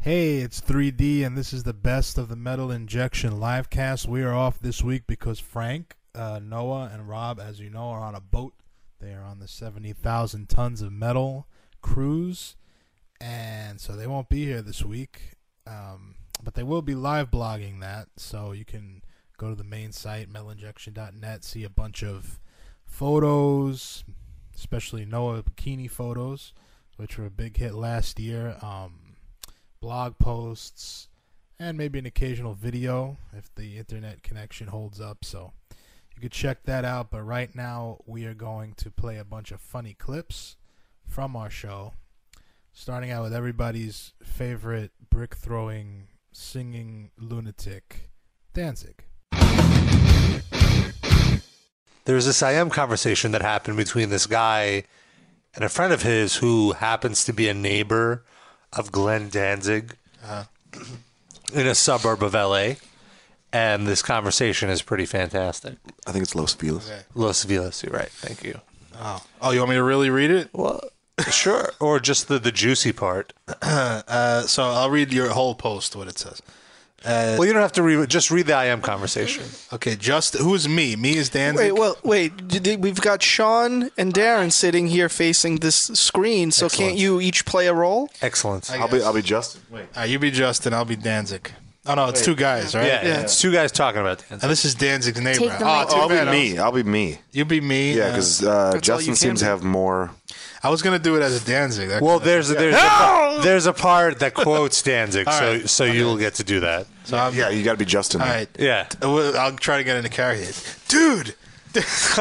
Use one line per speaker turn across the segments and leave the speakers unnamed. Hey, it's 3D, and this is the best of the Metal Injection live cast. We are off this week because Frank, uh, Noah, and Rob, as you know, are on a boat. They are on the 70,000 tons of metal cruise, and so they won't be here this week. Um, but they will be live blogging that, so you can go to the main site, metalinjection.net, see a bunch of photos, especially Noah bikini photos, which were a big hit last year. Um, blog posts, and maybe an occasional video if the internet connection holds up. So you could check that out. But right now, we are going to play a bunch of funny clips from our show, starting out with everybody's favorite brick throwing, singing lunatic, Danzig.
There was this IM conversation that happened between this guy and a friend of his who happens to be a neighbor of Glenn Danzig
Uh-huh.
in a suburb of LA. And this conversation is pretty fantastic.
I think it's Los Feliz.
Los Vilas, you're right. Thank you.
Oh, oh, you want me to really read it?
Well, sure. Or just the, the juicy part.
Uh, so I'll read your whole post what it says.
Well, you don't have to read it. Just read the IM conversation.
Uh, Okay, just who's me? Me is
Wait,
Danzig.
well, wait. d- d- We've got Sean and Darren sitting here facing this screen, so
Excellent.
can't you each play a role?
Excellent.
I'll be I'll be Justin.
Uh, you be Justin, I'll be Danzig. Oh no, it's two guys, right?
yeah,
yeah.
it's two guys talking about Danzig.
And this is Danzig's neighbor.
Take the
oh,
mic.
too
Oh,
I'll be
bad. I
me. I'll be me.
was- You be me.
Yeah,
uh,
because uh,
all you
Justin seems
can
to
be.
have more.
I was gonna do it as a Danzig. That
Well,
could've-
there's there's a, par- there's a part that quotes Danzig, so
right.
so you'll get to do that.
so I'm,
Yeah, you got to be Justin.
All right.
Yeah,
I will- Uh, I'll try to get into character. Dude. this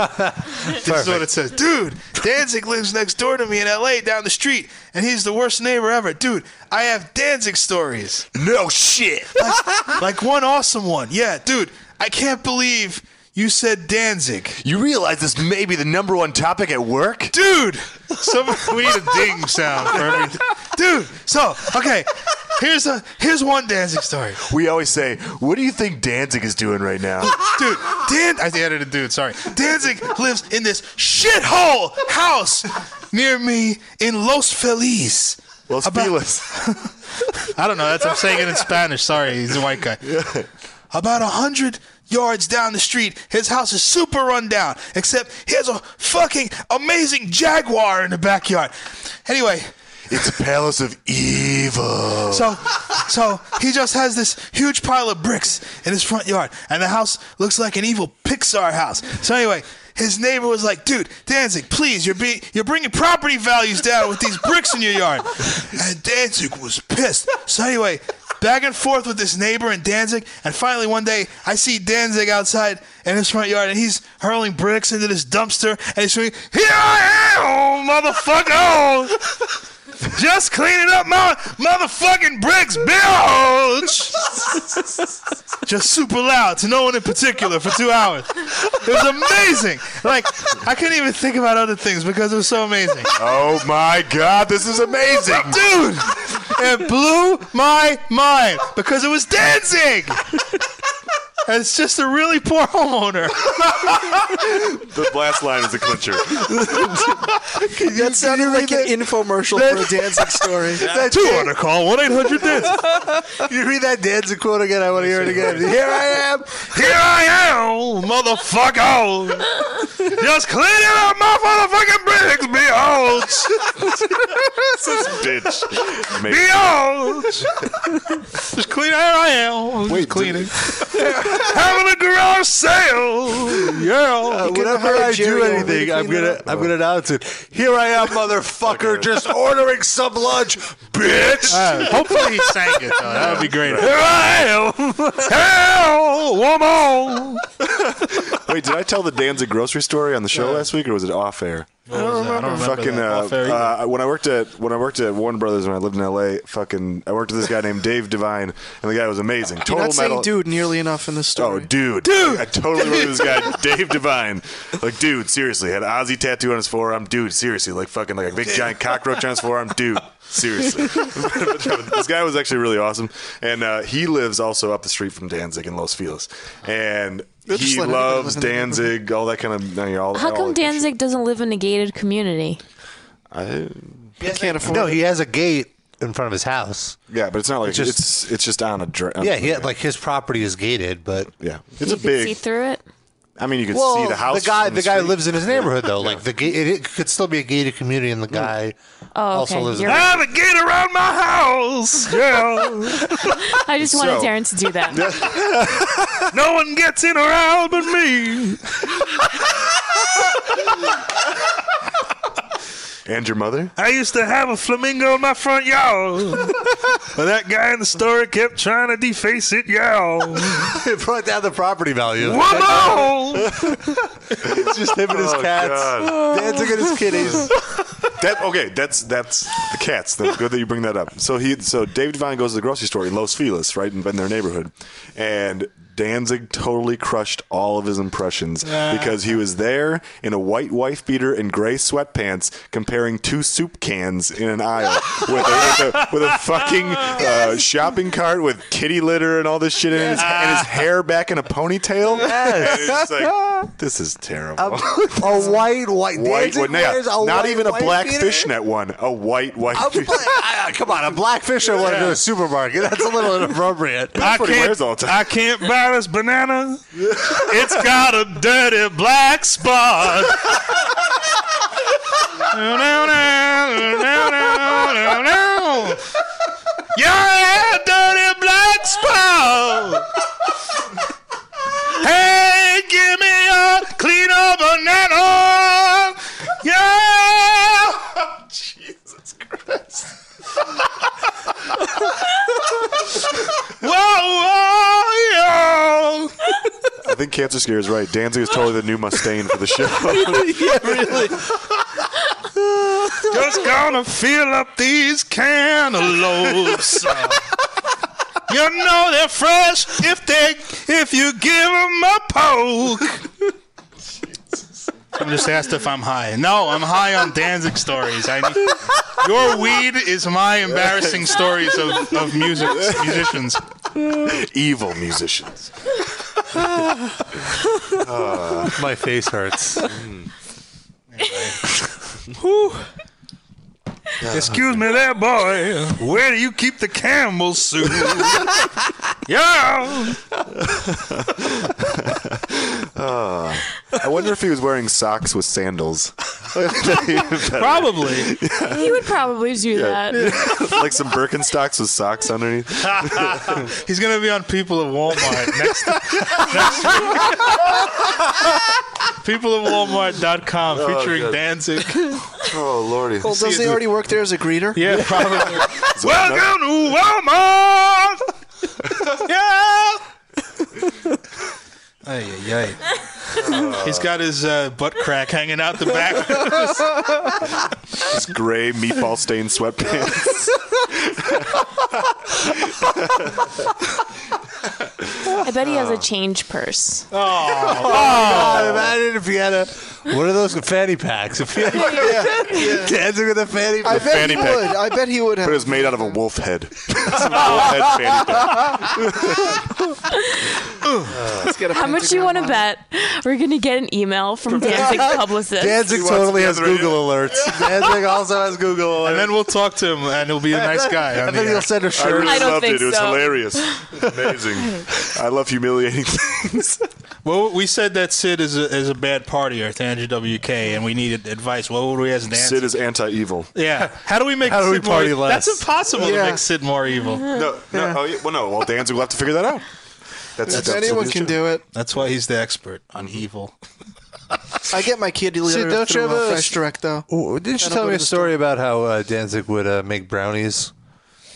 is what it says. Dude, Danzig lives next door to me in LA down the street, and he's the worst neighbor ever. Dude, I have Danzig stories.
No shit.
Like one awesome one. Yeah, dude, I can't believe you said Danzig.
You realize this may be the number one topic at work?
dude. Some, we need a ding sound for every. Dude, so okay, here's a here's one dancing story.
We always say, "What do you think Danzig is doing right now?"
Uh, Dude, Dan, I added a dude. Sorry, Danzig lives in this shithole house near me in Los Feliz.
Los
About-
Feliz.
I don't know. That's I'm saying it in Spanish. Sorry, he's a white guy. About a hundred yards down the street, his house is super run down. Except he has a fucking amazing jaguar in the backyard. Anyway,
It's a palace of evil.
So, so he just has this huge pile of bricks in his front yard, and the house looks like an evil Pixar house. So anyway, his neighbor was like, "Dude, Danzig, please, you're be- you're bringing property values down with these bricks in your yard." And Danzig was pissed. So anyway, back and forth with this neighbor and Danzig, and finally one day I see Danzig outside in his front yard, and he's hurling bricks into this dumpster, and he's screaming, "Here I am, oh, motherfucker!" Just cleaning up my motherfucking bricks, bitch. Just super loud to no one in particular for two hours. It was amazing. Like I couldn't even think about other things because it was so amazing,
oh my God, this is amazing.
dude. It blew my mind because it was dancing. And It's just a really poor homeowner.
the last line is a clincher.
That sounded like an infomercial for a dancing story.
Two on a call, one eight hundred dance.
you read that Danzig quote again. I want to hear it again. Here I am.
Here I am, motherfucker. Just cleaning up my motherfucking bricks, bitch.
Bitch. Maybe.
Bitch. Just clean. Here I am.
Wait,
cleaning. Having a garage sale. Yeah.
Oh, Whenever
hire
I do
Jerry over to
anything, I'm
clean
gonna I'm gonna announce it. Here I am, motherfucker, just ordering some lunch, bitch.
Hopefully he sang it. Though. That would be great.
Here I am. Hell, woman.
Wait, did I tell the Danzig grocery story on the show last week, or was it off air?
I don't remember
fucking
that.
uh,
Off air either.
uh, when I worked at when I worked at Warner Brothers when I lived in L.A. Fucking, I worked with this guy named Dave Devine, and the guy was amazing. Total
You're not
metal.
saying dude nearly enough in this
Oh,
story.
dude, dude! I totally remember this guy, Dave Devine. Like, dude, seriously, had an Ozzy tattoo on his forearm, dude. Seriously, like fucking like a big giant cockroach on his forearm, dude. Seriously, this guy was actually really awesome, and uh, he lives also up the street from Danzig in Los Feliz, and
They'll just
he
let everybody
loves
live in the
Danzig, all that kind of. You know, all,
How
all
come
that kind of shit.
Danzig doesn't live in a gated community?
I,
I can't afford
No,
it.
he has a gate in front of his house.
Yeah, but it's not like
just-
it's it's just on a dra- on-
Yeah, he had, like his property is gated, but
yeah. It's
you
a
could see
big.
through it.
I mean, you could see the house.
guy,
from
the, guy
street.
lives in his neighborhood though. Like the ga- it, it could still be a gated community, and the guy also
Oh, okay.
lives.
You're
in
right.
have a gate around my house. Yeah,
I just wanted
So-
Darren to do that.
no one gets in around but me.
and your mother.
I used to have a flamingo in my front yard, but that guy in the store kept trying to deface it. Y'all, it brought Oh, down the property value. it's just him and his
Oh,
cats
God.
dancing at his kitties.
That okay? That's that's the cats. That's good that you bring that up. So he so Dave Devine goes to the grocery store in Los Feliz, right in, in their neighborhood, and Danzig totally crushed all of his impressions because he was there in a white wife beater and gray sweatpants, comparing two soup cans in an aisle with a, with a, with a fucking uh, shopping cart with kitty litter and all this shit in it, and his hair back in a ponytail. And it's like, this is terrible
a white white
white
dancing
one. Yeah,
wears a
not
white
even a
white
black
beater?
fishnet one. A white white.
A
fish-
bla- I- I- come on, a black fisher went into a supermarket. That's a little inappropriate.
That's what he wears all the time.
I can't buy this banana. It's got a dirty black spot. No, no, no, no, no, no, no. You're a dirty black spot. Hey, give me a clean old banana. Yeah. Whoa, whoa, yeah.
I think Cancer Scare is right. Danzig is totally the new Mustaine for the show.
Just gonna fill up these cantaloupes. you know they're fresh if they if you give them a poke. I'm just asked if I'm high. No, I'm high on Danzig stories. I need, your weed is my embarrassing stories of, of music musicians.
Evil musicians.
My face hurts.
Hmm.
Excuse me there, boy. Where do you keep the camel suit? yeah.
Ah. I wonder if he was wearing socks with sandals,
Probably.
He would probably do that.
like some Birkenstocks with socks underneath.
He's gonna be on People of Walmart next. next week. PeopleofWalmart.com featuring
good.
Danzig.
Oh lordy!
Well, doesn't he already work there as a greeter?
Yeah, probably.
Welcome.
Walmart. yeah.
Ay, ay, ay.
He's got his uh, butt crack hanging out the back.
His gray meatball stained sweatpants.
I bet he has a change purse.
Oh,
Oh.
God, imagine if he had a what are those fanny packs? If he had dancing with a fanny
I
pack.
bet
fanny
he
pack.
would. I bet he would
But
have.
it was made out of a wolf head. It's a wolf head fanny pack.
How much do you want to bet? We're gonna get an email from Danzig's publicist.
Danzig totally has Google alerts. Danzig also has Google alerts.
and then we'll talk to him, and he'll be a nice guy. on
And
the
then
air.
he'll send a
I
shirt.
really
I don't
loved
think
it. It was
so.
hilarious. Amazing. I love humiliating things.
Well, we said that Sid is a, is a bad partier to Andrew WK, and we needed advice. What would we ask Danzig?
Sid is anti-evil.
yeah. How do we make
How do we
Sid more
party
evil?
less?
That's impossible
Yeah.
to make Sid more evil.
No, no, oh, yeah, well, no. Well, Danzig will have to figure that out. That's, that's
Anyone can do it.
That's why he's the expert on evil.
I get my kitty litter
don't you
through
have
a
a-
fresh direct though.
Oh,
Then
didn't you
I'll
tell
go
me
to
a
the
story about how uh, Danzig would uh, make brownies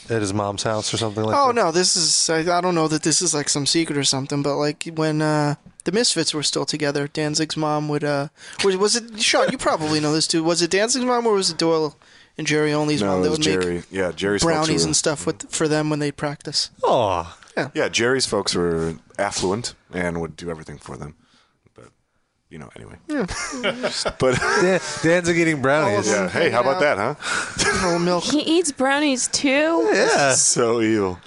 at his mom's house or something like
Oh
that?
no, this is I, I don't know that this is like some secret or something, but like when uh the Misfits were still together, Danzig's mom would uh was, was it Sean, you probably know this too. Was it Danzig's mom or was it Doyle and Jerry only's
No,
mom
it
that
was
would
Jerry.
make
yeah, Jerry's folks
brownies
were,
and stuff with for them when they practice?
Oh,
Yeah, Jerry's folks were affluent and would do everything for them. But you know, anyway. but
Dan- Danzig eating brownies.
Oh, yeah, hey, how about that, huh?
Whole milk.
Oh,
He eats brownies too.
Yeah.
So evil.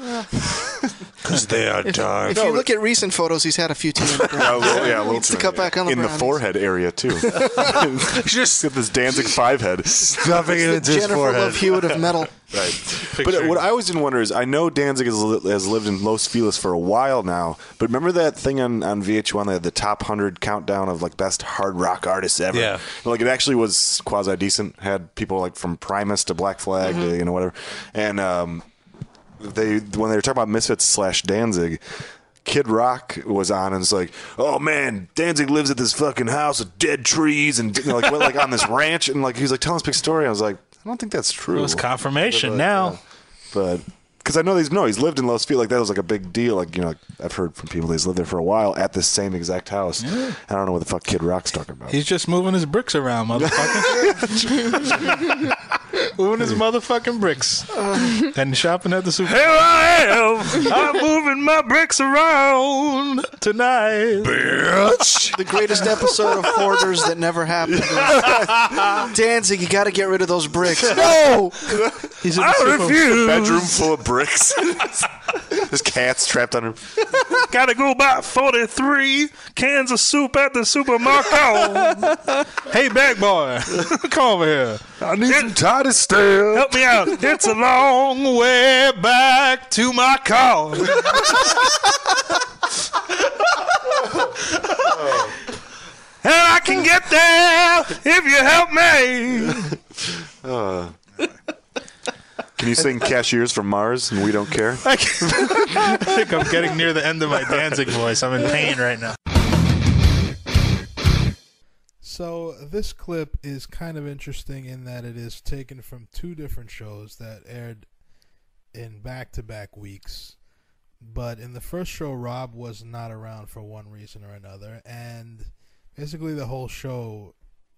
Because they are dark.
Uh. If you look at recent photos, he's had a few too many.
Yeah, a little- yeah, a little
needs to
too
cut
many.
back on the
in the
brownies.
forehead area too. Just get this Danzig five head.
Stuffing it into his
Jennifer Love
forehead.
Hewitt of metal.
Right. But uh, what I always didn't wonder is I know Danzig has, li- has lived in Los Feliz for a while now, but remember that thing on, on VH1 that had the top 100 countdown of like best hard rock artists ever?
Yeah.
Like it actually was quasi decent, had people like from Primus to Black Flag to, you know, whatever. And, um, they when they were talking about Misfits slash Danzig, Kid Rock was on and was like, "Oh man, Danzig lives at this fucking house with dead trees and you know, like went like on this ranch and like he was like telling us a big story." I was like, "I don't think that's true."
It was confirmation now.
Um, but because I know these no, he's lived in Los Feliz. Like that was like a big deal. Like you know, like, I've heard from people that he's lived there for a while at this same exact house. I don't know what the fuck Kid Rock's talking about.
He's just moving his bricks around, motherfucker. moving his motherfucking bricks. and shopping at the super. Here I am. I'm moving my bricks around tonight. Bitch.
The greatest episode of Hoarders that never happened. Danzig, you got to get rid of those bricks. No,
He's in the super-
Bedroom full of bricks. There's cats trapped under.
Gotta go buy 43 cans of soup at the supermarket. hey, back boy. Come over here.
I need some Titus stale.
Help me out. It's a long way back to my car. And I can get there if you help me.
uh. Can you sing "Cashiers from Mars" and we don't care?
I think I'm getting near the end of my Danzig voice. I'm in pain right now.
So this clip is kind of interesting in that it is taken from two different shows that aired in back-to-back weeks. But in the first show, Rob was not around for one reason or another, and basically the whole show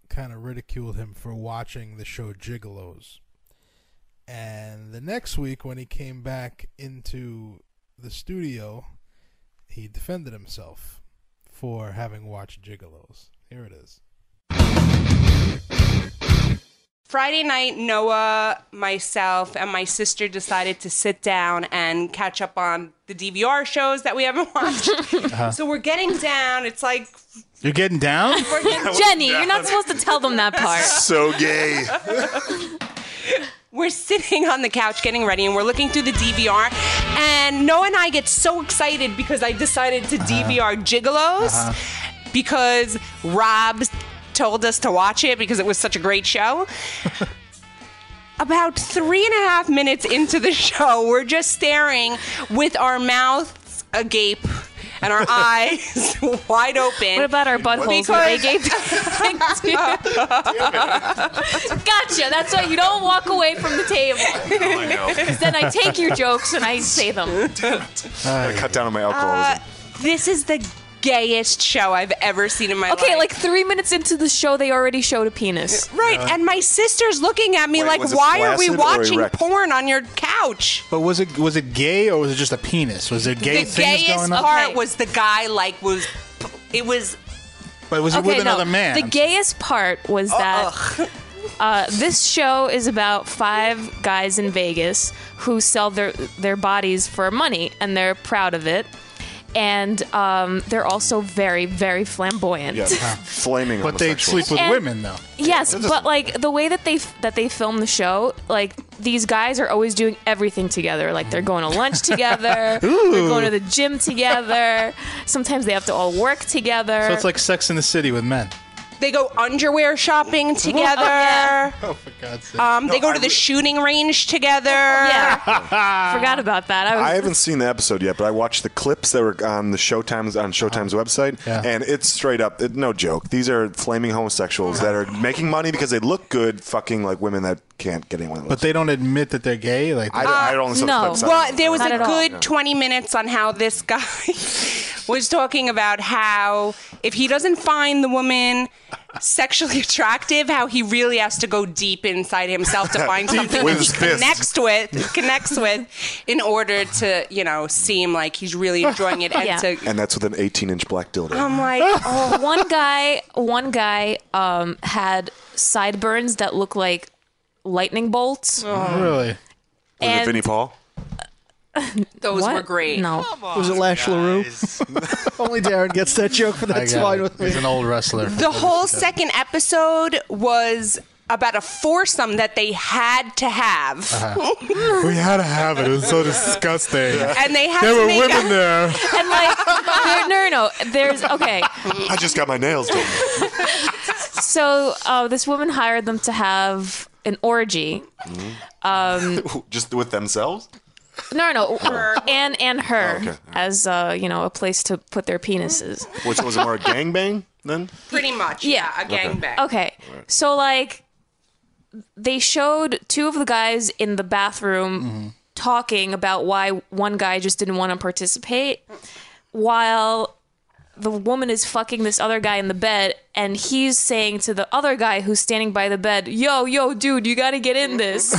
kind of ridiculed him for watching the show Gigolos. And the next week, when he came back into the studio, he defended himself for having watched Gigolos. Here it is.
Friday night, Noah, myself, and my sister decided to sit down and catch up on the DVR shows that we haven't watched.
Uh-huh.
So we're getting down. It's like
You're getting down?
we're getting,
Jenny, you're not supposed to tell them that part.
So gay.
we're sitting on the couch getting ready, and we're looking through the DVR. And Noah and I get so excited because I decided to DVR Gigolos because Rob told us to watch it because it was such a great show. about three and a half minutes into the show, we're just staring with our mouths agape and our eyes wide open.
What about our buttholes where they gave the thing to? Gotcha. That's why you don't walk away from the table. Because then Oh, I take your jokes and I say them.
I cut down on my
Uh,
alcoholism.
Uh, this is the gayest show I've ever seen in my life.
Okay, like three minutes into the show, they already showed a penis.
Right, and my sister's looking at me
Wait,
like,
was it
"Why are we
flaccid or
watching
erect?
porn on your couch?"
But was it was it gay or was it just a penis? Was there gay
the
things
gayest
going on?
part
Okay.
was the guy like was it was
But was it
Okay,
with another
no.
man?
The gayest part was that uh, this show is about five guys in Vegas who sell their their bodies for money, and they're proud of it. And um, they're also very, very flamboyant.
Yeah, flaming.
but they sleep with
And-
women though.
Yes, but like the way that they f- that they film the show, like these guys are always doing everything together. Like they're going to lunch together, they're going to the gym together. Sometimes they have to all work together.
So it's like Sex in the City with men.
they go underwear shopping together.
Oh, for God's sake!
Um, they go to the shooting range together.
yeah, forgot about that. I was
I haven't seen the episode yet, but I watched the clips that were on the Showtime's on Showtime's
Uh-huh.
website,
Yeah.
and it's straight up it, no joke. These are flaming homosexuals that are making money because they look good, fucking like women that can't get anyone.
but they don't admit that they're gay. Like
I, I don't see
Uh, no.
the clips. I
Well,
don't-
there was
Not
a
at all.
good 20 minutes on how this guy was talking about how if he doesn't find the woman sexually attractive, how he really has to go deep inside himself to find something
with
that he
his fist.
connects with, connects with, in order to you know seem like he's really enjoying it and
Yeah.
to.
and that's with an 18-inch black dildo.
I'm like, oh,
one guy one guy um had sideburns that
Oh.
look like lightning bolts
Oh.
Oh.
really.
Was it
and
Vinnie Paul?
Those
What?
were great.
No.
Was it Lash LaRue? Only Darren gets that joke, but that's fine with me.
He's an old wrestler.
The whole second episode was about a foursome that they had to have,
Uh-huh.
we had to have it. It was so disgusting.
and they had to make a-
there.
And like, there, no, no, no. There's okay.
I just got my nails done.
So uh, this woman hired them to have an orgy. um,
Um,
just with themselves?
No, no, no. and and her
Oh, okay.
as uh, you know a place to put their penises.
Which was it more a gangbang then?
pretty much.
Yeah.
a gangbang.
Okay. So like they showed two of the guys in the bathroom
Mm-hmm.
talking about why one guy just didn't want to participate while the woman is fucking this other guy in the bed and he's saying to the other guy who's standing by the bed, "Yo, yo dude, you got to get in this."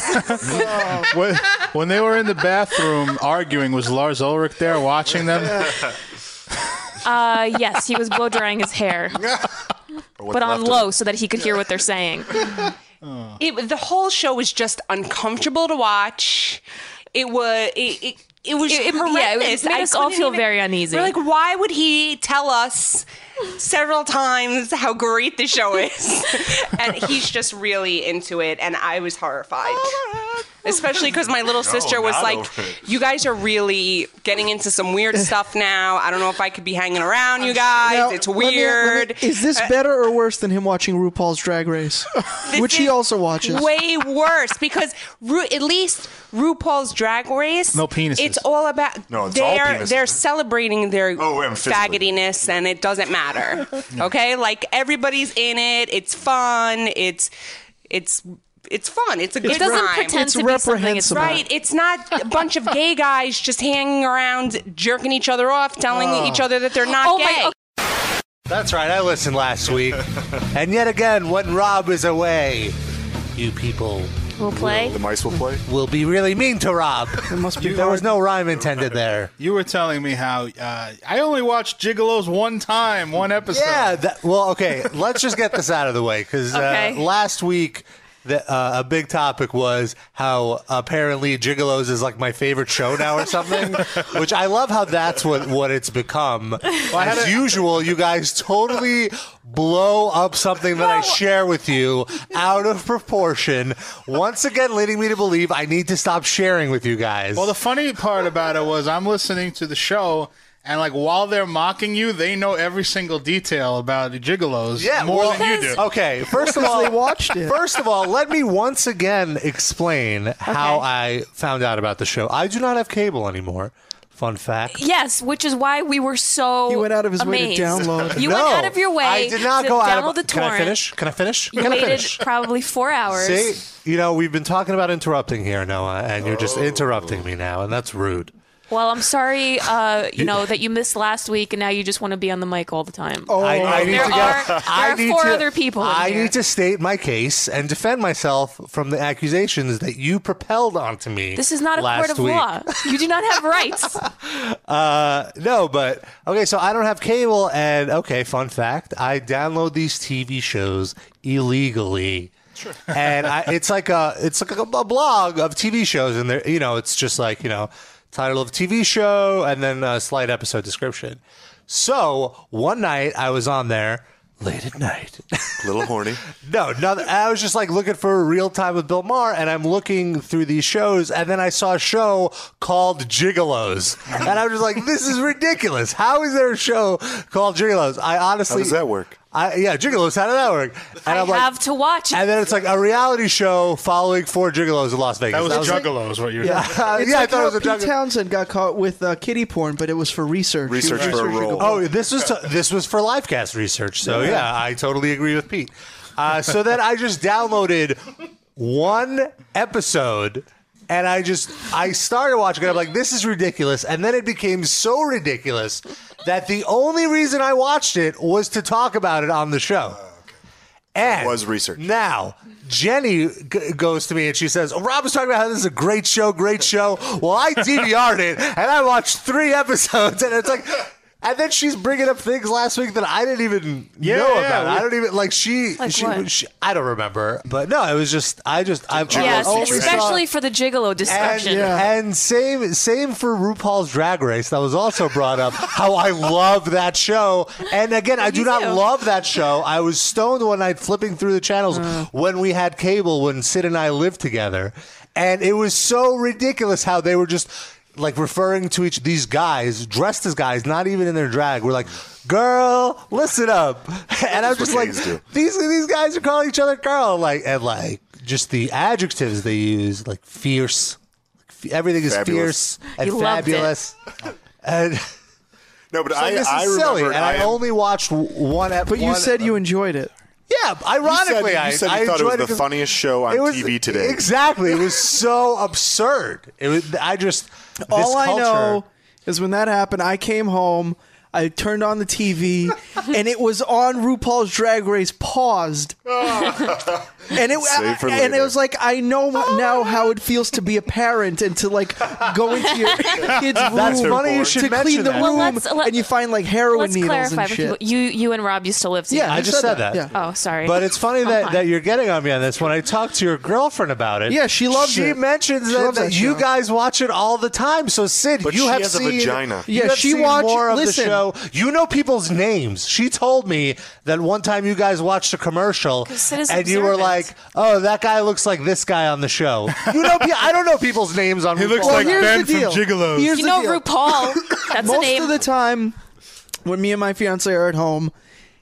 When, when they were in the bathroom arguing, was Lars Ulrich there watching them?
uh yes, he was blow drying his hair. But on low so that he could hear what they're saying.
It, the whole show was just uncomfortable to watch. It was it. it it was
It- it- yeah, it
horrendous.
made
I
us all
couldn't
feel very uneasy.
We're like, why would he tell us several times how great the show is? and he's just really into it, and I was horrified.
Oh,
Especially because my little sister was
not
like,
over it.
"You guys are really getting into some weird stuff now. I don't know if I could be hanging around you guys.
Now,
it's
let me- let me-
weird." Uh,
is this better or worse than him watching RuPaul's Drag Race, which he
is
also watches?
way worse because Ru- at least RuPaul's Drag Race.
No penises.
It's all about.
No, it's all
they're
penises.
they're celebrating their
Oh, and physically.
faggotiness, and it doesn't matter. okay, like everybody's in it. It's fun. It's it's it's fun. It's a good
It doesn't
time.
pretend
It's
to be something it's
reprehensible.
not.
Right, it's not a bunch of gay guys just hanging around, jerking each other off, telling each other that they're not
Oh
gay.
my- okay.
That's right. I listened last week. and yet again, when Rob is away, you people
We'll play.
The mice will play?
will be really mean to Rob.
must be
there
hard.
was no rhyme intended there.
You were telling me how uh, I only watched Gigolos one time, one episode.
Yeah. That, well, okay. Let's just get this out of the way because
Okay.
uh, last week. The, uh, a big topic was how apparently Gigolos is like my favorite show now or something, which I love how that's what, what it's become. As usual, you guys totally blow up something that I share with you out of proportion, once again leading me to believe I need to stop sharing with you guys.
Well, the funny part about it was I'm listening to the show, and like while they're mocking you, they know every single detail about the Gigolos more
well,
than you do.
Okay, first of all,
they watched it.
First of all, let me once again explain how I found out about the show. I do not have cable anymore. Fun fact.
Yes, which is why we were so.
He went out of his way
amazed.
to download.
You
no,
went out of your way.
I did not
to
go out
download
of
the torrent.
Can I finish? Can I finish?
You
Can I
waited
finish?
probably four hours.
See, you know, we've been talking about interrupting here, Noah, and you're just interrupting me now, and that's rude.
Well, I'm sorry, uh, you know, that you missed last week, and now you just want to be on the mic all the time.
Oh,
I, I need
There
to
are-
go.
there
I
are
need
four
to-
other people in
I
here.
need to state my case and defend myself from the accusations that you propelled onto me.
this is not a
last
court of
week.
law. You do not have rights.
Uh, no, but okay. So I don't have cable, and okay, fun fact: I download these TV shows illegally. Sure. and I, it's like a it's like a, a blog of TV shows, and there you know it's just like you know title of TV show and then a slight episode description. So one night I was on there late at night.
Little horny.
No, no. I was just like looking for real time with Bill Maher, and I'm looking through these shows, and then I saw a show called Gigolos, and I was just like, "This is ridiculous! How is there a show called Gigolos?" I honestly,
How does that work?
I yeah, Gigolos. How did that work? And
I
I'm like-
have to watch it.
And then it's like a reality show following four Gigolos in Las Vegas.
That was,
I
Juggalos, what you were
yeah,
It's
yeah, I
like
thought
how
it was a
Pete
Juggalo.
Townsend got caught with uh, kitty porn, but it was for research. He
Research
was
for a
researching
role.
Oh, this was to, this was for livecast research. So yeah, I totally agree with Pete. Uh, so then I just downloaded one episode. And I just I started watching it. I'm like, this is ridiculous. And then it became so ridiculous that the only reason I watched it was to talk about it on the show. And
was research.
Now, Jenny g- goes to me and she says, oh, Rob was talking about how this is a great show, great show. Well, I DVR'd it and I watched three episodes, and it's like, And then she's bringing up things last week that I didn't even know
yeah,
about.
we-
I don't even like she.
Like
she,
what?
she- I don't remember, but no, it was just I just I,
Yes,
I only
especially
saw-
for the gigolo
and,
discussion.
and same same for RuPaul's Drag Race that was also brought up. how I love that show, and again, I do not
too.
love that show. I was stoned one night flipping through the channels
Mm.
when we had cable when Sid and I lived together, and it was so ridiculous how they were just like referring to each these guys dressed as guys, not even in their drag. We're like. Girl, listen up, and I was
That's
just
what
like,
gays do.
these these guys are calling each other girl, like and like just the adjectives they use, like fierce, F- everything is
Fabulous.
fierce and
You loved it.
fabulous. And
No, but I,
I, this is
I
silly,
remember.
and I, only watched w- one. Ep-
But you
one-
said you enjoyed it.
yeah. Ironically,
you
I
said you
I
thought it
enjoyed
was
it
the
'cause
funniest show on
it was-
TV today.
Exactly, it was so absurd. It was. I just this
All I
culture-
know is when that happened, I came home, I turned on the TV, and it was on RuPaul's Drag Race paused. and it
Save for
and it
later.
was like I know
Oh
now how it feels to be a parent and to like go into your kid's room
That's funny you should
to
mention
clean the
that.
room
Well, let's- let-
and you find like heroin
Let's
needles
clarify with
and shit.
people. You, you and Rob used to live together.
Yeah,
I
you
just said that.
Yeah.
Oh, sorry.
But it's funny that,
fine.
that you're getting on me on this. When I talked to your girlfriend about it,
Yeah, she loves
she
it.
mentions
She
that,
loves that
you
show.
guys watch it all the time. So Sid,
But
you
she
have
has a
seen,
vagina.
you
Yeah,
have
she
seen
watch-
more of
listen.
the show. You know people's names. She told me that one time you guys watched a commercial
Sid is
and you were
observant.
like, "Oh, that guy looks like this guy on the show." You know, pe- I don't know people's names on.
He looks
RuPaul.
like
here's
Ben
the
from
deal.
Gigolos.
Here's
you
the
know
deal.
RuPaul. That's a
most
name.
of the time when me and my fiance are at home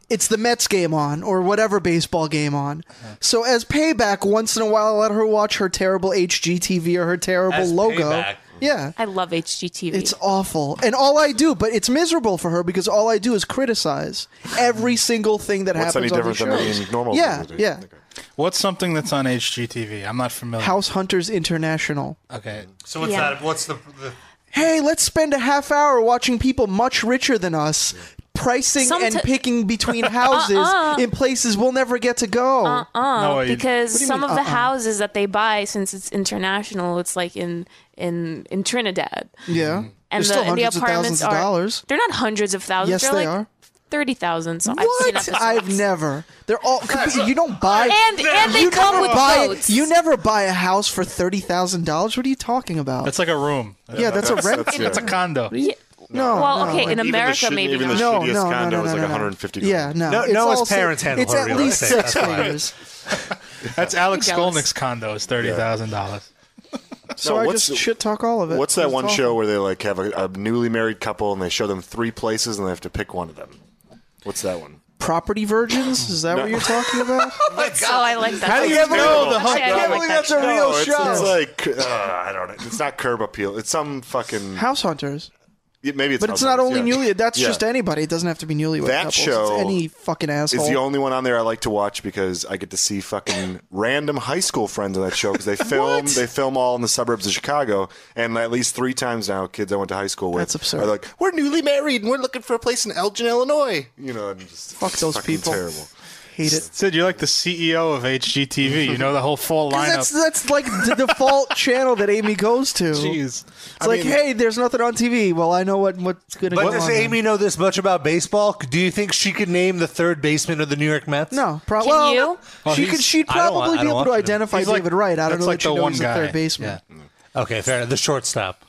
it's the Mets game on or whatever baseball game on. So as payback, once in a while, I let her watch her terrible HGTV or her terrible
As
logo.
payback?
Yeah,
I love HGTV.
it's awful, and all I do, but it's miserable for her because all I do is criticize every single thing that
What's any
happens on the
different than
shows.
any normal?
yeah,
people do?
yeah.
What's something that's on HGTV? I'm not familiar.
House Hunters International.
Okay.
So what's
Yeah.
that? What's the, the
hey, let's spend a half hour watching people much richer than us pricing
Somet- Uh-uh.
and picking between houses in places we'll never get to go.
no, wait.
Uh-uh, because
you
some
mean,
of the
uh-uh?
houses that they buy, since it's international, it's like in in in Trinidad,
Yeah.
and
There's
the,
still
and the
hundreds of
apartments
thousands of
are
dollars.
they're not hundreds of thousands.
Yes,
they're
they
like
are.
thirty thousand. So I've
What?
seen
I've
episodes.
never. They're all. You don't buy.
And and they
you
come
never
with
buy,
boats.
You never buy a house for thirty thousand dollars. What are you talking about?
That's like a room.
yeah, that's, a rent.
that's-
That's a condo.
Yeah.
no.
Well,
no.
okay, in
Even the
America
shit-
maybe
even
not.
the
No,
shittiest
no, no,
condo
no,
is
no,
like
no.
150 grand.
Yeah, no.
No-
it's
Noah's
all si-
parents handle
It's
her
at
real
least
estate,
six
that's why.
figures.
That's Alex
jealous.
Skolnick's condo. It's thirty thousand dollars.
So
No,
I
what's
just
the-
shit talk all of it.
What's that
It's
one
awful.
show where they like have a, a newly married couple and they show them three places and they have to pick one of them? What's that one?
Property virgins? Is that what you're talking about?
Oh, I like that. How
do you know the
I
whole-
like that show.
No, it's, it's like uh, I don't know. It's not Curb Appeal. It's some fucking
House hunters.
yeah, maybe it's.
But it's
Housewives,
not only
yeah.
newly. That's
Yeah.
just anybody. It doesn't have to be newlywed
That
couples.
show
it's any fucking asshole.
It's the only one on there I like to watch because I get to see fucking random high school friends on that show because they film they film all in the suburbs of Chicago and at least three times now kids I went to high school with
That's absurd.
are like we're newly married and we're looking for a place in Elgin, Illinois. You know, and just
Fuck those
fucking
people.
Terrible.
Hate it.
Sid, you're like the CEO of HGTV. You know the whole full
That's
lineup.
that's like the default channel that Amy goes to.
Jeez.
It's like, hey, there's nothing on TV. Well, I know what what's gonna
But
go
does
on.
Amy know this much about baseball? Do you think she could name the third baseman of the New York Mets?
No, pro-
Can
well,
you?
Well,
she
he's-
could. She'd
I don't
probably
want- I
be
don't
able to
want to know.
identify
He's like-
David Wright. I don't
that's
know
like
that she
the
knows
one
he's
guy.
a third baseman.
Okay, fair enough. The shortstop.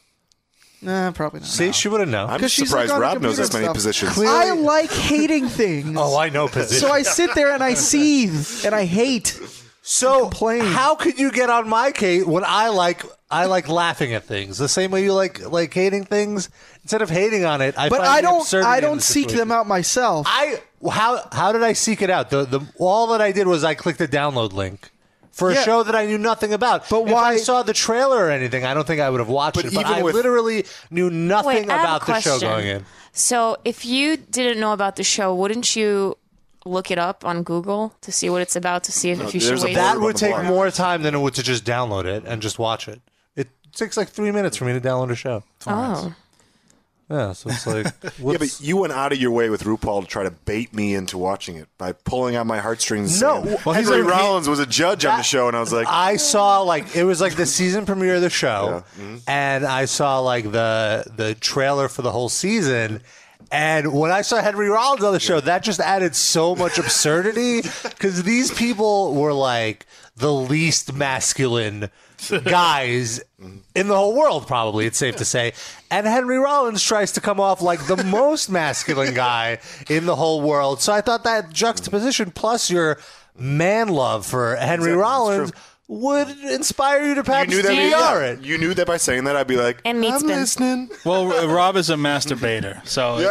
Nah, probably not.
See, she wouldn't know.
I'm
'Cause she's,
surprised
like, on the
Rob knows
computer
this many
stuff.
positions.
I like hating things.
oh, I know position.
so I sit there and I seethe and I hate.
So
complain.
how could you get on my case when I like I like laughing at things the same way you like like hating things? Instead of hating on it, I
But
find
I
the
don't.
absurdity
I
in
don't
the
seek
situation.
them out myself.
I how how did I seek it out? The the all that I did was I clicked a download link for a
Yeah.
show that I knew nothing about.
But
If I
why-
saw the trailer or anything, I don't think I would have watched
But
it. But
even
I
with-
literally knew nothing
Wait, I have a
about the show
question.
going in.
So if you didn't know about the show, wouldn't you look it up on Google to see what it's about to see if, if you should
there's a
wait?
That
That
would
would
take
block.
more time than it would to just download it and just watch it. It takes like three minutes for me to download a show.
oh,
Yeah, so it's like
Yeah, but you went out of your way with RuPaul to try to bait me into watching it by pulling on my heartstrings.
No.
saying,
Well, he's
Henry
like-
Rollins was a judge on the show, and I was like,
I saw like it was like the season premiere of the show, and I saw like the the trailer for the whole season, And when I saw Henry Rollins on the show, that just added so much absurdity because these people were like the least masculine guys in the whole world, probably, it's safe to say. And Henry Rollins tries to come off like the most masculine guy in the whole world. So I thought that juxtaposition plus your man love for Henry Rollins would inspire you to perhaps
You knew that.
DVR
yeah.
it.
You knew that by saying that, I'd be like,
And meat's
E I'm
been-
listening.
Well, R- Rob is a masturbator, so Oh,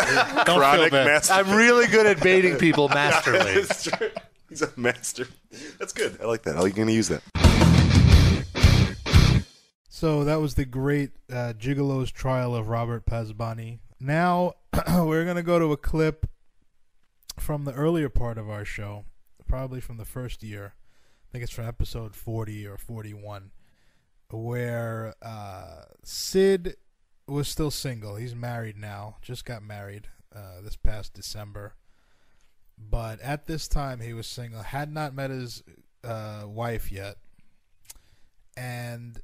don't feel
Chronic
bad.
master.
I'm really good at baiting people masterly.
That's true. He's a master. That's good. I like that. I'm going to use that.
So that was the great uh, Gigolo's trial of Robert Pasbani. Now we're going to go to a clip from the earlier part of our show, probably from the first year. I think it's from episode 40 or 41, where uh, Sid was still single. He's married now, just got married uh, this past December. But at this time, he was single, had not met his uh, wife yet. And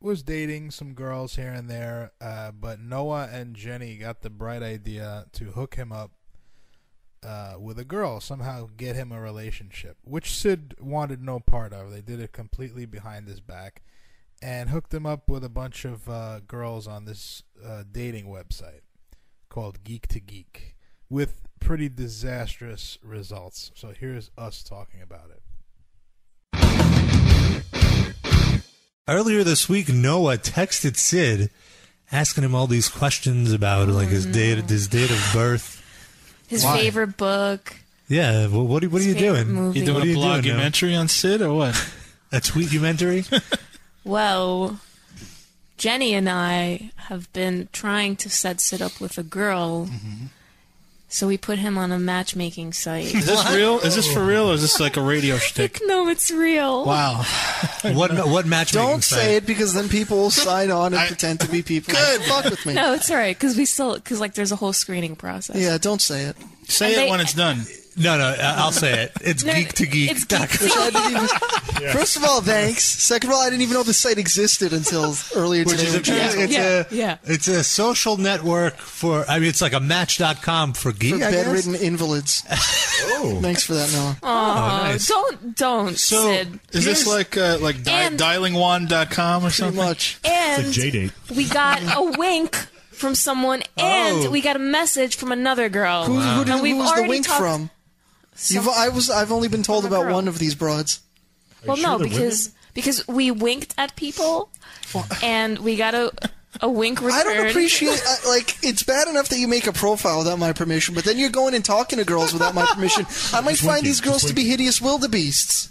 was dating some girls here and there, uh, but Noah and Jenny got the bright idea to hook him up uh, with a girl, somehow get him a relationship, which Sid wanted no part of. They did it completely behind his back and hooked him up with a bunch of uh, girls on this uh, dating website called Geek to Geek with pretty disastrous results. So here's us talking about it.
Earlier this week, Noah texted Sid, asking him all these questions about like his date, his date of birth.
His favorite book.
Yeah, well, what are, what are you
favorite
doing? What
movie. You
are
doing
You
a
doing, Noah?
blogumentary on Sid or what?
A tweetumentary?
Well, Jenny and I have been trying to set Sid up with a girl, so we put him on a matchmaking site.
Is this real? Is this for real or is this like a radio shtick?
no, it's real.
wow. what what matchmaking?
Don't
site?
say it because then people will sign on and pretend to be people. Good. Fuck with me.
No, it's all right because we still because like there's a whole screening process.
Yeah, don't say it.
Say
And
it
they-
when it's done.
No, no, I- I'll say it. It's
No,
geek to geek.
It's geek to
Which I didn't even- First of all, thanks. Second of all, I didn't even know the site existed until earlier
Which
today.
is a, it's
Yeah,
a
yeah.
it's a social network for I mean it's like a match.com for geek
for
I guess?
bedridden invalids. Thanks for that, Noah.
Oh,
nice.
don't don't
So
Sid.
is this like uh, like di-
And-
dialingwand.com or
Pretty
something?
much.
and
date.
we got a wink from someone and
Oh.
we got a message from another girl.
Who, who, did,
Oh, And we've
who was the
already
wink
talked-
from?
Some-
You've, I was. I've only been told
From a
about
girl.
one of these broads.
well, no, because because we winked at people and we got a a wink return.
I don't appreciate I, like it's bad enough that you make a profile without my permission, but then you're going and talking to girls without my permission. I might find these girls to be hideous wildebeests,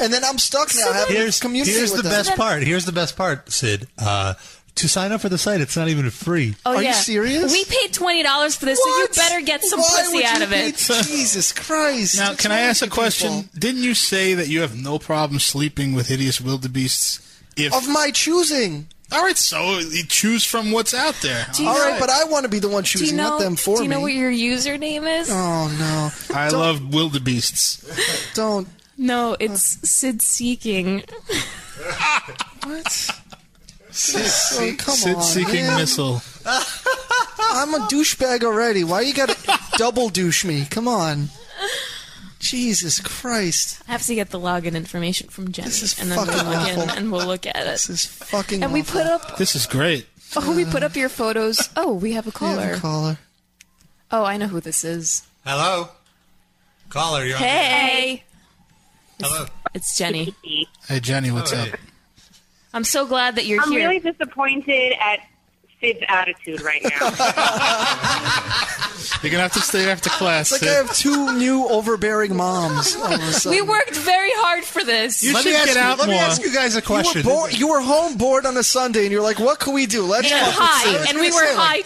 and then I'm stuck now having
Here's,
to communicate
here's
with
the
them.
best part. Here's the best part, Sid. Uh, to sign up for the site, it's not even free.
Oh,
Are you
yeah.
serious?
We paid twenty dollars for this,
What?
so you better get some
Why would
pussy
you
out of
be-
it.
Jesus Christ!
Now,
It's
can I
only
ask a
two
question?
people.
Didn't you say that you have no problem sleeping with hideous wildebeests? If
Of my choosing.
all right, so you choose from what's out there.
Do you
All
know-
right, but I want to be the one
do
choosing,
you know
not them for
Do you know
me.
what your username is?
oh no!
I love wildebeests.
Don't.
No, it's Sid Seeking.
Oh, come
Sid
on,
seeking
man.
missile.
I'm a douchebag already. Why you gotta double douche me? Come on. Jesus Christ.
I have to get the login information from Jenny,
is
and then we'll
fucking
log in
awful.
and we'll look at it.
This is fucking
And we
awful.
put up
This is great.
oh we put up your photos. Oh, we have a
We have a
caller.
caller.
Oh, I know who this is.
Hello, caller. You're
Hey,
On. Hello.
it's Jenny.
Hey Jenny, what's up?
I'm so glad that you're
I'm
here.
really disappointed at Sid's attitude right now.
You're gonna have to stay after class.
It's like
Sid.
I have two new overbearing moms all of a sudden.
we worked very hard for this.
Let me
should
ask
get
you,
out
Let me
more.
ask you guys a
You were,
question.
bored, you were home bored on a Sunday, and you're like, "What can we do? Let's
and
fucking sit."
high, and we were high
I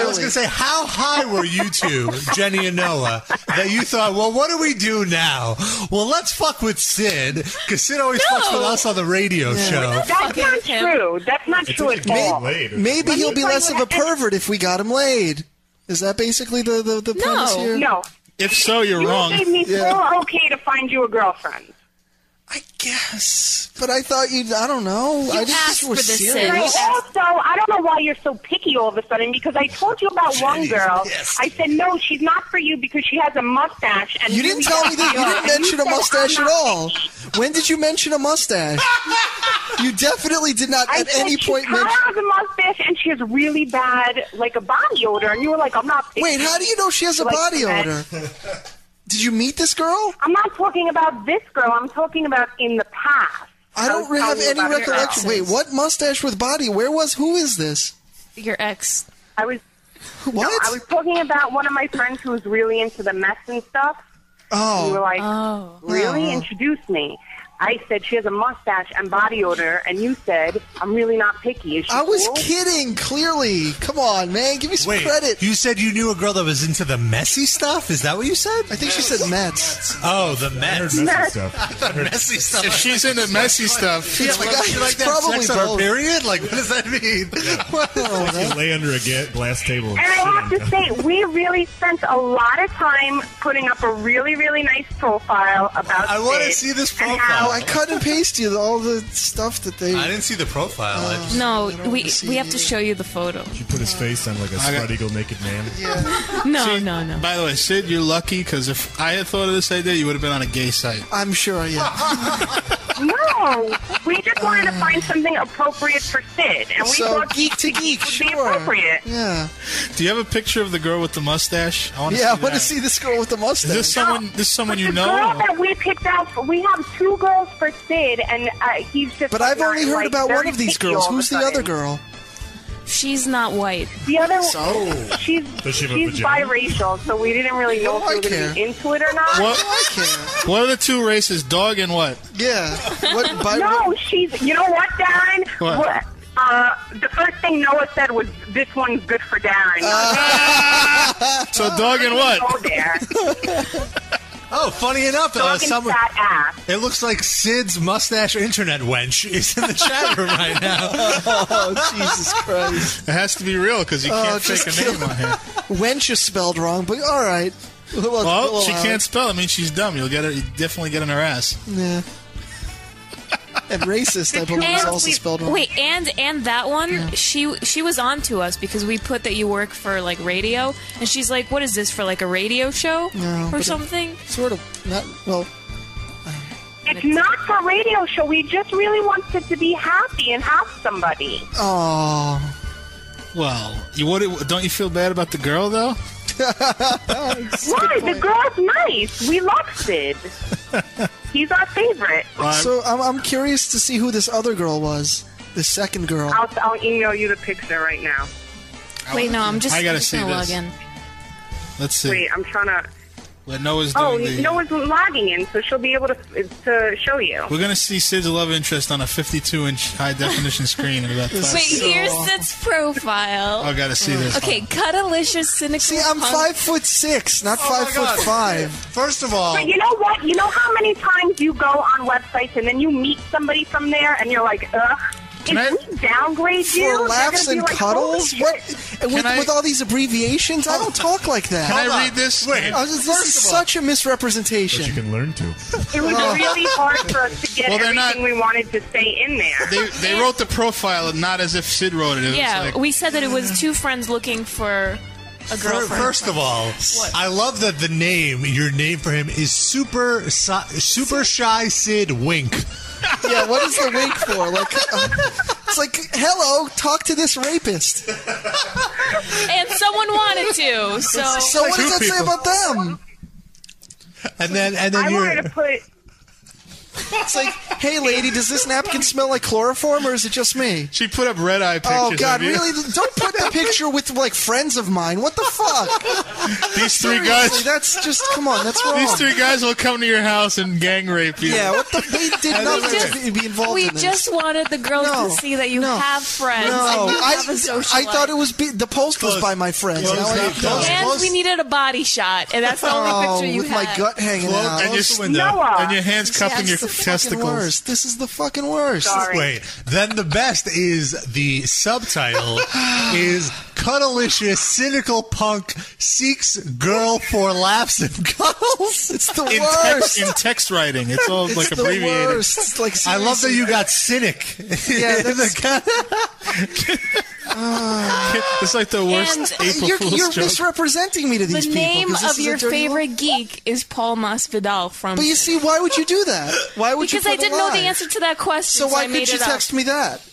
too.
was going to say, how high were you two, Jenny and Noah, that you thought, well, what do we do now? Well, let's fuck with Sid, because Sid always fucks with us on the radio show.
That's not
him.
true. That's not true at all.
Maybe he'll be
find
less of
out
a
if-
pervert if we got him laid. Is that basically the the, the premise here?
No.
If so, you're
You
wrong.
made me
Yeah.
feel okay to find you a girlfriend.
guess.
But I thought you. I don't know. I just
asked
you were
for this,
serious.
And I also, I don't know why you're so picky all of a sudden because I told you about one
Jeez,
girl.
yes.
I said no, she's not for you because she has a mustache. And
You didn't tell me that. You didn't mention a mustache at all. When did you mention a mustache? You definitely did not
I
at
said
any
she's
point
kind
mention.
of a mustache and she has really bad, like a body odor. And you were like, I'm not. Picky.
Wait, how do you know she has a
Like
body
that.
odor? Did you meet this girl?
I'm not talking about this girl. I'm talking about in the past.
I don't
was
have
telling you
any
about a girl.
recollection. Wait, what mustache with body? Where was? Who is this?
Your ex.
I was
What?
I was talking about one of my friends who was really into the mess and stuff. You were
oh,
like,
Oh.
really?
Oh.
Introduce me. I said she has a mustache and body odor, and you said I'm really not picky. Is she
I was
cool?
kidding. Clearly, come on, man, give me some
Wait,
credit.
you said you knew a girl that was into the messy stuff? Is that what you said?
I think she said Mets.
Oh, the mess.
stuff.
messy stuff.
If she's into messy stuff,
yeah, like,
It's
you like that
probably
sex on her
both.
period? Like, what does that mean?
Well,
You
that-
lay under a ga- glass table.
And I have to say, we really spent a lot of time putting up a really, really nice profile about.
I want to
Sid
see this
And how
profile.
I cut and paste you all the stuff that they. Um,
I didn't see the profile. I just-
No,
don't
we
wanna see
we have to
you.
show you the photo.
She put his face on like a
got-
spread eagle naked man.
No, no, no.
By the way, Sid, you're lucky because if I had thought of this idea, you would have been on a gay site.
I'm sure, yeah.
No, we just wanted to find something appropriate for Sid, and we
So
thought
geek to geek,
would be
sure.
appropriate.
Yeah,
Do you have a picture of the girl with the mustache? I want
yeah. I want
that.
to see this girl with the
Is this
mustache.
someone? This someone you
the girl
know?
that we picked out, we have two girls for Sid, and uh, he's just.
But I've only
not,
heard
like,
about one
very
of these
picky
girls.
all of a
Who's the
sudden.
other girl?
She's not white.
The other
So?
she's
Does she have a
she's
vagina?
biracial, so we didn't really know
No,
if we
I
were going to be
care.
into it or not.
What?
I care.
What are the two races? Dog and what?
Yeah. What? By,
No, she's. You know what, Darren?
What?
Uh, the first thing Noah said was, "This one's good for Darren."
So dog and what?
Go there.
oh, funny enough, uh,
Dog and
someone.
fat ass.
It looks like Sid's mustache internet wench is in the chat room right now.
Oh Jesus Christ!
It has to be real because you
Oh,
can't
just
fake a name on here.
Wench is spelled wrong, but all right. Well,
Well,
we'll uh,
she
allow
can't
it.
spell. I mean, she's dumb. You'll get her. You definitely get in her ass.
Yeah. And racist, I believe, is
And
also
we-
spelled wrong.
wait, and and that one, she she was on to us because we put that you work for like radio, and she's like, "What is this for like a radio show
No, but
or
it-
something?"
Sort of. Not well.
It's not for radio show. We just really wanted to be happy and have somebody.
Oh,
Well, you would. Don't you feel bad about the girl though?
Why? The girl's nice. We love Sid. He's our favorite.
so I'm, I'm curious to see who this other girl was. The second girl.
I'll, I'll email you the picture right now.
Wait, no, I'm just,
I gotta
I'm just
see
gonna
this.
log in.
Let's see.
Wait, I'm trying to.
What Noah's doing.
Oh,
the-
Noah's logging in, so she'll be able to to show you.
We're gonna see Sid's love interest on a 52-inch high definition screen in about. Five.
Wait,
So-
here's Sid's profile.
I gotta see this.
Okay, cutalicious, cynical.
see, I'm
punk-
five foot six, not
Oh my
five foot
God.
five.
First of all,
But you know what? You know how many times you go on websites and then you meet somebody from there and you're like, ugh. If
I-
we downgrade you, they're
For laughs
gonna be
and
like,
cuddles,
"Holy
what?
shit."
And with,
I-
with all these abbreviations, I don't talk like that.
Can
Hold
I
on.
read this?
Wait.
I was just- Oh, this is such a
But you
misrepresentation.
can learn to.
It was really hard for us to get
Well, they're
everything
not-
we wanted to say in there.
They, they wrote the profile not as if Sid wrote it. it was
Yeah,
like-
we said that it was two friends looking for a
fir-
girlfriend.
first of all, I love that the name, your name for him, is Super Si- Super Shy Sid Wink.
Yeah, what is the wink for? Like, uh, it's like, hello, talk to this rapist.
and someone wanted to, so
So what does that
two
say
people.
about them?
And then, and
I
then
wanted
you're.
to put.
It's like, hey, lady, does this napkin smell like chloroform, or is it just me?
she put up red eye pictures.
Oh God!
of you.
Really? Don't put the picture with like friends of mine. What the fuck?
These three
Seriously,
guys.
that's just come on. That's wrong.
These three guys will come to your house and gang rape you.
Yeah. What the? They did nothing to
just-
be involved
we
in this.
just wanted the girls
No,
to see that you
no,
have friends
no,
and you
I,
have a social
I thought it was be, the post was
Close.
by my friends.
Close
Now I-
that door.
Close-
And
close-
we needed a body shot, and that's the only
oh,
picture you
with
had.
my gut hanging out.
And, your,
It's
Noah.
and your hands cupping
the
your
fucking
testicles.
worst. This is the fucking worst.
Sorry.
Wait, then the best is the subtitle is cuddlicious, cynical punk seeks girl for laughs and cuddles. It's the
In text, in text writing, it's all like abbreviated.
I love that you got cynic.
Yeah,
In the
Ah.
it's like the worst
And
April
you're-
Fool's
you're
joke.
misrepresenting me to
the
these people,
name
'cause this
of
is a
your
dirty
favorite geek is Paul Masvidal from.
But you see, why would you do that? Why would you?
because I
put a
didn't know the
lie?
answer to that question.
So why
I
could
made
you
it up.
text me that?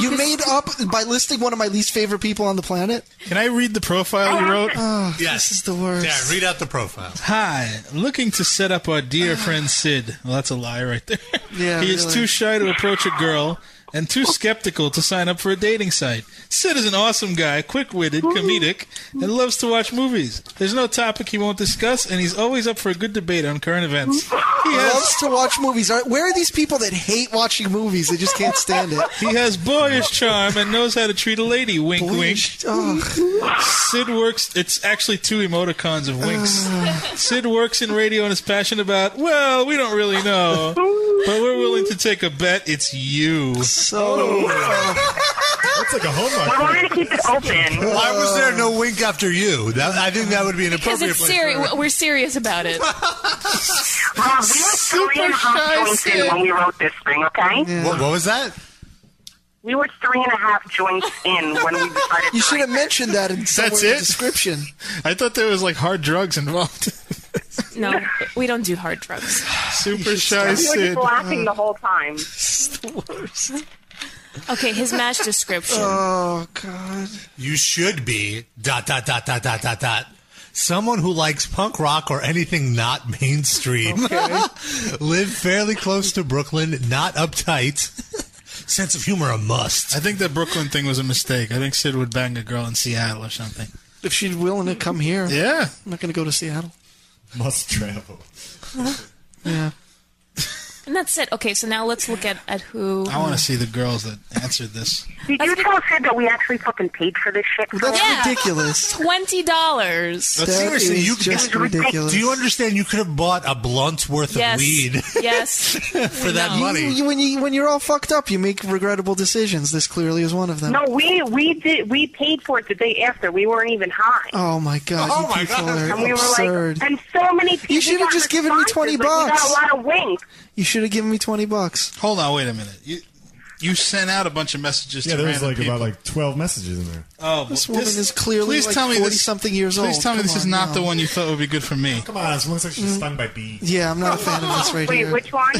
You
Because-
made up by listing one of my least favorite people on the planet.
Can I read the profile you wrote?
Oh,
Yes.
This is the worst.
Yeah, read out the profile.
Hi, looking to set up our dear friend Sid. Well, that's a lie right there.
Yeah,
he is
really.
too shy to approach a girl and too skeptical to sign up for a dating site. Sid is an awesome guy, quick-witted, comedic, and loves to watch movies. There's no topic he won't discuss, and he's always up for a good debate on current events. He
He
has-
loves to watch movies. Are- Where are these people that hate watching movies? They just can't stand it.
He has boyish charm and knows how to treat a lady. Wink, wink. Sid works. It's actually two emoticons of winks. Sid works in radio and is passionate about. Well, we don't really know, but we're willing to take a bet. It's you.
So
That's like a homework.
I wanted to keep it open.
Why was there no wink after you? That, I think that would be an
Because
appropriate
it's
place.
serious. We're serious about it.
Rob, we were three and a half joints in when we wrote this thing, okay?
What, what was that?
We were three and a half joints in when we decided to
you should have mentioned that in somewhere in
it?
the description.
I thought there was like hard drugs involved.
No, we don't do hard drugs.
Super shy
We were
Sid.
just laughing the whole time.
Okay, his match description.
Oh God!
You should be dot dot dot dot dot dot dot. Someone who likes punk rock or anything not mainstream. Live fairly close to Brooklyn, not uptight. Sense of humor a must.
I think that Brooklyn thing was a mistake. I think Sid would bang a girl in Seattle or something.
If she's willing to come here,
Yeah.
I'm not going to go to Seattle.
Must travel.
Yeah.
And that's it. Okay, so now let's look at, at who.
I want to see the girls that answered this.
Did you tell Sid that we actually fucking paid for this shit?
Well, that's
Yeah.
ridiculous.
Twenty dollars.
But
That
seriously,
is
you
just
you-
ridiculous.
Do you understand? You could have bought a blunt's worth
Yes.
of weed
Yes.
for that
know.
money.
You- you- when you when you're all fucked up, you make regrettable decisions. This clearly is one of them.
No, we we did we paid for it the day after. We weren't even high.
Oh my God!
Oh
you
my
people
God.
are
and we were
absurd.
like, and so many people.
should have
got
just given me
responses,
20
like, we
bucks.
got a lot of winks.
you should have given me twenty bucks.
Hold on, wait a minute. You you sent out a bunch of messages
Yeah,
to
there was
random
like
people.
about like twelve messages in there.
oh, but
This woman is clearly
please
like
tell me this
40-something years
please
old.
tell me
Come
this is
on, Mm-hmm.
not
no.
the one you thought would be good for me.
Come on, someone's actually stung by bees.
Yeah, I'm not a fan of this right
Wait,
here.
which one?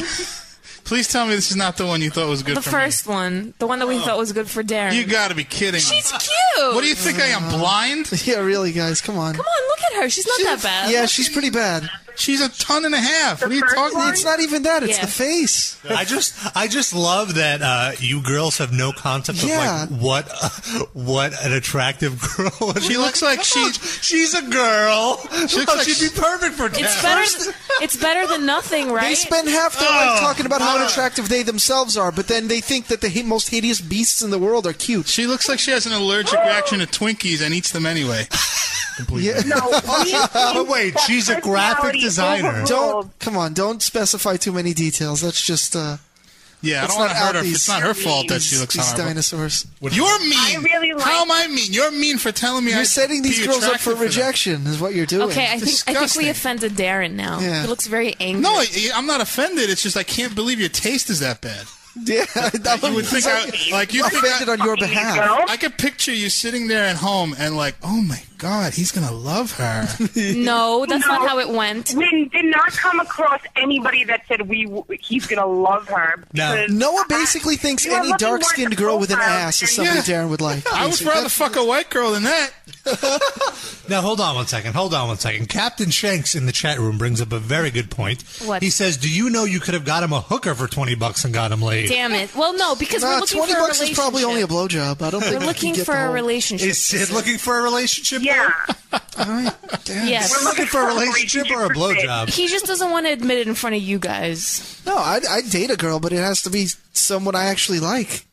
Please tell me this is not the one you thought was good
The
for
first one, the one that we thought was good for Darren.
me. You got to be kidding.
She's cute.
What do you think I
Mm.
am blind?
Uh, Yeah, really, guys, come on.
Come on, look at her. She's not that bad.
Yeah, she's pretty bad.
She's a ton and a half. What are you
first
talking?
one?
It's not even that. It's
Yeah.
the face.
I just, I just love that uh, you girls have no concept
Yeah.
of like what, what an attractive girl.
She looks like she.
she's a girl. She
looks like
would
she-
be perfect for.
It's better. th- it's better than nothing, right?
They spend half their
Oh,
life talking about how unattractive they themselves are, but then they think that the he- most hideous beasts in the world are cute.
She looks like she has an allergic reaction to Twinkies and eats them anyway.
Yeah.
No, we
Wait, she's a graphic
personality
designer.
overruled.
Don't come on! Don't specify too many details. That's just uh,
Yeah, I
It's
don't want to
not
hurt her.
out these-
It's not her fault that she looks
these
horrible.
dinosaurs.
You're mean.
I really like-
How am I mean? You're mean for telling me I
You're setting these
be
girls up for
attracted them.
rejection, is what you're doing.
Okay, I think I think
disgusting.
we offended Darren now.
Yeah.
He looks very angry.
No, I, I'm not offended. It's just I can't believe your taste is that bad.
yeah, that
You would think I like you think
offended
I,
on your
Fucking
behalf.
girl.
I could picture you sitting there at home and like, oh my god, he's gonna love her.
No, that's not
No.
how it went.
We did not come across anybody that said we he's gonna love her.
No.
because-
Noah basically thinks
You are
any
looking more at
dark-skinned
the
girl with an
profile
ass is
than-
somebody
Yeah.
Darren would like.
I would
basically.
rather fuck a white girl than that.
Now hold on one second. Hold on one second. Captain Shanks in the chat room brings up a very good point.
What?
He says, "Do you know you could have got him a hooker for twenty bucks and got him laid?"
Damn it. Well, no, because
Nah,
we're looking
twenty
for
bucks
a
is
relationship.
probably only a blowjob. I don't think
We're looking for a relationship.
Is Sid looking for a relationship?
Yeah.
Yes.
We're looking for a relationship or a
Um,
blowjob.
He just doesn't want to admit it in front of you guys.
No, I'd, I'd date a girl, but it has to be someone I actually like.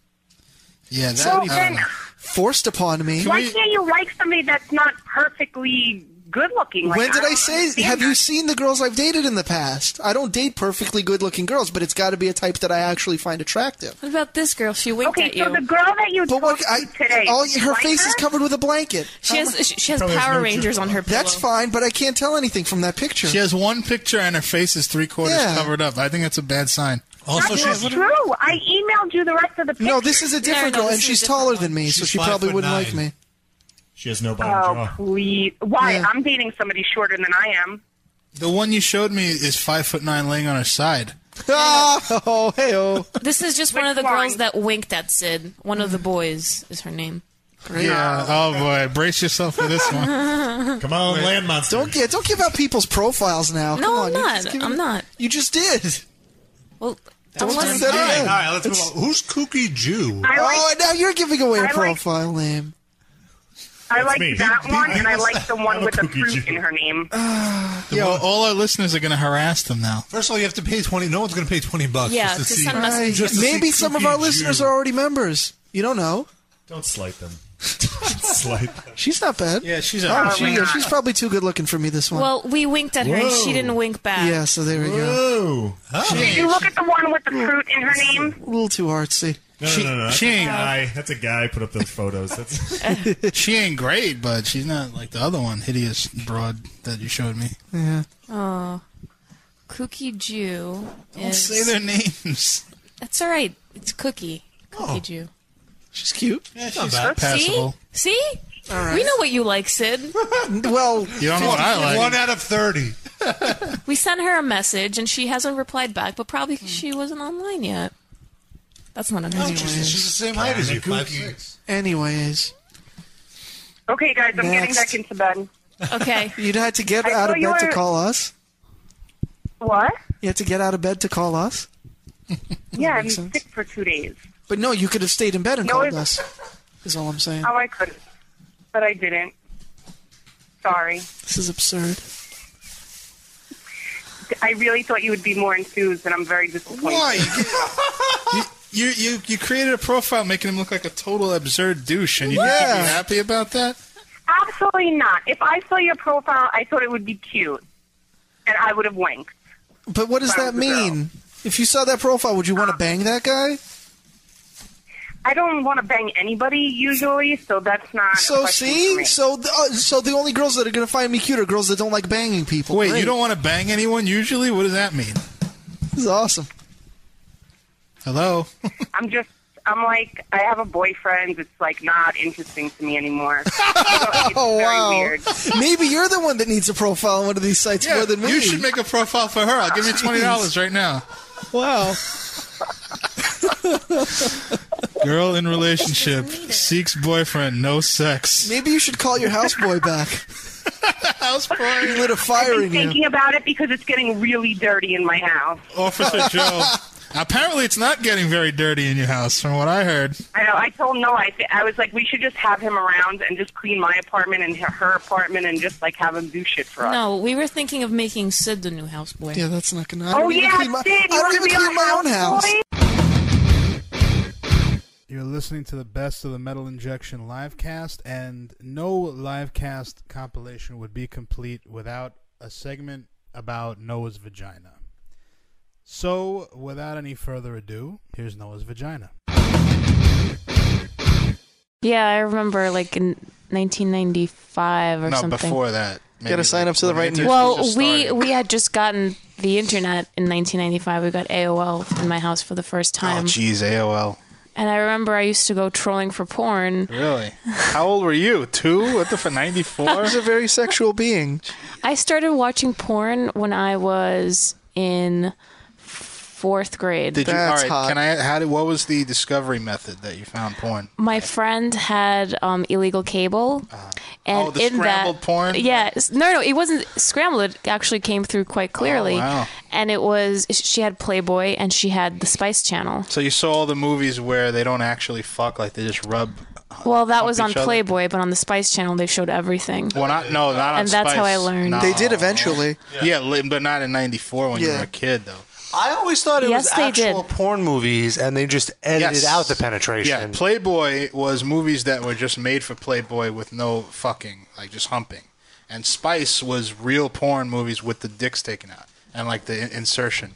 Yeah, that,
Well,
I don't
then
know.
Forced upon me.
why can't you like somebody that's not perfectly good looking. Like,
when did
don't
I say?
understand
Have
that.
you seen the girls I've dated in the past? I don't date perfectly good-looking girls, but it's got to be a type that I actually find attractive.
What about this girl? She winked
Okay,
at
so
you.
the girl that you
But what? I,
today,
all
you
her
like
face is
her?
covered with a blanket.
She has she, she has
Probably has
Power
no
Rangers on her pillow.
That's fine, but I can't tell anything from that picture.
She has one picture and her face is three quarters
Yeah.
covered up. I think that's a bad sign.
Also,
That's
she's
not true. I emailed you the rest of the picture.
no, this is a
Yeah,
different
no,
girl,
this
and
is a
she's
different
taller
one.
than me, so
She's
she
five
probably
foot
wouldn't like
nine.
me.
She has no bottom
Oh
jaw.
please! Why?
Yeah.
I'm dating somebody shorter than I am.
The one you showed me is five foot nine, laying on her side.
Oh, hey, oh.
This is just one
Which
of the girls
one?
that winked at Sid. One of the boys is her name.
Yeah. Oh boy, brace yourself for this one.
Come on, land monster.
Don't get, don't give out people's profiles now. Oh, Come
No,
on,
I'm
you just
not.
give
I'm
it-
not.
You just did.
Well,
Don't
unless
say
all right, all
that.
right, let's move on. Who's Kooky Jew?
I like
Oh, and now you're giving away a
I like-
profile name.
I like
me.
that
Be-
one,
be
and I
honest.
like the
I'm
one
a
with the
cookie
fruit
Jew.
in her name.
Yo, all our listeners are going to harass them now.
First of all, you have to pay twenty. No one's going to pay twenty bucks.
Yeah,
just to
to
see.
send messages.
just to see
Maybe some of
Kooky
our
Jew.
listeners are already members. You don't know.
Don't slight them. Don't slight them.
She's not bad.
Yeah, she's
Oh,
a.
she-
my God.
she's probably too good looking for me. This one.
well, we winked at her and she
Whoa.
didn't wink back.
yeah. So there we go.
Oh.
Did you look at the one with the fruit in her name?
A little too artsy.
No,
She-
no, no, no. That's
she
a
ain't-
guy. That's a guy put up those photos. That's
She ain't great, but she's not like the other one, hideous broad that you showed me.
Yeah.
Oh, Kooky Jew. is-
Say their names.
That's all right. It's Cookie. Cookie Jew.
Oh. She's cute.
Yeah, she's
bad.
passable.
See? See? We know what you like, Sid.
Well,
You don't know what I like.
One out of thirty.
We sent her a message and she hasn't replied back, but probably 'cause she wasn't online yet. That's
Oh,
not
Oh,
unusual.
She's, she's the same height as you. Five six.
anyways,
Okay, guys, I'm getting
Next.
back into bed.
okay.
you'd had to get
I
out
thought
of
you
bed to
were-
call us.
What?
You had to get out of bed to call us.
Yeah, I'm
sense.
sick for two days.
But no, you could have stayed in bed and
No,
called
it-
us. Is all I'm saying.
Oh, I couldn't, but I didn't. Sorry.
This is absurd.
I really thought you would be more enthused, and I'm very disappointed.
Why? You, you you you created a profile making him look like a total absurd douche, and you think he'd
Yeah.
be happy about that?
Absolutely not. If I saw your profile, I thought it would be cute, and I would have winked.
But what does
That
that
was a girl. Uh,
mean? If you saw that profile, would you want to bang that guy?
I don't want to bang anybody usually, so that's not. a
So
question for
see,
me.
so the, uh, so the only girls that are gonna find me cute are girls that don't like banging people.
Wait,
Great.
you don't want to bang anyone usually? What does that mean?
This is awesome.
Hello.
I'm just. I'm like, I have a boyfriend. It's like not interesting to me anymore. So it's
Oh,
very
wow.
weird.
Maybe you're the one that needs a profile on one of these sites more than me.
you should make a profile for her. I'll give you twenty dollars right now.
wow.
Girl in relationship seeks boyfriend, no sex.
Maybe you should call your houseboy back.
Houseboy
He lit a fire in you.
Thinking about it because it's getting really dirty in my house.
Officer Joe. Apparently, it's not getting very dirty in your house, from what I heard.
I know. I told no. I th- I was like, we should just have him around and just clean my apartment and her, her apartment and just like have him do shit for us.
No, we were thinking of making Sid the new houseboy.
Yeah, that's not gonna. I
Oh
don't even
yeah,
clean my,
Sid,
I
you
don't
wanna
even
be our
clean my own house.
houseboy?
You're listening to the best of the Metal Injection livecast, and no livecast compilation would be complete without a segment about Noah's vagina. So, without any further ado, here's Noah's vagina.
Yeah, I remember like in 1995 or something.
that.
Gotta sign up to the right news.
Well, we we had just gotten the internet in 1995. We got AOL in my house for the
Oh,
first
Oh,
time,
geez, AOL.
and I remember I used to go trolling for porn.
Really? How old were you? Two? What the for ninety four?
He's a very sexual being.
I started watching porn when I was in fourth grade.
Did you?
That's
all right.
hot.
Can I? How did? What was the discovery method that you found porn?
my friend had um, illegal cable, and
Oh, the
in
scrambled
that,
porn?
Yeah, s- no, no, it wasn't scrambled. It actually came through quite clearly.
Oh, wow.
And it was she had Playboy and she had the Spice Channel.
So you saw all the movies where they don't actually fuck, like they just rub.
Well, that was
each
on
other.
Playboy, but on the Spice Channel they showed everything.
Well, not no, not on.
And that's how
Spice.
I learned.
No.
They did eventually.
Yeah, li- but not in '94 when you
Yeah.
were a kid, though.
I always thought it
Yes,
was
they
actual
did.
porn movies, and they just edited
Yes.
out the penetration.
Yeah, Playboy was movies that were just made for Playboy with no fucking, like just humping. and Spice was real porn movies with the dicks taken out and like the in- insertion.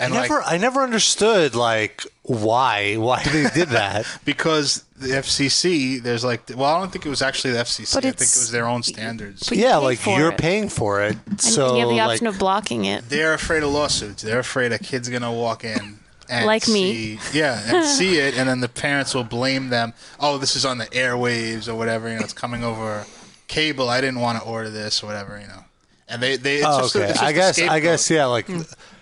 I never, I never understood like why, why they did that.
because the FCC, there's like, well, I don't think it was actually the FCC.
But
I think it
it's-
was their own standards.
but you Yeah, pay like, for you're it.
paying for it,
And you have the option of blocking it.
They're afraid of lawsuits. They're afraid a kid's gonna walk in and
Like
see,
me.
yeah, and see it, and then the parents will blame them. Oh, this is on the airwaves or whatever. You know, it's coming over cable. I didn't want to order this or whatever. You know, and they they. It's
oh,
just,
okay.
It's just
I
a
guess, I
scapegoat. Hmm.
guess, yeah. Like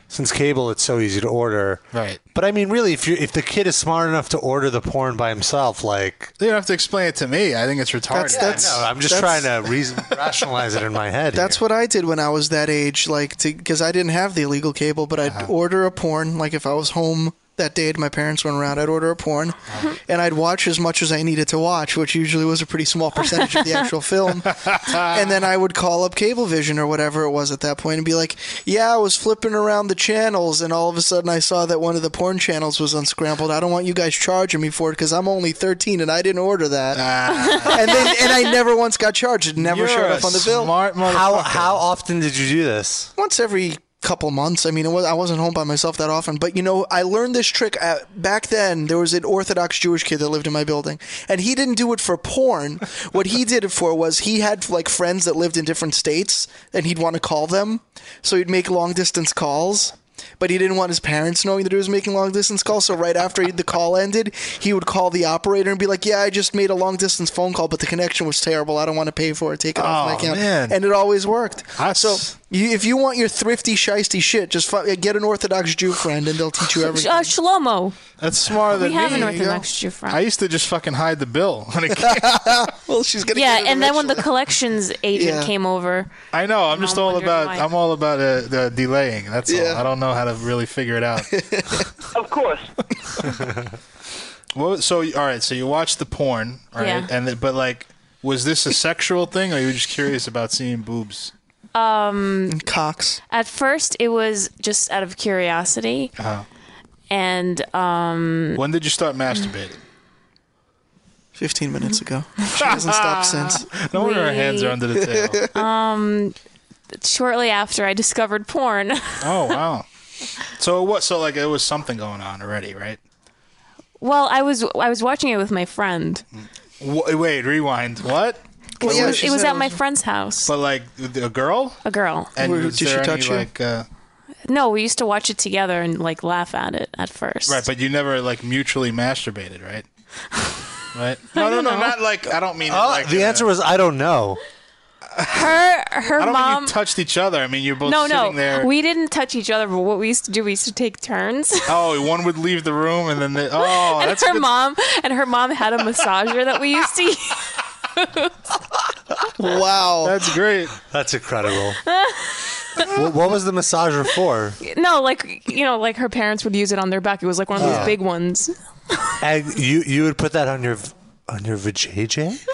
since cable, it's so easy to order.
Right.
But I mean, really, if you if the kid is smart enough to order the porn by himself, like
They don't have to explain it to me. I think it's retarded.
That's- that's-
I know, I'm just
that's-
trying to reason, rationalize it in my head.
That's what I did when I was that age, like, because I didn't have the illegal cable, but I'd
Uh-huh.
order a porn. Like, if I was home that day and my parents weren't around, I'd order a porn,
Uh-huh.
and I'd watch as much as I needed to watch, which usually was a pretty small percentage of the actual film. And then I would call up Cablevision or whatever it was at that point and be like, "Yeah, I was flipping around the channels, and all of a sudden I saw that one of the porn channels was unscrambled. I don't want you guys charging me for it because I'm only 13 and I didn't order that." and then, and I never once got charged. It never
Ah. You're
showed
a
up on the bill.
Smart
How how often did you do this?
Once every couple months. I mean, it was, I wasn't home by myself that often, but you know, I learned this trick at, back then. There was an Orthodox Jewish kid that lived in my building, and he didn't do it for porn. what he did it for was he had like friends that lived in different states, and he'd want to call them, so he'd make long distance calls. But he didn't want his parents knowing that he was making long distance calls. So right after the call ended, he would call the operator and be like, "Yeah, I just made a long distance phone call, but the connection was terrible. I don't want to pay for it. Take it off my
Oh,
account."
man.
And it always worked. so you, if you want your thrifty, shisty shit, just fi- get an Orthodox Jew friend, and they'll teach you everything.
Uh, Shlomo.
That's smarter than
We have
me.
an
There you go.
Orthodox Jew friend.
I used to just fucking hide the bill when it came.
well, she's gonna.
Yeah, and then when the collections agent
Yeah.
came over,
I know. I'm just
Mom
all
wondered
about.
why.
I'm all about uh, the delaying. That's all. I don't know how to really figure it out.
Of course.
well, so all right. So you watched the porn, all right?
Yeah.
And the, but like, was this a sexual thing, or you were just curious about seeing boobs?
um,
Cox.
At first, it was just out of curiosity,
Uh-huh.
and um,
When did you start masturbating?
Fifteen minutes ago. She hasn't stopped since.
No wonder our hands are
we-
under the table.
um, shortly after, I discovered porn.
oh wow. So what? So like, it was something going on already, right?
well, I was I was watching it with my friend.
W- wait, rewind. What?
It was, it was at my friend's house.
But like with a girl.
A girl.
And
Where-
was
did she
there
touch
any,
you?
Like, uh,
No, we used to watch it together and like laugh at it at first.
Right, but you never like mutually masturbated, right? Right?
I
No, no,
don't
no,
know.
not like I don't mean it like
Oh,
uh,
the answer was I don't know.
Her her
I don't
mom.
mean you touched each other. I mean you're both
no,
sitting
no,
there.
we didn't touch each other. But what we used to do, we used to take turns.
Oh, one would leave the room and then they, oh,
and
that's
her
good.
mom and her mom had a massager that we used to use.
Wow,
that's great.
That's incredible. what, what was the massager for?
no, like you know, like her parents would use it on their back. It was like one of those
Yeah.
big ones.
And you you would put that on your on your vajayjay?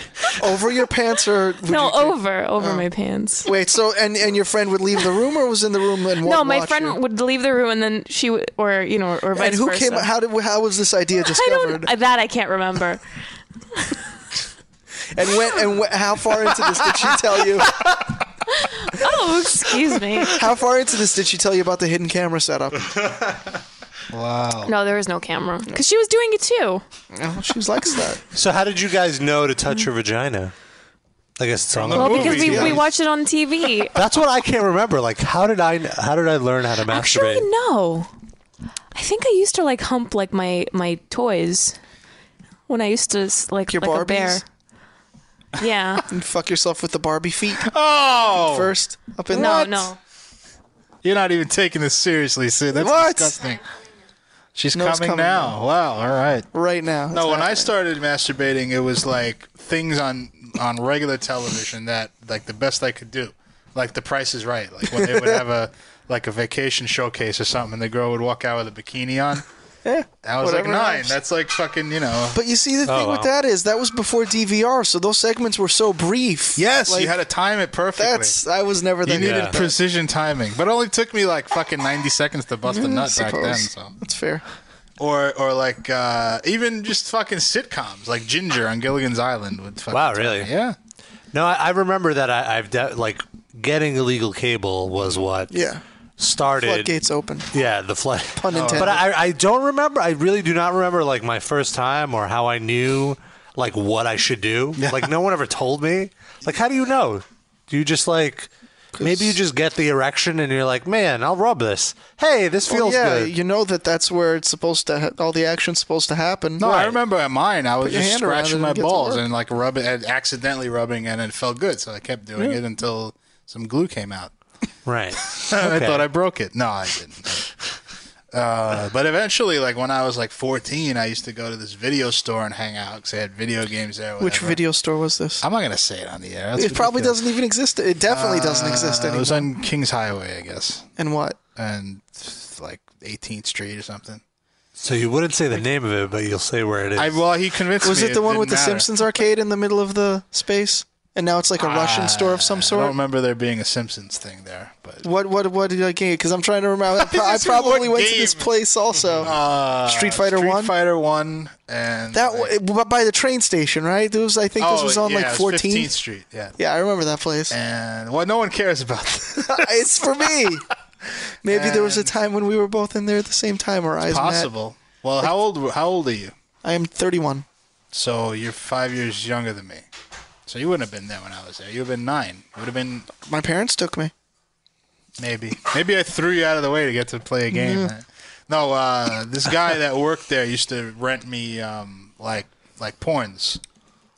Over your pants or would
no,
you take-
over over my pants.
Wait, so and and your friend would leave the room or was in the room and wa-
No, my
watch
friend
you?
would leave the room and then she would, or you know, or vice
And who
versa.
came? How did? How was this idea
I
discovered?
don't that I can't remember.
And when? And wh- how far into this did she tell you?
oh, excuse me.
How far into this did she tell you about the hidden camera setup?
Wow.
No, there was no camera because she was doing it too.
Oh, she likes that.
So how did you guys know to touch your vagina? I guess it's on the
well, because
movie.
we, we watched it on TV.
That's what I can't remember. Like how did I how did I learn how to masturbate?
Actually, no. I think I used to like hump like my my toys when I used to s- like
Your
like a bear.
Barbies?
Yeah.
And fuck yourself with the Barbie feet.
Oh,
first up in
no,
What?
no.
You're not even taking this seriously, Sid. That's
What?
disgusting. She's
No,
coming,
it's coming
now. Wow. All right.
Right now.
No, when I started masturbating, it was like things on on regular television that like the best I could do, like The Price is Right, like when they would have a like a vacation showcase or something, and the girl would walk out with a bikini on.
Yeah.
I was
Whatever
like nine.
helps.
That's like fucking you know.
But you see,
Oh,
the thing with that is that was before DVR, so those segments were so brief.
Yes,
Like,
you had to time it perfectly.
That's I was never that.
you needed
good at that.
precision timing, but it only took me like fucking ninety seconds to bust
Yeah,
a
Mm, I
nut back then.
Mm-hmm. suppose.
So
That's fair.
or or like uh, even just fucking sitcoms like Ginger on Gilligan's Island would. Fucking
Wow, really?
Yeah.
No, I, I remember that I, I've de- like getting illegal cable was what
Yeah.
started
Floodgates open.
Yeah, the flood. Oh.
Pun intended.
But I, I don't remember. I really do not remember like my first time or how I knew like what I should do. Like no one ever told me. Like how do you know? Do you just like maybe you just get the erection and you're like, man, I'll rub this. Hey, this
Well,
feels
yeah,
good.
you know that that's where it's supposed to. Ha- all the action's supposed to happen.
No, I remember at mine, I was
Put your
just
hand around it
scratching
and
my
get to
balls
work.
and like rubbing, and accidentally rubbing, and it felt good, so I kept doing
Yeah.
it until some glue came out.
Right.
I
Okay.
thought I broke it. No, I didn't. Uh, but eventually, like when I was like 14, I used to go to this video store and hang out because they had video games there.
Which
whatever.
video store was this?
I'm not gonna say it on the air. That's
it probably
ridiculous.
doesn't even exist. It definitely doesn't
Uh,
exist anymore.
It was on Kings Highway, I guess,
and what?
and like 18th Street or something.
So you wouldn't say the name of it, but you'll say where it is.
I well, he convinced
was
me.
it the one
didn't
with the
matter.
Simpsons arcade in the middle of the space? And now it's like a Russian store of some
Ah, I don't
sort.
remember there being a Simpsons thing there, but
What what what did I get? Because I'm trying to remember. I, pro- I
This is your
probably
one
went to this
game. Uh,
place also. Street Fighter One.
Fighter One, and
That w- w- by the train station, right? There was I think this
Oh,
was on
yeah,
like
it was
14th
15th Street. Yeah,
Yeah, I remember that place.
And well, no one cares about that.
it's for me. Maybe there was a time when we were both in there at the same time, or eyes met.
possible. Well, how old how old are you?
I am 31.
So you're five years younger than me. So you wouldn't have been there when I was there. You'd have been nine. It would have been
My parents took me.
Maybe. Maybe I threw you out of the way to get to play a game.
Yeah.
No, uh, this guy that worked there used to rent me um, like like porns,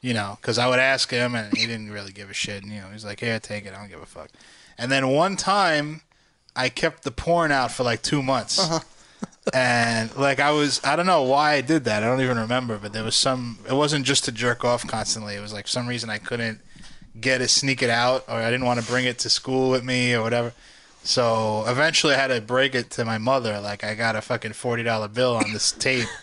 you know, because I would ask him and he didn't really give a shit. And, you know, he's like, "Here, take it. I don't give a fuck." And then one time, I kept the porn out for like two months.
Uh-huh.
And like I was, I don't know why I did that. I don't even remember. But there was some. It wasn't just to jerk off constantly. It was like some reason I couldn't get it, sneak it out, or I didn't want to bring it to school with me or whatever. So eventually, I had to break it to my mother. Like I got a fucking forty dollar bill on this tape.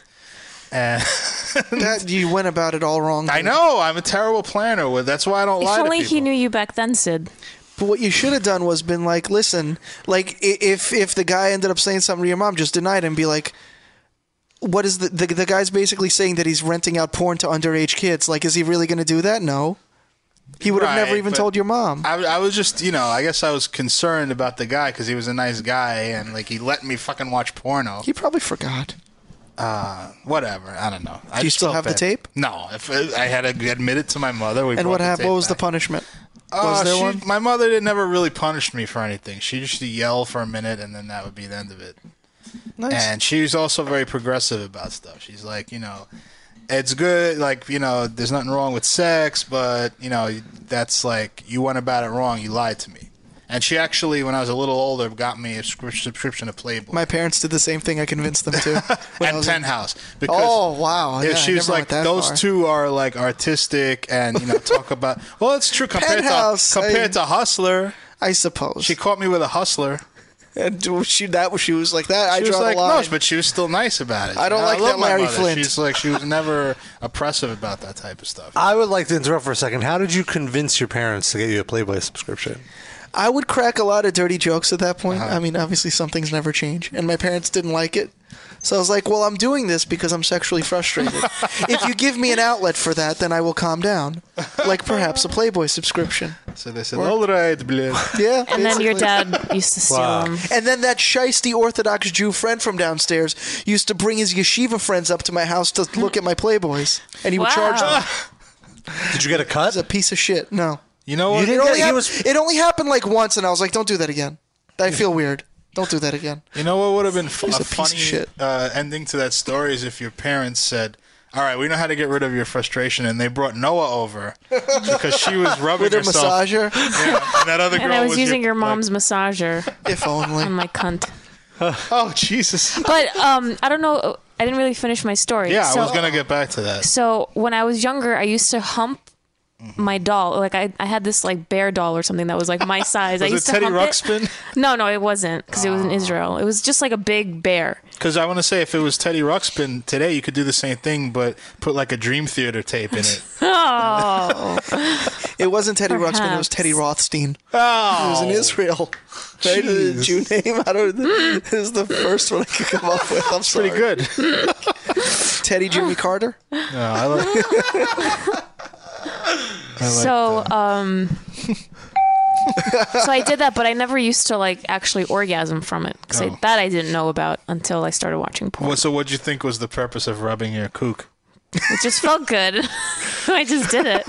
And
that you went about it all wrong.
I know I'm a terrible planner. With that's why I don't
If
lie
only
to people.
he knew you back then, Sid.
But what you should have done was been like, listen, like i- if if the guy ended up saying something to your mom, just deny it and be like, what is the the, the guy's basically saying that he's renting out porn to underage kids? Like, is he really going to do that? No, he would have never
Right,
even
but
told your mom.
I, I was just, you know, I guess I was concerned about the guy because he was a nice guy and like he let me fucking watch porno.
He probably forgot.
Uh, whatever. I don't know.
Do
I
you
just
still
felt
have the
bad.
tape?
No. If uh, I had to admit it to my mother, we
and
brought
what
the
happened?
tape
What was
back.
the punishment?
Uh,
was there
she-
one?
My mother did never really punish me for anything. She used to yell for a minute, and then that would be the end of it.
Nice.
And she was also very progressive about stuff. She's like, you know, it's good. Like, you know, there's nothing wrong with sex, but you know, that's like you went about it wrong. You lied to me. And she actually, when I was a little older, got me a scri- subscription to Playboy
My parents did the same thing. I convinced them to. when I
and
was-
Penthouse.
Oh, wow.
Yeah,
Yeah,
she
I
was
never
like,
went that
those
far."
two are like artistic and you know talk about. Well, it's true compared
Penthouse,
to compared
I-
to Hustler.
I suppose
she caught me with a Hustler.
And she that she was like that. I
She was
draw
like,
the line.
no, but she was still nice about it.
I don't
You know,
like
love
that
my
Larry
mother.
Flint.
She's like, she was never oppressive about that type of stuff.
I would like to interrupt for a second. How did you convince your parents to get you a Playboy subscription?
I would crack a lot of dirty jokes at that point.
Uh-huh.
I mean, obviously, some things never change, and my parents didn't like it. So I was like, "Well, I'm doing this because I'm sexually frustrated. if you give me an outlet for that, then I will calm down, like perhaps a Playboy subscription."
So they said, all right, bleh.
Yeah.
And then your
basically.
dad used to steal
Wow.
them.
And then that shisty Orthodox Jew friend from downstairs used to bring his yeshiva friends up to my house to look at my Playboys, and he would charge them.
Did you get a cut?
a piece of shit. No.
You know
what? You
It
didn't
only,
get- he
hap-
was-
it only happened like once, and I was like, "Don't do that again." I feel weird. Don't do that again.
You know what would have been f-
He's
a,
a piece of
funny
shit.
Uh, ending to that story is if your parents said, "All right, we know how to get rid of your frustration," and they brought Noah over because she was rubbing
With her
herself.
massager?
Yeah, and that other girl
And I was, using
your,
your mom's massager.
If only.
On my cunt.
oh Jesus!
But um, I don't know. I didn't really finish my story.
Yeah,
so,
I was gonna get back to that.
So when I was younger, I used to hump my doll. Like I, I had this like bear doll or something that was like my size. I
Was it
used to
Teddy
hump
Ruxpin?
It. No, no, it wasn't because it was in Israel. It was just like a big bear.
Because I want to say, if it was Teddy Ruxpin today, you could do the same thing, but put like a Dream Theater tape in it.
Oh.
It wasn't Teddy Ruxpin. It was
Perhaps.
Teddy Rothstein.
Oh,
It was in Israel. Right? The
Jeez.
Jew name. I don't. This is the first one I could come up with. I'm sorry.
pretty good.
Teddy Jimmy Carter.
No, I like.
so, um, so I did that, but I never used to like actually orgasm from it because
Oh.
that I didn't know about until I started watching porn.
Well, so what'd you think was the purpose of rubbing your kook?
It just felt good. I just did it.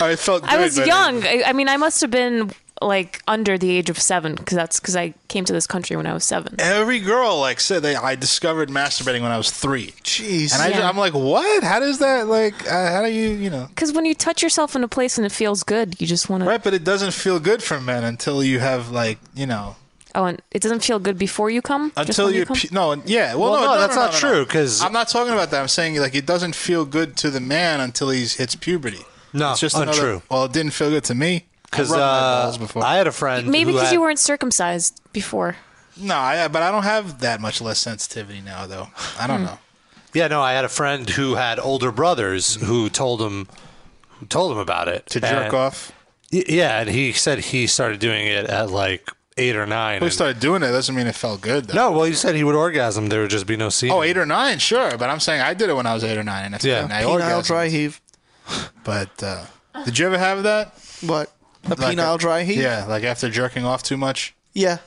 I felt.
I
good,
was
but
young. I, I mean, I must have been like under the age of seven because that's because I came to this country when I was seven.
Every girl like said they. I discovered masturbating when I was three. Jeez. And I,
Yeah.
am like, what? How does that like? Uh, how do you you know?
Because when you touch yourself in a place and it feels good, you just want to.
Right, but it doesn't feel good for men until you have like you know
Oh, and it doesn't feel good before you come. Just
until
when
you
come?
pu- no and- yeah well,
Well,
no,
no, that's
no,
not
no,
true,
'cause-
I'm not talking about that I'm saying like it doesn't feel good to the man until he hits puberty
No,
it's just
untrue.
another, well it didn't feel good to me I
Because
rubbed my
uh,
balls before.
I had a friend.
Maybe
who
because
had-
you weren't circumcised before.
no I, but I don't have that much less sensitivity now though I don't
Hmm.
know
Yeah, no, I had a friend who had older brothers who told him who told him about it to
jerk off.
Yeah, and he said he started doing it at like eight or nine.
we
and-
started doing it doesn't mean it felt good though
no, well, you said he would orgasm. There would just be no semen.
oh eight or nine sure but I'm saying I did it when I was eight or nine and it's
Yeah.
and I
Penile
orgasmed.
dry heave
but uh, did you ever have that
what a penile dry heave
yeah like after jerking off too much
yeah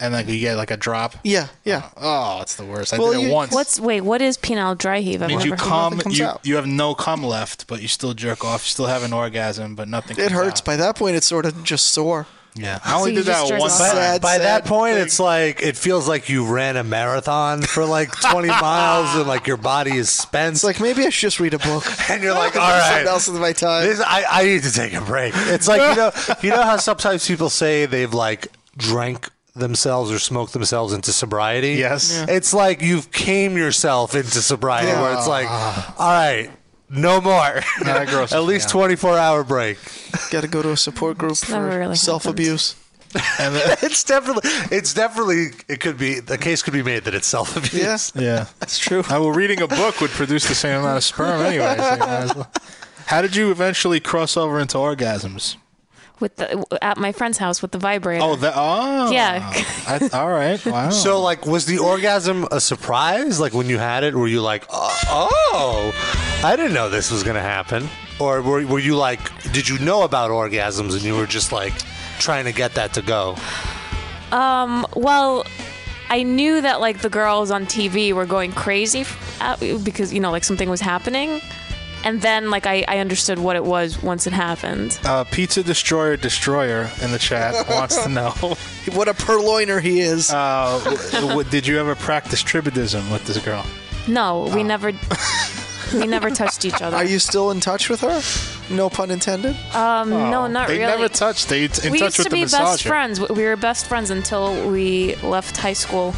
and like you get like a drop
yeah yeah
oh it's the worst I did it once
What's wait? What is penile dry heave? I've
means you
never-
come, you, you have no cum left, but you still jerk off, you still have an orgasm, but nothing.
it hurts by that point it's sort of just sore
Yeah, I only did that one
By,
time.
by that point, it's like it feels like you ran a marathon for like 20 miles, and like your body is spent. It's
like maybe I should just read a book.
and you're like,
There's
all right,
something else with my time.
This, I, I need to take a break. It's like you know, you know how sometimes people say they've like drank themselves or smoked themselves into sobriety. Yes,
Yeah.
it's like you've came yourself into sobriety, where it's like,
Ah.
all right, no more.
that grosses
At
me
least
out.
24 hour break.
Got to go to a support group for self abuse.
it's definitely, it's definitely, it could be the case could be made that it's self abuse.
Yeah.
Yeah,
that's true.
I well, reading a book would produce the same amount of sperm anyway. so you might as well. How did you eventually cross over into orgasms?
with the at my friend's house with the vibrator.
Oh, that oh
yeah.
I, all right, wow.
So, like, was the orgasm a surprise? Like, when you had it, were you like, oh, oh I didn't know this was going to happen? Or were, were you like, did you know about orgasms and you were just like trying to get that to go?
Um. Well, I knew that like the girls on TV were going crazy f- at, because you know like something was happening, and then like I, I understood what it was once it happened.
Uh, Pizza Destroyer Destroyer in the chat wants to know
what a purloiner he is.
Uh, w- w- did you ever practice tribadism with this girl?
No,
Oh.
we never we never touched each other.
Are you still in touch with her? No pun intended.
Um. no, not
Oh. they
really.
never touched. They t- in
we used
touch with
to
the
be best
massager.
friends. We we were best friends until we left high school.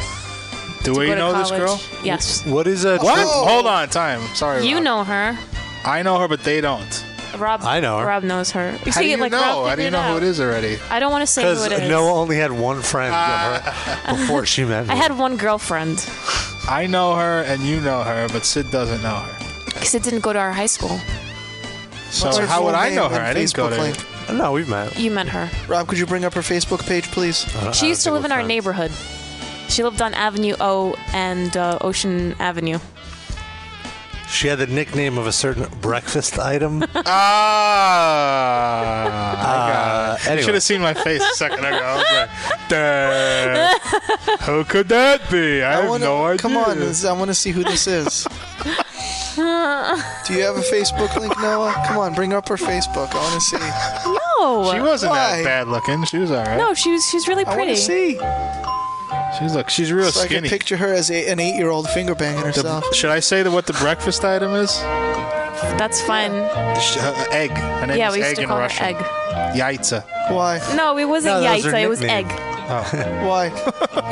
Do
to
we
go to
know this girl?
college. Yes.
What is a
what?
Oh.
Hold on, time. Sorry,
You
Rob.
know her.
I know her, but they don't.
Rob.
I know her.
Rob knows her.
How do you
like,
know?
Rob
How do you
figured
know who
out.
it is already?
I don't want to say who it is.
Noah only had one friend before she met me.
I had one girlfriend
I know her and you know her, but Sid doesn't know her.
because it didn't go to our high school.
So
What's her
how would
full
I
name
know her?
and
I didn't go
Facebook
to.
link?
No, we've met.
You met
Uh,
her.
Rob, could you bring up her Facebook page, please?
She used to live in our neighborhood. She lived on Avenue O and uh, Ocean Avenue.
She had the nickname of a certain breakfast item.
Ah,
Uh, anyway.
You should have seen my face a second ago. I was like, "Duh, "How could that be? I, have
wanna,
no idea."
Come on, this- I want to see who this is. Do you have a Facebook link, Noah? Come on, bring up her Facebook. I want to see.
No,
she wasn't
Why?
that bad looking. She was all right.
No, she was. She's really
I
pretty.
want to see.
she's look. She's real
so I
skinny.
can picture her as a, an eight-year-old finger banging
The-
herself.
should I say that what the breakfast item is?
That's fine.
Sh- uh, egg. Her name
yeah,
is
we used
egg
to
in
call
Russian.
her Egg.
Uh,
Yaitza.
Why?
No, it wasn't
No, that was her
Yaitza. It was Egg.
nickname.
Oh.
Why?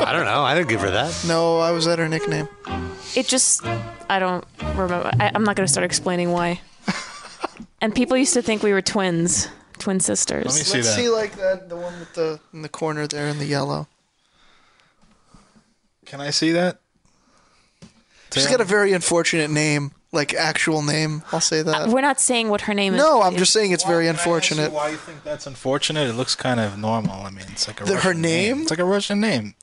I don't know. I didn't give her that.
No, I was at her nickname.
It just, I don't remember. I, I'm not going to start explaining why. and people used to think we were twins, twin sisters.
Let's see like that, the one with the in the corner there in the yellow.
Can I see that?
She's got a very unfortunate name, like actual name. I'll say that.
We're not saying what Uh, her name is.
no, I'm just saying it's very unfortunate.
Why you think that's unfortunate? It looks kind of normal. I mean, it's like a
The- her
Russian
name?
It's like a Russian name.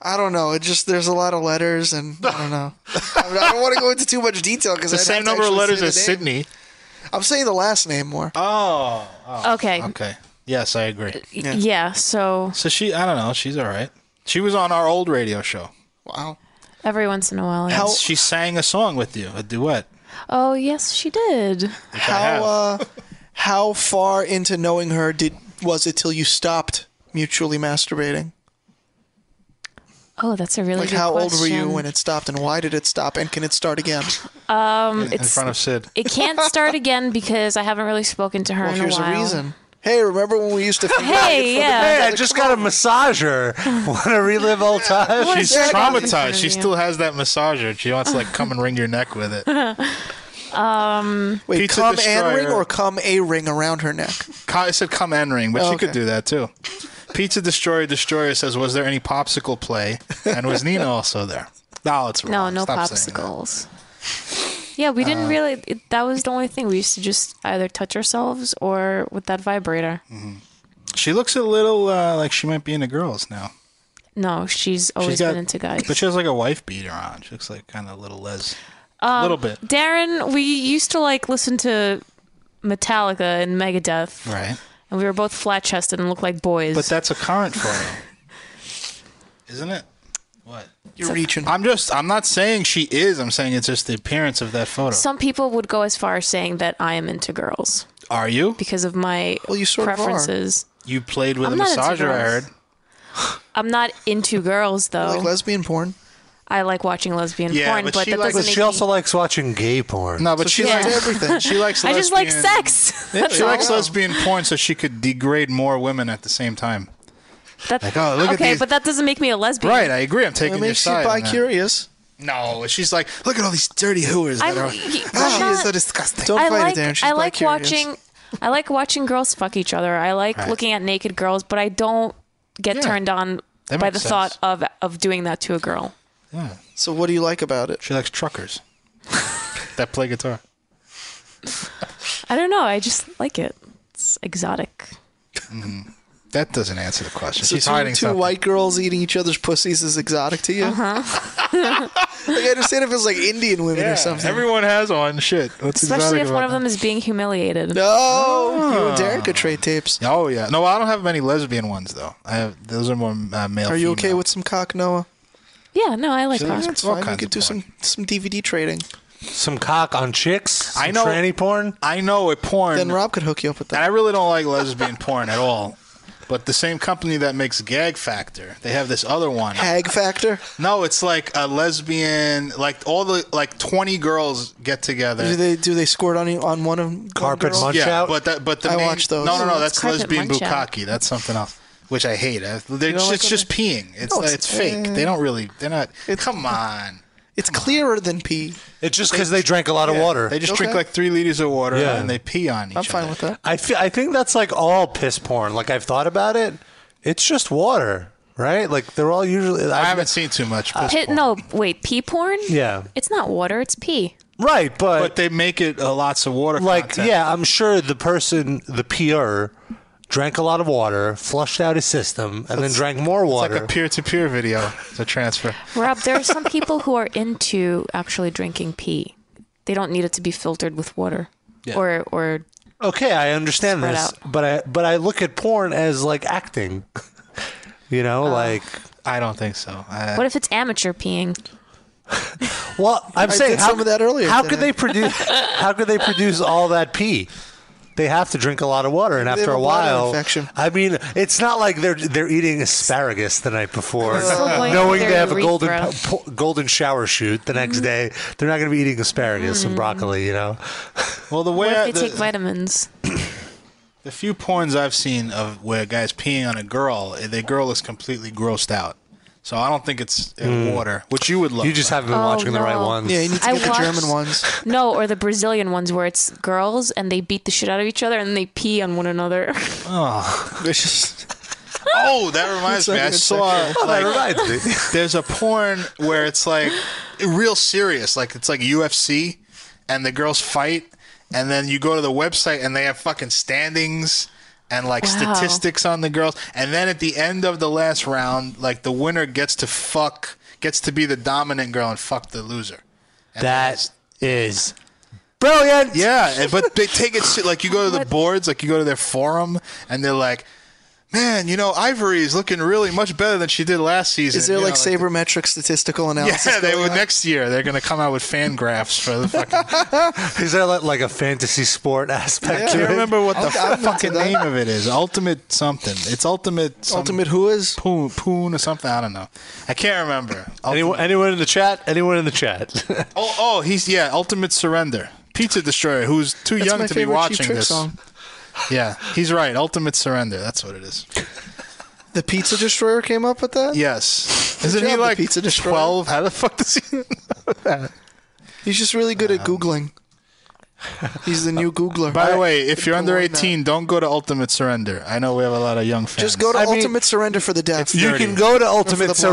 I don't know. It just there's a lot of letters, and I don't know. I, mean, I don't want to go into too much detail because
It's the same number of letters as
Sydney.
Sydney.
I'm saying the last name more.
Oh, oh,
Okay.
Okay. Yes, I agree.
Yeah. so
So she, I don't know, she's all right. She was on our old radio show.
Wow.
every once in a while.
And
yes.
she sang a song with you, a duet.
Oh, yes, she did.
How uh, how far into knowing her did was it till you stopped mutually masturbating?
Oh, that's a really
like
good
how
question.
old were you when it stopped, and why did it stop, and can it start again?
Um,
In- in
it's,
front of Sid.
It can't start again because I haven't really spoken to her
well,
in a
here's
while.
a reason. Hey, remember when we used to? finger
Hey,
you for the-
yeah.
Hey, I just got a massager. Want to relive old times?
She's traumatized. She still has that massager. She wants to like come and wring your neck with it.
um,
Wait,
Pizza
come and
Destroyer.
ring or come a ring around her neck?
I said come and ring, but
Oh,
she could
okay.
do that too. Pizza Destroyer Destroyer says, "Was there any popsicle play?" And was Nina also there? No, it's
no,
wrong.
no
Stop saying that.
popsicles. Yeah, we didn't
Uh,
really. It, that was the only thing we used to just either touch ourselves or with that vibrator.
She looks a little uh, like she might be into girls now.
No, she's
She's
always
got-
been into guys.
But she has like a wife beater on. She looks like kind of a little les.
Um,
little bit.
Darren, we used to like listen to Metallica and Megadeth,
Right.
and we were both flat chested and looked like boys.
But that's a current photo, isn't it? What?
You're reaching.
I'm just. I'm not saying she is. I'm saying it's just the appearance of that photo.
Some people would go as far as saying that I am into girls
Are you?
because of my preferences.
You played with
I'm
a
not into
massager. I
girls.
heard.
I'm not into girls though.
Like lesbian porn.
I like watching lesbian
Yeah,
porn,
but
but,
she
that
likes-
doesn't
but
make
she
me-
also likes watching gay porn.
No, but she likes everything. She likes.
I just like
lesbian-
sex.
Yeah,
That's
she likes
all.
lesbian porn so she could degrade more women at the same time.
That-
like, oh, look at
okay,
these-
but that doesn't make me a lesbian.
Right, I agree. I'm taking
It
your
makes you
side. on that.
bi-curious.
No, she's like, look at all these dirty hooers that
I'm-
are.
y-
Ah,
I'm
she is
not-
so disgusting.
I like, I like watching. I like watching girls fuck each other. I like
Right.
looking at naked girls, but I don't get
Yeah.
turned on
That
by the
makes sense.
thought of of doing that to a girl.
Yeah.
So what do you like about it?
She likes truckers that play guitar.
I don't know. I just like it. It's exotic.
Mhm. That doesn't answer the question.
So
she's
two,
hiding
two
something.
white girls eating each other's pussies is exotic to you.
Uh-huh.
like I understand if it's like Indian women
Yeah,
or something.
Everyone has one. Shit. What's
Especially
exotic
if one
about
of them is being humiliated.
No,
you and Derek
could trade tapes.
Ah. Oh yeah. No, I don't have many lesbian ones though. I have those are more uh, male.
Are you okay with some cock, Noah?
Yeah, no, I like
Sure,
that.
It's fine. We could do some some DVD trading.
some cock on chicks? I
Some
know
tranny
porn. I know a porn.
Then Rob could hook you up with that.
And I really don't like lesbian porn at all. But the same company that makes Gag Factor, they have this other one.
Hag Factor?
No, it's like a lesbian, like all the like twenty girls get together.
Do they do they squirt on you on one of one girl?
yeah, But that, but the
I
main-
watch those.
No, no, no. That's lesbian bukkake. That's something else, which I hate. I- they're-
don't
It's,
like
just peeing. It's
No,
eh. like,
it's-
it's fake. They don't really. They're not.
It's,
come on.
It's clearer than pee.
It's just because they drank a lot of
Yeah,
water.
They just drink like three liters of water
Yeah.
and they pee on each
I'm fine with that.
I feel, I think that's like all piss porn. Like I've thought about it. It's just water, right? Like they're all usually. I've, I
haven't seen too much
Pit, no, wait, pee porn?
Yeah.
It's not water, it's pee.
Right, but
but they make it uh, lots of water.
Like
content.
yeah, I'm sure the person, the PR, drank a lot of water, flushed out his system, and then drank more water.
It's like a peer-to-peer video. It's a transfer.
Rob, there are some people who are into actually drinking pee. They don't need it to be filtered with water.
Yeah.
Or or
Okay, I understand
Spread
this,
out.
but I but I look at porn as like acting. you know,
Uh,
like
I don't think so.
what if it's amateur peeing?
well, I'm
I
saying
did
how,
some of that earlier
How
today.
could they produce? how could they produce all that pee? They have to drink a lot of water, and
They
after
have a
a,
bladder
while,
infection.
I mean, it's not like they're they're eating asparagus the night before,
It's still going
knowing
through
they
their
have a golden
urethra.
po- po- golden shower shoot the
Mm-hmm.
next day. They're not going to be eating asparagus and broccoli, you know.
Well, the
What
way
Mm-hmm. if
I,
they take
the,
vitamins?
the few porns I've seen of where a guys peeing on a girl, eh, the girl is completely grossed out. So I don't think it's uh,
Mm.
water, which you would love.
You just haven't been Oh, watching the right no. ones. Yeah, you need
to I get the watched- German
ones.
No, or the Brazilian ones where it's girls and they beat the shit out of each other and they pee on one another.
Oh, oh, that
It's
reminds me.
like
I
it's
saw.
like- Oh, that
like,
reminds me.
There's a porn where it's like real serious, like it's like UFC, and the girls fight, and then you go to the website and they have fucking standings and like
Wow.
statistics on the girls, and then at the end of the last round, like the winner gets to fuck, gets to be the dominant girl and fuck the loser.
That is Brilliant.
Yeah, and- but they take it se- like you go to the boards, like you go to their forum, and they're like, "Man, you know, Ivory is looking really much better than she did last season."
Is there
You
like
know,
sabermetric statistical analysis?
Yeah, they
going
would
on?
next year. They're gonna come out with fan graphs for the fucking.
Is there like, like a fantasy sport aspect?
I
to
can't
it?
remember what the
I'm not
fucking
into that.
name of it is. Ultimate something. It's ultimate. Some ultimate
who is
poon poon or something. I don't know. I can't remember.
Anyone, anyone in the chat? Anyone in the chat?
Oh, oh, he's yeah. Ultimate surrender. Pizza destroyer. Who's too
That's
young
my
to be
favorite Cheap
watching
Trick
this.
song.
Yeah, he's right. Ultimate surrender. That's what it is.
The Pizza Destroyer came up with that.
Yes.
Good
Isn't he
job, the
like
Pizza Destroyer.
twelve? How the fuck does he? Um,
He's just really good at googling. He's the new Googler.
By the way, if you're
Go
under
on now.
18, don't go to Ultimate Surrender. I know we have a lot of young fans.
just go to Ultimate Surrender for the deaf.
You can go to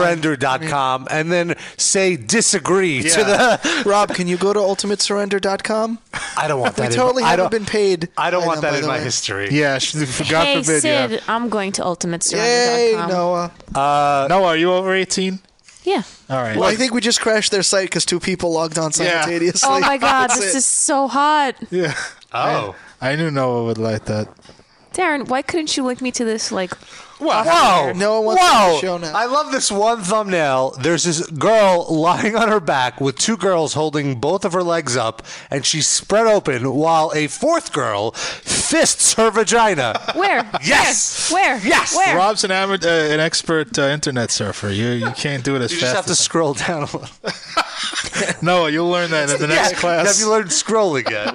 ultimatesurrender.com and then say disagree to the.
Rob, can you go to ultimatesurrender.com?
I don't want
We
that. in-
totally
I
haven't
don't-
been paid.
I don't
by
want
them,
that
by
in
the
my
way.
history.
Yeah, she- God
hey
forbid,
Sid,
yeah.
I'm going to
Yay,
ultimatesurrender.com.
Noah.
Uh,
Noah, are you over 18?
Yeah.
All right.
Well, I think we just crashed their site because two people logged on simultaneously.
Oh my god,
That's
this
it.
is so hot.
Yeah.
Oh.
I, I knew Noah would like that.
Darren, why couldn't you link me to this like
Whoa! Whoa!
show
I love this one thumbnail. There's this girl lying on her back with two girls holding both of her legs up, and she's spread open while a fourth girl fists her vagina.
Where?
Yes.
Where?
Yes.
Where?
Rob's an, ama- uh, an expert uh, internet surfer. You you can't do it as
You
fast.
just have to
as
scroll down a little.
Noah, you'll learn that in the next
Yeah.
class.
Have you learned scrolling yet?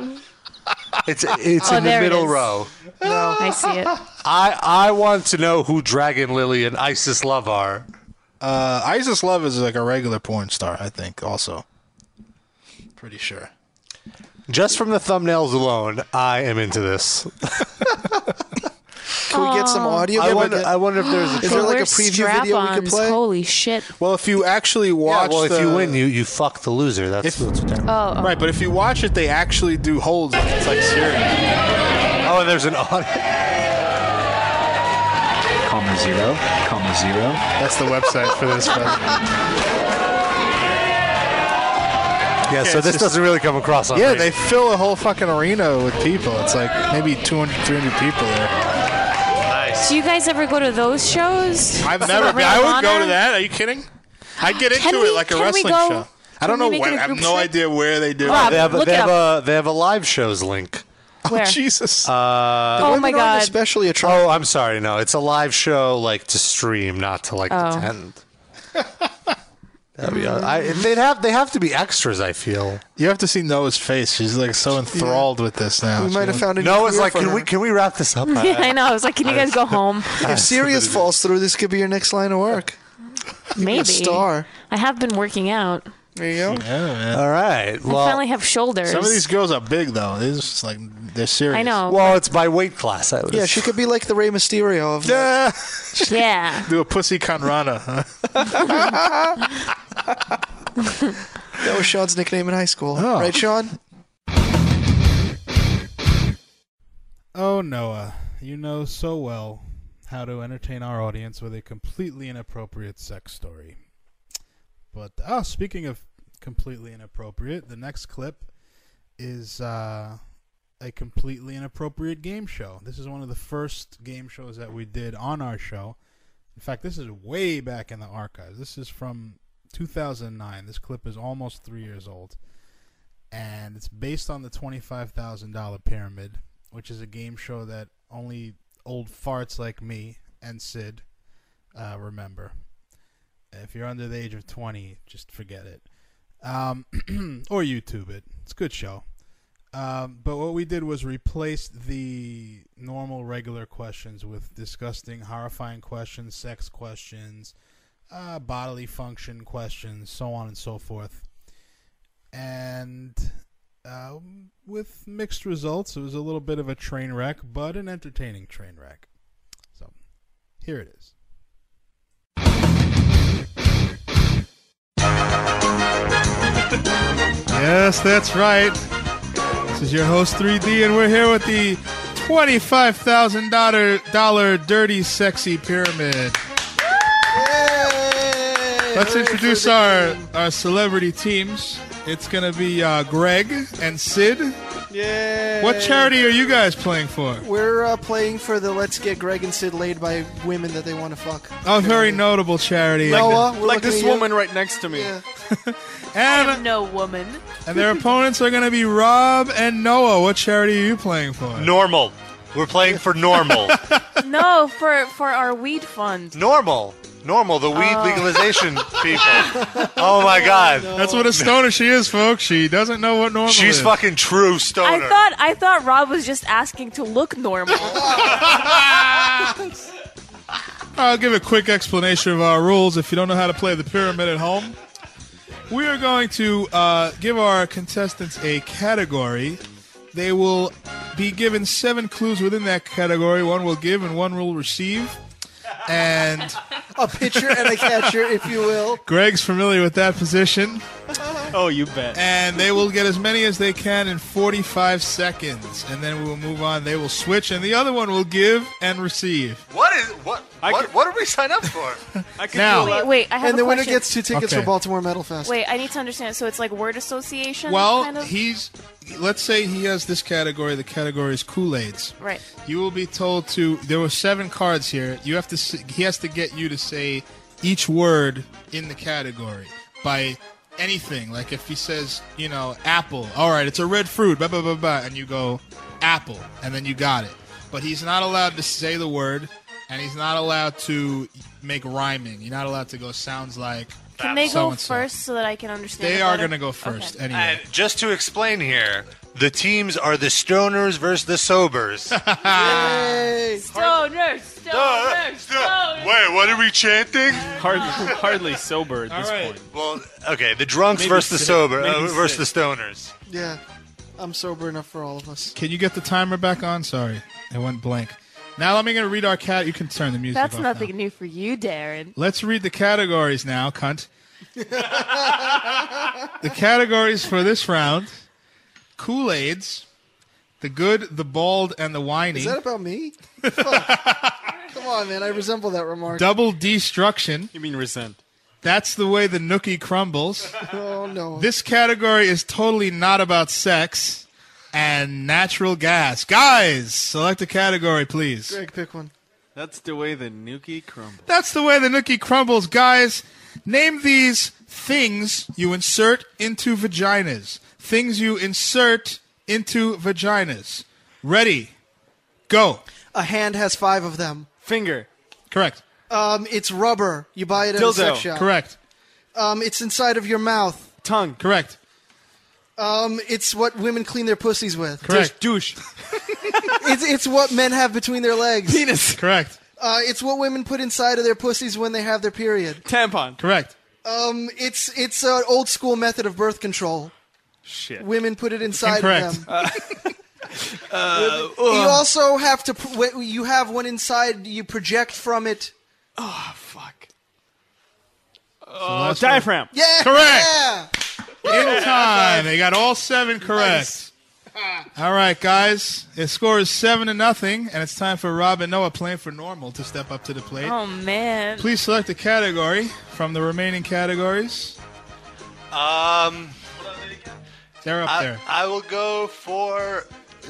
It's it's
Oh,
in the
there it
middle
is.
row.
No. I see it.
I I want to know who Dragon Lily and Isis Love are.
Uh, Isis Love is like a regular porn star, I think. Also, pretty sure.
Just from the thumbnails alone, I am into this.
Can we get some
Aw.
audio?
I
Yeah, we
wonder-
get-
I wonder if there's a-
Is there like a
We're
preview video we can
strap-ons.
play?
Holy shit.
Well, if you actually
Yeah,
watch,
well, if
the-
you win, you you fuck the loser. That's
If-
what's terrible.
Oh.
right, but if you watch it, they actually do holds. It's like serious.
Oh, and there's an audience.
Comma zero, comma zero. That's the website for this. But
Yeah, so
it's
this
just-
doesn't really come across on
yeah,
radio.
they fill a whole fucking arena with people. It's like maybe 200, 300 people there.
Nice.
Do you guys ever go to those shows?
I've
So
never
that
been.
Ring
I
of
would go
Honor?
to that. Are you kidding? I'd get
Can
into
we-
it like a
can we
wrestling
go-
show. I don't
can we
know
make
when.
it a
I have
group
no
trip?
idea where they do.
Rob,
it. Oh,
they have,
look
they
it
have a they have a live shows link.
Where?
Jesus.
Uh,
oh my god.
especially a
oh, I'm sorry. No, it's a live show like to stream, not to like
Oh.
attend. That'd be, uh, I, they'd have they have to be extras. I feel.
You have to see Noah's face. She's like so enthralled with this now.
We
She
might have
was-
found a new
Noah's
career
like,
for
can
her.
we can we wrap this up?
Yeah, I know. I was like, can you guys go home?
If Sirius falls through, this could be your next line of work.
Maybe.
star.
I have been working out.
There you go.
Yeah, man.
All right.
I
Well,
finally have shoulders.
Some of these girls are big though. It's just like they're serious.
I know.
well, it's by weight class. I would
Yeah, she could be like the Rey Mysterio of that.
Yeah.
yeah.
Do a pussy conrana, huh?
That was Sean's nickname in high school. Right, Sean?
Oh, Noah, you know so well how to entertain our audience with a completely inappropriate sex story. But oh, speaking of completely inappropriate, the next clip is uh, a completely inappropriate game show. This is one of the first game shows that we did on our show. In fact, this is way back in the archives. This is from 2009. This clip is almost three years old and it's based on the twenty-five thousand dollar pyramid, which is a game show that only old farts like me and Sid uh, remember. If you're under the age of twenty, just forget it, um, or YouTube it. It's a good show. Um, but what we did was replace the normal regular questions with disgusting, horrifying questions, sex questions, uh, bodily function questions, so on and so forth and um, with mixed results, it was a little bit of a train wreck, but an entertaining train wreck. So here it is. Yes, that's right. This is your host 3D, and we're here with the twenty-five thousand dollar dollar dirty sexy pyramid. Let's introduce our, our celebrity teams. It's going to be uh, Greg and Sid.
Yeah.
What charity are you guys playing for?
We're uh, playing for the Let's Get Greg and Sid Laid by women that they want to fuck.
A very notable charity.
Noah, we're
like
looking
this
at you.
woman right next to me.
And,
no woman.
and their opponents are going to be Rob and Noah. What charity are you playing for?
Normal. We're playing for normal.
no, for for our weed fund.
normal. Normal. The weed
Oh.
legalization people. Oh my God.
That's what a stoner she is, folks. She doesn't know what normal is.
She's fucking true stoner.
I thought I thought Rob was just asking to look normal.
I'll give a quick explanation of our rules if you don't know how to play the pyramid at home. We are going to uh, give our contestants a category. They will be given seven clues within that category. One will give and one will receive. And
a pitcher and a catcher, if you will.
Greg's familiar with that position.
Oh, you bet.
And they will get as many as they can in 45 seconds. And then we will move on. They will switch, and the other one will give and receive.
What is what? What, what did we sign up for?
I
could Now- do a lot-
wait, wait, I have
and
a
the winner
question.
gets two tickets
Okay.
for Baltimore Metal Fest.
Wait, I need to understand. So it's like word association.
Well,
kind of?
he's. Let's say he has this category. The category is Kool Aids.
right.
You will be told to. There were seven cards here. You have to. s- He has to get you to say each word in the category by anything. Like if he says, you know, apple. All right, it's a red fruit. Blah blah blah blah. And you go apple, and then you got it. But he's not allowed to say the word, and he's not allowed to make rhyming. You're not allowed to go sounds like.
Can they go
so-and-so.
first so that I can understand?
They
it
are
better?
going to go first
Okay.
anyway.
And just to explain here, the teams are the stoners versus the sobers.
Ah.
Stoner, stoner, stoner.
Wait, what are we chanting?
Hardly, hardly sober at this point.
Well, okay, the drunks
Maybe
versus the
six.
sober
Maybe
uh, versus
six.
the stoners.
Yeah, I'm sober enough for all of us.
Can you get the timer back on? Sorry, it went blank. Now let me gonna read our cat. You can turn the music.
That's
off
nothing new for you, Darren.
Let's read the categories now, cunt. The categories for this round: Kool Aids, the good, the bald, and the whiny.
Is that about me? Fuck. Come on, man. I resemble that remark.
Double destruction.
You mean resent?
That's the way the nookie crumbles.
Oh no.
This category is totally not about sex and natural gas. Guys, select a category, please.
Greg, pick one.
That's the way the nuki crumbles.
That's the way the nookie crumbles, guys. Name these things you insert into vaginas. Things you insert into vaginas. Ready, go.
A hand has five of them.
Finger.
Correct.
Um, it's rubber. You buy it at a
Dildo.
sex shop.
Correct.
Um, it's inside of your mouth.
Tongue.
Correct.
Um, it's what women clean their pussies with.
Correct.
Douche.
it's it's what men have between their legs.
Penis.
Correct.
Uh, it's what women put inside of their pussies when they have their period.
Tampon.
Correct.
Um, it's it's an old school method of birth control.
Shit.
Women put it inside
Incorrect.
of them.
Uh,
Uh, you also have to. pr- wait, You have one inside. You project from it.
Oh, diaphragm.
Yeah.
Correct.
Yeah.
In time. They got all seven correct. All right, guys. The score is seven to nothing, and it's time for Rob and Noah playing for normal to step up to the plate.
Oh man.
Please select a category from the remaining categories.
Um,
They're up
I,
there.
I will go for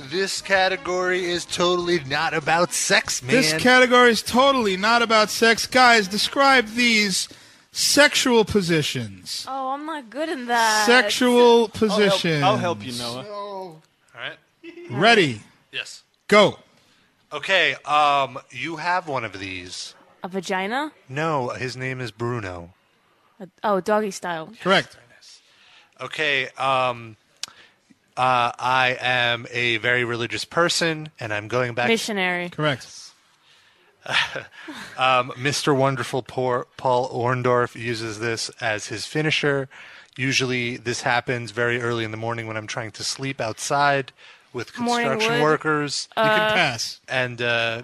this category is totally not about sex, man.
This category is totally not about sex. Guys, describe these sexual positions.
Oh, I'm not good in that.
Sexual
Uh, I'll help-
positions.
I'll help you, Noah.
Oh.
All right.
Ready,
Yes.
go.
Okay. Um, you have one of these.
A vagina?
No, his name is Bruno.
Oh, doggy style.
Correct.
Okay. Um, uh, I am a very religious person, and I'm going back.
Missionary.
Correct.
Um, Mr. Wonderful Por- Paul Orndorff uses this as his finisher. Usually, this happens very early in the morning when I'm trying to sleep outside with
Morning
construction
wood.
workers.
You can pass.
and uh,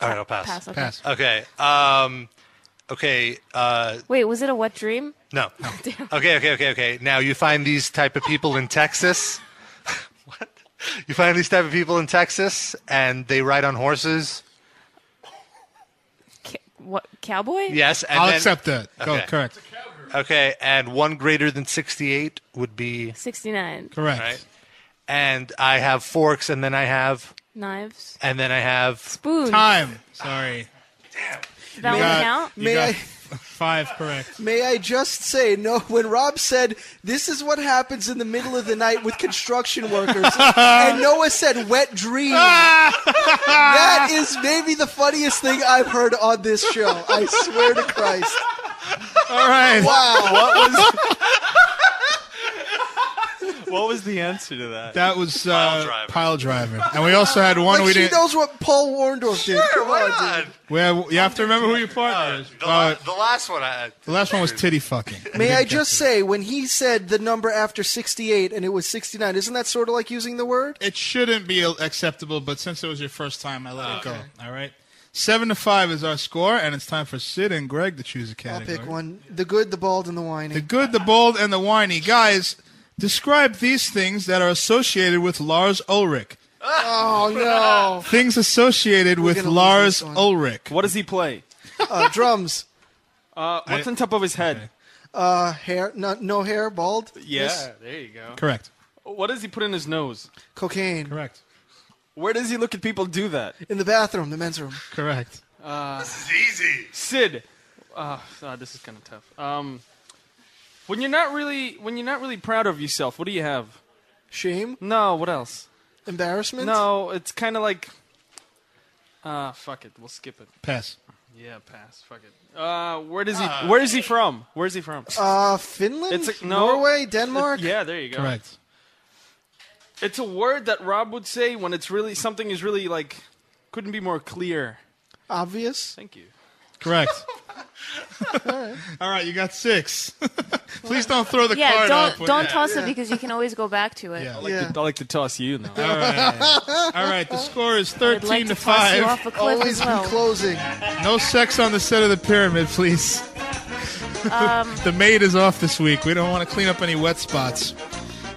all right, I'll pass.
Pass. Okay.
Pass.
Okay. Um, okay. Uh,
Wait, was it a wet dream?
no.
Oh,
Okay. Okay. Okay. Okay. Now you find these type of people in Texas. what? You find these type of people in Texas, and they ride on horses.
Ca- what cowboy?
Yes. And
I'll
then-
accept that. Go,
Okay.
correct.
Okay, and one greater than 68 would be
69.
Right. And I have forks, and then I have,
Knives.
and then I have.
Spoons.
Time. Sorry.
That
You
one
got-
count?
You
May
got
I-
five correct.
May I just say, no, when Rob said, this is what happens in the middle of the night with construction workers, and Noah said, wet dream, that is maybe the funniest thing I've heard on this show. I swear to Christ.
All right.
Wow.
What was, what was the answer to that?
That was uh, pile driver, and we also had one
like
we
she
didn't.
knows what Paul Warndorf did. Come on, dude.
We have, you have to remember who your partner is.
The,
Uh,
la- the last one I.
the last one was titty fucking.
May I just say, when he said the number after 68 and it was 69, isn't that sort of like using the word?
It shouldn't be acceptable, but since it was your first time, I let it go. All right. Seven to five is our score, and it's time for Sid and Greg to choose a
I'll
category.
pick one. The good, the bald, and the whiny.
The good, the bold, and the whiny. Guys, describe these things that are associated with Lars Ulrich.
oh, no.
Things associated with
gonna lose
Lars
this one.
Ulrich.
What does he play?
Uh, drums.
Uh, what's on top of his head?
Uh, hair. No, no hair, bald.
Yeah,
Yes.
there you go.
Correct.
What does he put in his nose?
Cocaine.
Correct.
Where does he look at people do that?
In the bathroom, the men's room.
Correct.
Uh,
this is easy.
Sid, uh, ah, this is kind of tough. Um, when you're not really when you're not really proud of yourself, what do you have?
Shame.
No. What else?
Embarrassment.
No. It's kind of like. Ah, fuck it. We'll skip it.
Pass.
Yeah, pass. Fuck it. Uh, where does he?
Ah.
Ah.
where is he from? Where is he from?
Uh, Finland?
It's a, no,
Norway? Denmark?
It- yeah, there you go.
Correct.
It's a word that Rob would say when it's really something is really like couldn't be more clear.
Obvious?
Thank you.
Correct. All right, you got six. Please don't throw the
yeah,
card
don't
up when-
don't
Yeah.
toss it because you can always go back to it.
Yeah.
I like to toss you now.
All right. All right. The score is
I would
thirteen
like to
to,
toss
five.
you off a cliff
Always
as well.
be closing.
No sex on the set of the pyramid, please.
Um,
the maid is off this week. We don't want to clean up any wet spots.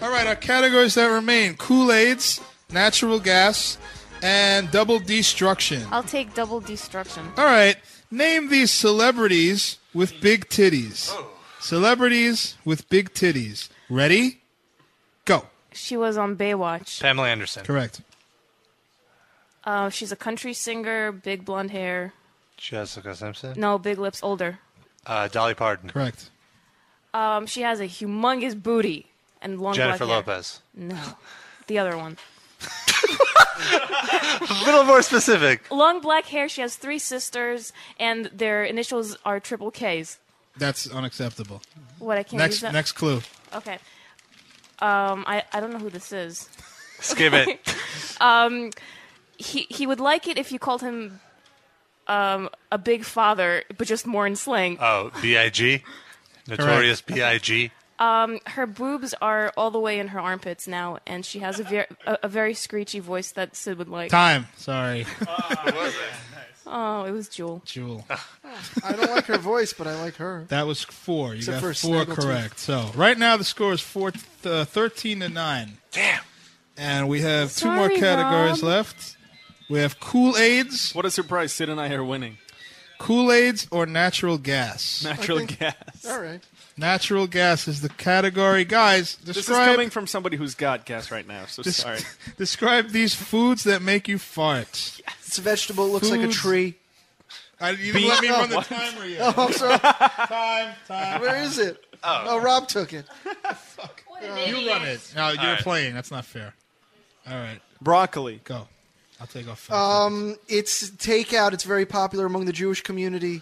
All right, our categories that remain: Kool Aids, natural gas, and double destruction.
I'll take double destruction.
All right, name these celebrities with big titties. Celebrities with big titties. Ready? Go.
She was on Baywatch.
Pamela Anderson.
Correct.
Uh, she's a country singer, big blonde hair,
Jessica Simpson.
no big lips, older.
Uh, Dolly Parton.
Correct.
Um, she has a humongous booty and long
Jennifer
black hair.
Lopez.
No, the other one.
A little more specific.
Long black hair. She has three sisters, and their initials are triple K's.
That's unacceptable.
What I can't
next,
use that.
next clue.
Okay. Um, I I don't know who this is.
Skip it.
Um, he he would like it if you called him um a big father, but just more in slang.
Oh, B.I.G. Notorious B.I.G.
Um, her boobs are all the way in her armpits now, and she has a very a, a very screechy voice that Sid would like.
Time. Sorry.
Oh, it was Jewel.
Jewel.
I don't like her voice, but I like her.
That was four. You
Except
got
for
four
Snaggletooth.
correct. So right now the score is four, uh, 13 to nine. Damn. And we have two more
Sorry,
categories
Rob.
left. We have Kool Aids,
What a surprise! Sid and I are winning.
Kool Aids, or natural gas.
Natural gas.
All right.
Natural gas is the category, guys.
This is
Describe
coming from somebody who's got gas right now. So
This-
sorry.
describe these foods that make you fart.
It's a vegetable. It looks like a
Foods.
tree.
I, you didn't let me run the timer yet.
Oh, I'm sorry.
Time, time.
Where is it? Oh, Rob took it.
You run it. No, Oh, you're
right.
playing. That's not fair. All right,
Broccoli.
go. I'll take off.
Um, it's takeout. It's very popular among the Jewish community.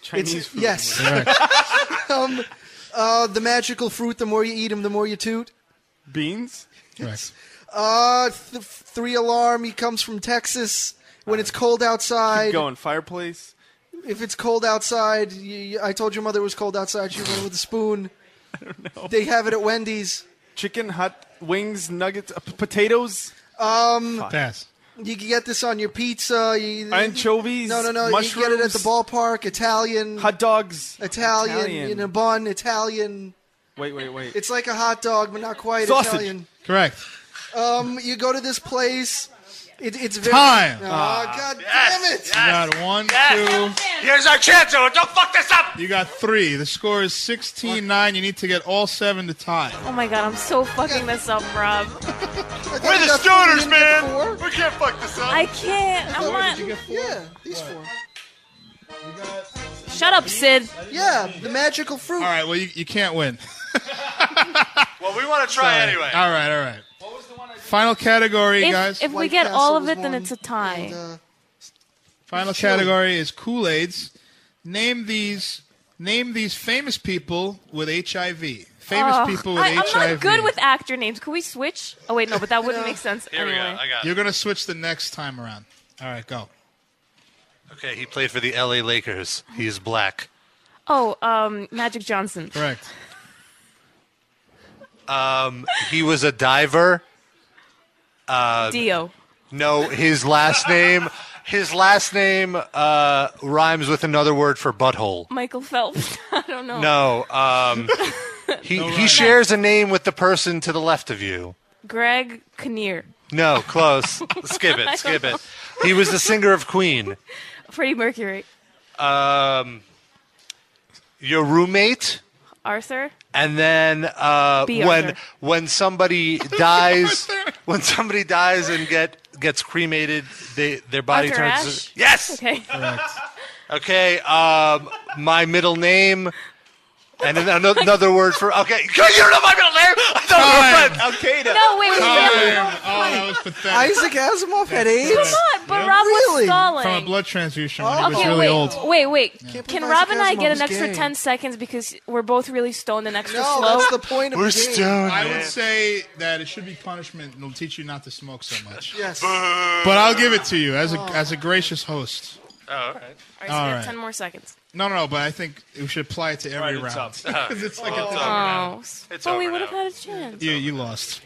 Chinese
it's,
food.
Yes.
Correct.
um, uh, the magical fruit. The more you eat them, the more you toot.
Beans.
Correct.
Uh, th- three alarm. He comes from Texas. When it's cold outside,
Keep going. Fireplace.
if it's cold outside, you, you- I told your mother it was cold outside. She went with a spoon. They have it at Wendy's.
Chicken hot wings, nuggets, uh, p- potatoes,
Um,
Pass.
you can get this on your pizza. You,
anchovies.
no, no, no.
Mushrooms.
You can get it at the ballpark. Italian,
Hot dogs.
Italian,
Italian.
in a bun. Italian.
Wait, wait, wait.
It's like a hot dog, but not quite
Sausage.
Italian.
Correct.
Um, you go to this place. It, it's very
Time.
Oh,
Ah.
God damn it!
You got one, two. Here's our chance, Owen. Don't fuck this up. You got three. The score is 16 9. You need to get all seven to tie.
Oh my god, I'm so fucking this up, Rob.
We're the stoners, man.
We can't fuck this up. I can't. I'm not.
Yeah, these four.
Shut up, Sid.
Yeah, the magical fruit.
All right, well, you, you can't win.
Well, we want to try
Sorry.
anyway.
All right, all right. Final category,
if,
guys.
If we get all of it, then it's a tie.
uh, Final
Chili.
category is Kool Aids. Name these. Name these famous people with HIV. Famous
Ugh,
people with
Oh, I,
HIV.
I'm not good with actor names. Can we switch? Oh wait, no, but that wouldn't make sense anyway.
got it.
You're gonna switch the next time around. All right, go.
Okay, he played for the L.A. Lakers. He is black.
Oh, um, Magic Johnson.
Correct.
Um, he was a diver. Uh,
Dio.
No, his last name. His last name uh, rhymes with another word for butthole.
Michael Phelps. I don't know.
No. Um, he he shares a name with the person to the left of you.
Greg Kinnear.
No, close. skip
I don't
it. Skip
know.
it. He was the singer of Queen.
Freddie Mercury.
Um, your roommate.
Arthur.
And then uh,
Be
when
Arthur.
when somebody dies, when somebody dies and get gets cremated, they their body
Arthur
turns.
Ashe?
Yes.
Okay.
Okay. Um, my middle name, and then ano- another word for okay. You don't know my middle name. I thought we were friends. Okay. then.
No, wait, wait, wait.
Oh, that was pathetic.
Isaac Asimov had
That's
AIDS.
pathetic.
Come on, but Rob was stalling.
From a blood transfusion
Oh,
when he was
okay,
really
wait,
old.
wait, wait. Can
believe
Rob and I
Isaac
get
Asimov's
an extra
gay.
10 seconds because we're both really stoned and extra
No,
slow?
that's the point of We're the game. stoned,
I would
man.
say that it should be punishment and it'll teach you not to smoke so much.
Yes. Oh.
But I'll give it to you as a as a gracious host.
Oh, all right.
All right, so
All
we have
right.
10 more seconds.
No, no, no, but I think we should apply it to every round. Because it's like a
oh,
It's
but we
over
would have
now.
had a chance.
You, you lost.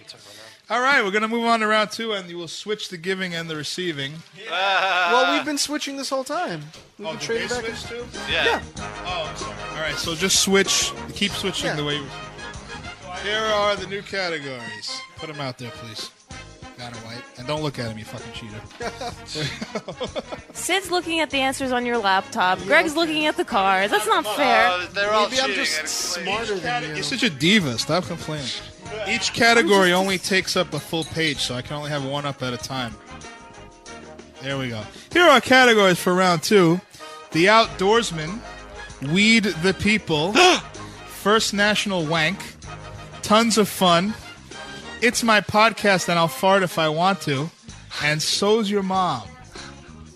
All right, we're going to move on to round two, and you will switch the giving and the receiving.
well, we've been switching this whole time. We've been
did
trading
they
back.
switch too?
Yeah.
Oh, I'm sorry. All right, so just switch. Keep switching the way you Here are the new categories. Put them out there, please. Got it white. And don't look at him, you fucking cheater.
Sid's looking at the answers on your laptop. Greg's looking at the car. That's not fair.
Uh, they're
all Maybe I'm cheating just and smarter than you.
You're such a diva. Stop complaining. Each category only takes up a full page, so I can only have one up at a time. There we go. Here are categories for round two The Outdoorsman, Weed the People, First National Wank, Tons of Fun, It's My Podcast and I'll Fart If I Want to, and So's Your Mom.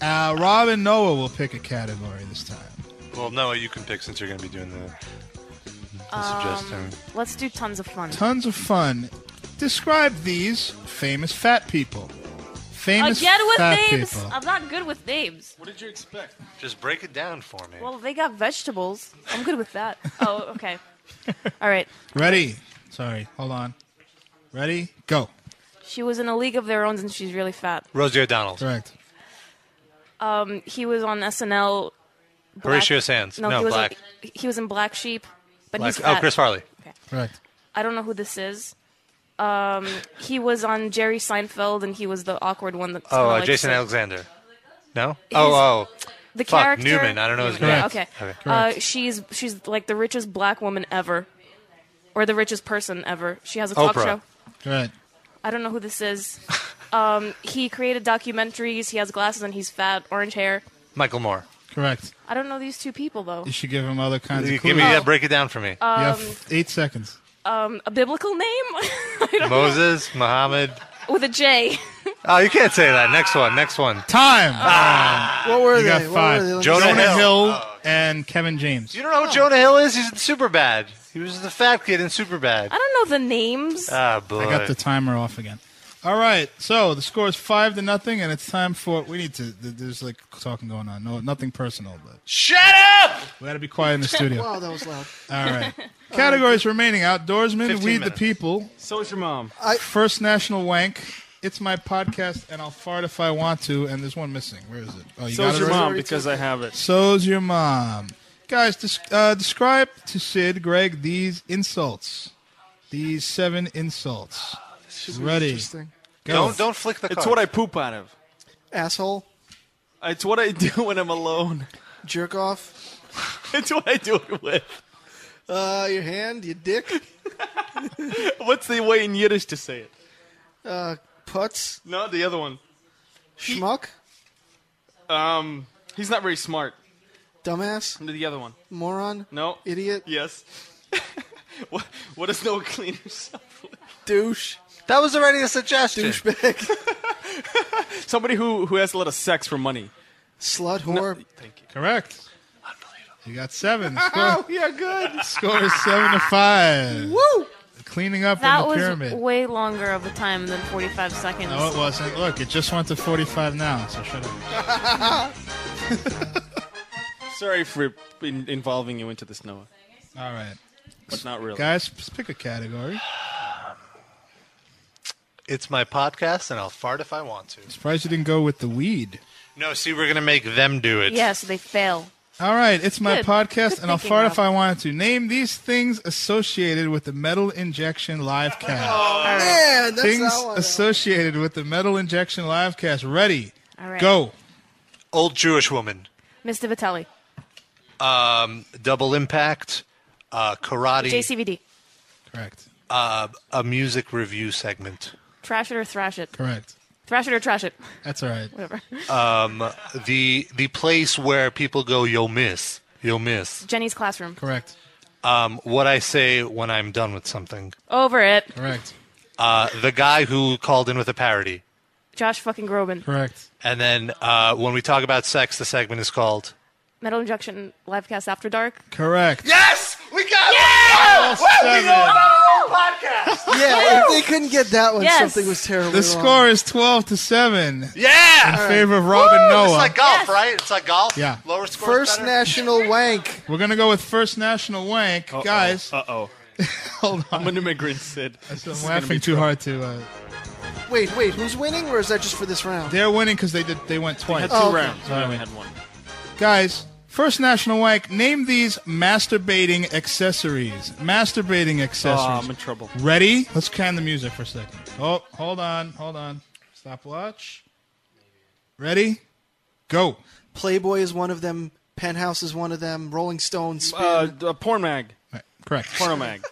Uh, Rob and Noah will pick a category this time.
Well, Noah, you can pick since you're going to be doing the, the
Um,
suggestion.
Let's do tons of fun.
Tons of fun. Describe these famous fat people. Famous
Again with
fat
names.
people.
I'm not good with names.
What did you expect?
Just break it down for me.
Well, they got vegetables. I'm good with that. Oh, okay. All right.
Ready? Sorry, hold on. Ready? Go.
She was in a league of their own and she's really fat.
Rosie O'Donnell.
Correct.
Um, he was on SNL. Black-
Horatio Sands. No,
he was
Black.
In, he was in Black Sheep, but
Black-
he's
oh,
fat.
Chris Farley.
Right.
I don't know who this is. Um, he was on Jerry Seinfeld, and he was the awkward one. That's
Oh,
kinda
uh,
like
Jason
sick.
Alexander. No.
He's-
Oh, oh.
The
Fuck,
character
Newman. I don't know his
Newman,
name.
yeah, okay. Uh, she's she's like the richest black woman ever, or the richest person ever. She has a talk
Oprah.
show.
Right.
I don't know who this is. Um, he created documentaries. He has glasses and he's fat, orange hair.
Michael Moore.
Correct.
I don't know these two people though.
You should give him other kinds
You
of clues.
give me that. Break it down for me.
You have
Um,
eight seconds.
Um, a biblical name I don't know.
Moses, Muhammad.
with a J.
Oh, you can't say that. Next one. Next one. Ah.
Time.
What were
you
they?
got
What
five.
were they? Let me
Jonah
see.
Hill. Oh,
and Kevin James.
You don't know who Jonah Hill is? He's in Superbad. He was the fat kid in Superbad.
I don't know the names.
Ah, boy.
I got the timer off again. All right, so the score is five to nothing, and it's time for we need to. th- There's like talking going on. No, nothing personal, but
shut up.
we got to be quiet in the studio.
Wow, that was loud.
All right. Categories remaining outdoorsman,
15
weed the
minutes.
people,
So is your mom.
first national wank, it's my podcast, and I'll fart if I want to. And there's one missing. Where is it?
so
Oh,
is
it
your
already?
mom because I have it.
So's your mom. Guys, des- uh, describe to Sid, Greg, these insults. These seven insults.
should be
Ah,
Ready?
interesting.
Go.
Don't don't flick the.
It's
cards.
what I poop out of.
asshole?
It's what I do when I'm alone.
Jerk off.
it's what I do it with.
Uh, your hand, your dick.
What's the way in Yiddish to say it?
Uh, putz.
No, the other one.
Schmuck.
Um, he's not very smart.
Dumbass.
The other one.
Moron.
No.
Idiot.
Yes. what, what does Noah clean himself with?
Douche.
That was already a suggestion.
Douchebag.
Somebody who, who has a lot of sex for money.
Slut whore.
thank you.
Correct. You got seven. The
Oh,
Score,
we are good.
score is seven to five.
Woo!
Cleaning up
That
in the
was
pyramid.
way longer of a time than 45 seconds.
No, it wasn't. Look, it just went to 45 now, so shut up.
Sorry for in- involving you into this, Noah.
All right.
But not really.
Guys, just pick a category.
It's my podcast, and I'll fart if I want to.
Surprised you didn't go with the weed.
No, see, we're gonna make them do it.
Yeah, so they fail.
All right, it's my
Good.
podcast,
Good
and I'll
thinking,
fart if
Rob.
I wanted to. Name these things associated with the metal injection live cast.
Oh, man, that's
things
not one.
associated with the metal injection live cast. Ready?
All right.
Go.
Old Jewish woman.
Mr. Vitelli.
Um, double impact. Uh, karate.
JCVD.
Correct.
Uh, a music review segment.
Trash it or thrash it.
Correct.
Thrash it or trash it.
That's all right.
Whatever.
Um, the the place where people go, you'll miss, you'll miss.
Jenny's classroom.
Correct.
Um, what I say when I'm done with something.
Over it.
Correct.
Uh, the guy who called in with a parody.
Josh fucking Groban.
Correct.
And then uh, when we talk about sex, the segment is called.
Metal Injection Livecast After Dark.
Correct.
Yes, we
Yeah!
got it. Wow, we
Seven.
know about our own podcast.
Yeah, if they couldn't get that one,
Yes.
something was terribly
The
wrong.
score is 12 to 7.
Yeah!
In favor of Robin Noah.
It's like oh, golf, right? It's like golf.
Yeah.
Lower score.
First
National Wank.
We're going to go with First National Wank. Guys.
Uh oh.
Hold on.
I'm an immigrant, Sid.
I'm laughing too hard to. Uh,
Wait, wait, who's winning, or is that just for this round?
they're winning because they did. They went twice.
had two Oh, okay. rounds.
Sorry.
We had one.
Guys, First National Wank, name these masturbating accessories. Masturbating accessories.
Aw, I'm in trouble.
Ready? Let's can the music for a second. Oh, hold on, hold on. Stopwatch. Ready? Go.
Playboy is one of them. Penthouse is one of them. Rolling Stones.
Uh, d- uh, porn mag.
Correct.
Porno mag.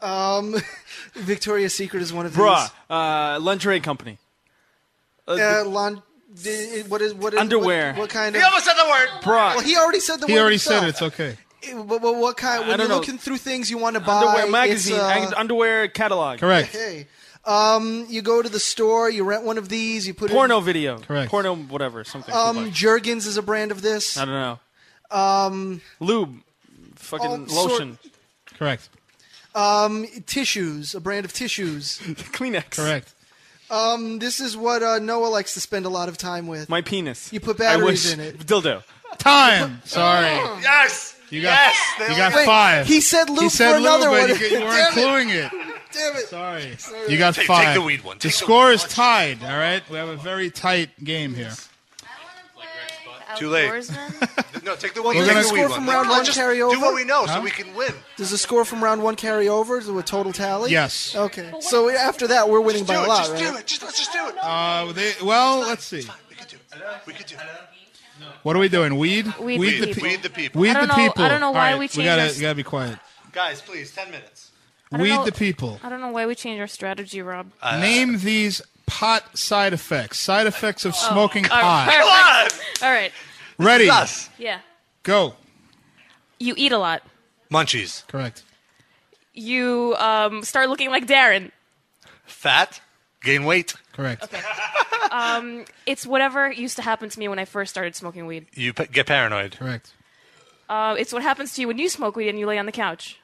Um, Victoria's Secret is one of
Bruh.
these.
Uh, lingerie company. Uh,
Uh, lon- d- what is what is
Underwear.
What, what kind
He
of?
almost said the word.
Bruh.
Well, he already said the
he
word.
already
himself.
said it. It's okay.
Eh, But, but what kind?
I don't
When you're
know.
looking through things you want to buy,
underwear
it's,
magazine.
uh,
ang- underwear catalog.
Okay. Um, you go to the store, you rent one of these, you put
Porno
it.
video.
Correct.
Porno whatever. Something.
Um, Jergens is a brand of this.
I don't know.
Um,
Lube. Fucking
All sort-
lotion.
Correct.
um, tissues, a brand of tissues.
Kleenex.
Correct.
Um, this is what uh, Noah likes to spend a lot of time with.
My penis.
You put
I
batteries
wish-
in it.
Dildo.
Time. Sorry.
Yes.
You got.
Yes.
You got
Wait,
five.
he said
he
loop
said
for
loop,
another
but
one.
You, you weren't including it.
Damn it!
Sorry. You got
Take- take
five.
the weed one.
the score is tied. All right. We have a very tight game here.
Too late. no, take the one.
Does
take
the
the
score
weed
from
one.
round
Let's
one
just
carry over?
Do what we know so we can win.
Does the score from round one carry over to a total tally?
Yes.
Okay. So after that, we're winning by a lot, right?
it. Just let's just do it.
Uh, they, well, let's see.
We could do it.
What are we doing? Weed?
Weed the people.
Weed
Weed
the
the
people.
people.
Weed
I don't
the
know- I
people.
don't know
All
why we
We
changed
gotta,
our-
you gotta be quiet.
Guys, please, ten minutes.
I don't
Weed
know-
the people.
I don't know why we changed our strategy, Rob.
Uh,
Name these pot side effects. Side effects of
Oh,
smoking
all right,
pot.
perfect. All right.
Ready?
Yeah.
Go.
You eat a lot.
Munchies.
Correct.
You um, start looking like Darren.
Fat. Gain weight.
Correct.
Um, it's whatever used to happen to me when I first started smoking weed.
You p- get paranoid.
Correct.
Uh, it's what happens to you when you smoke weed and you lay on the couch.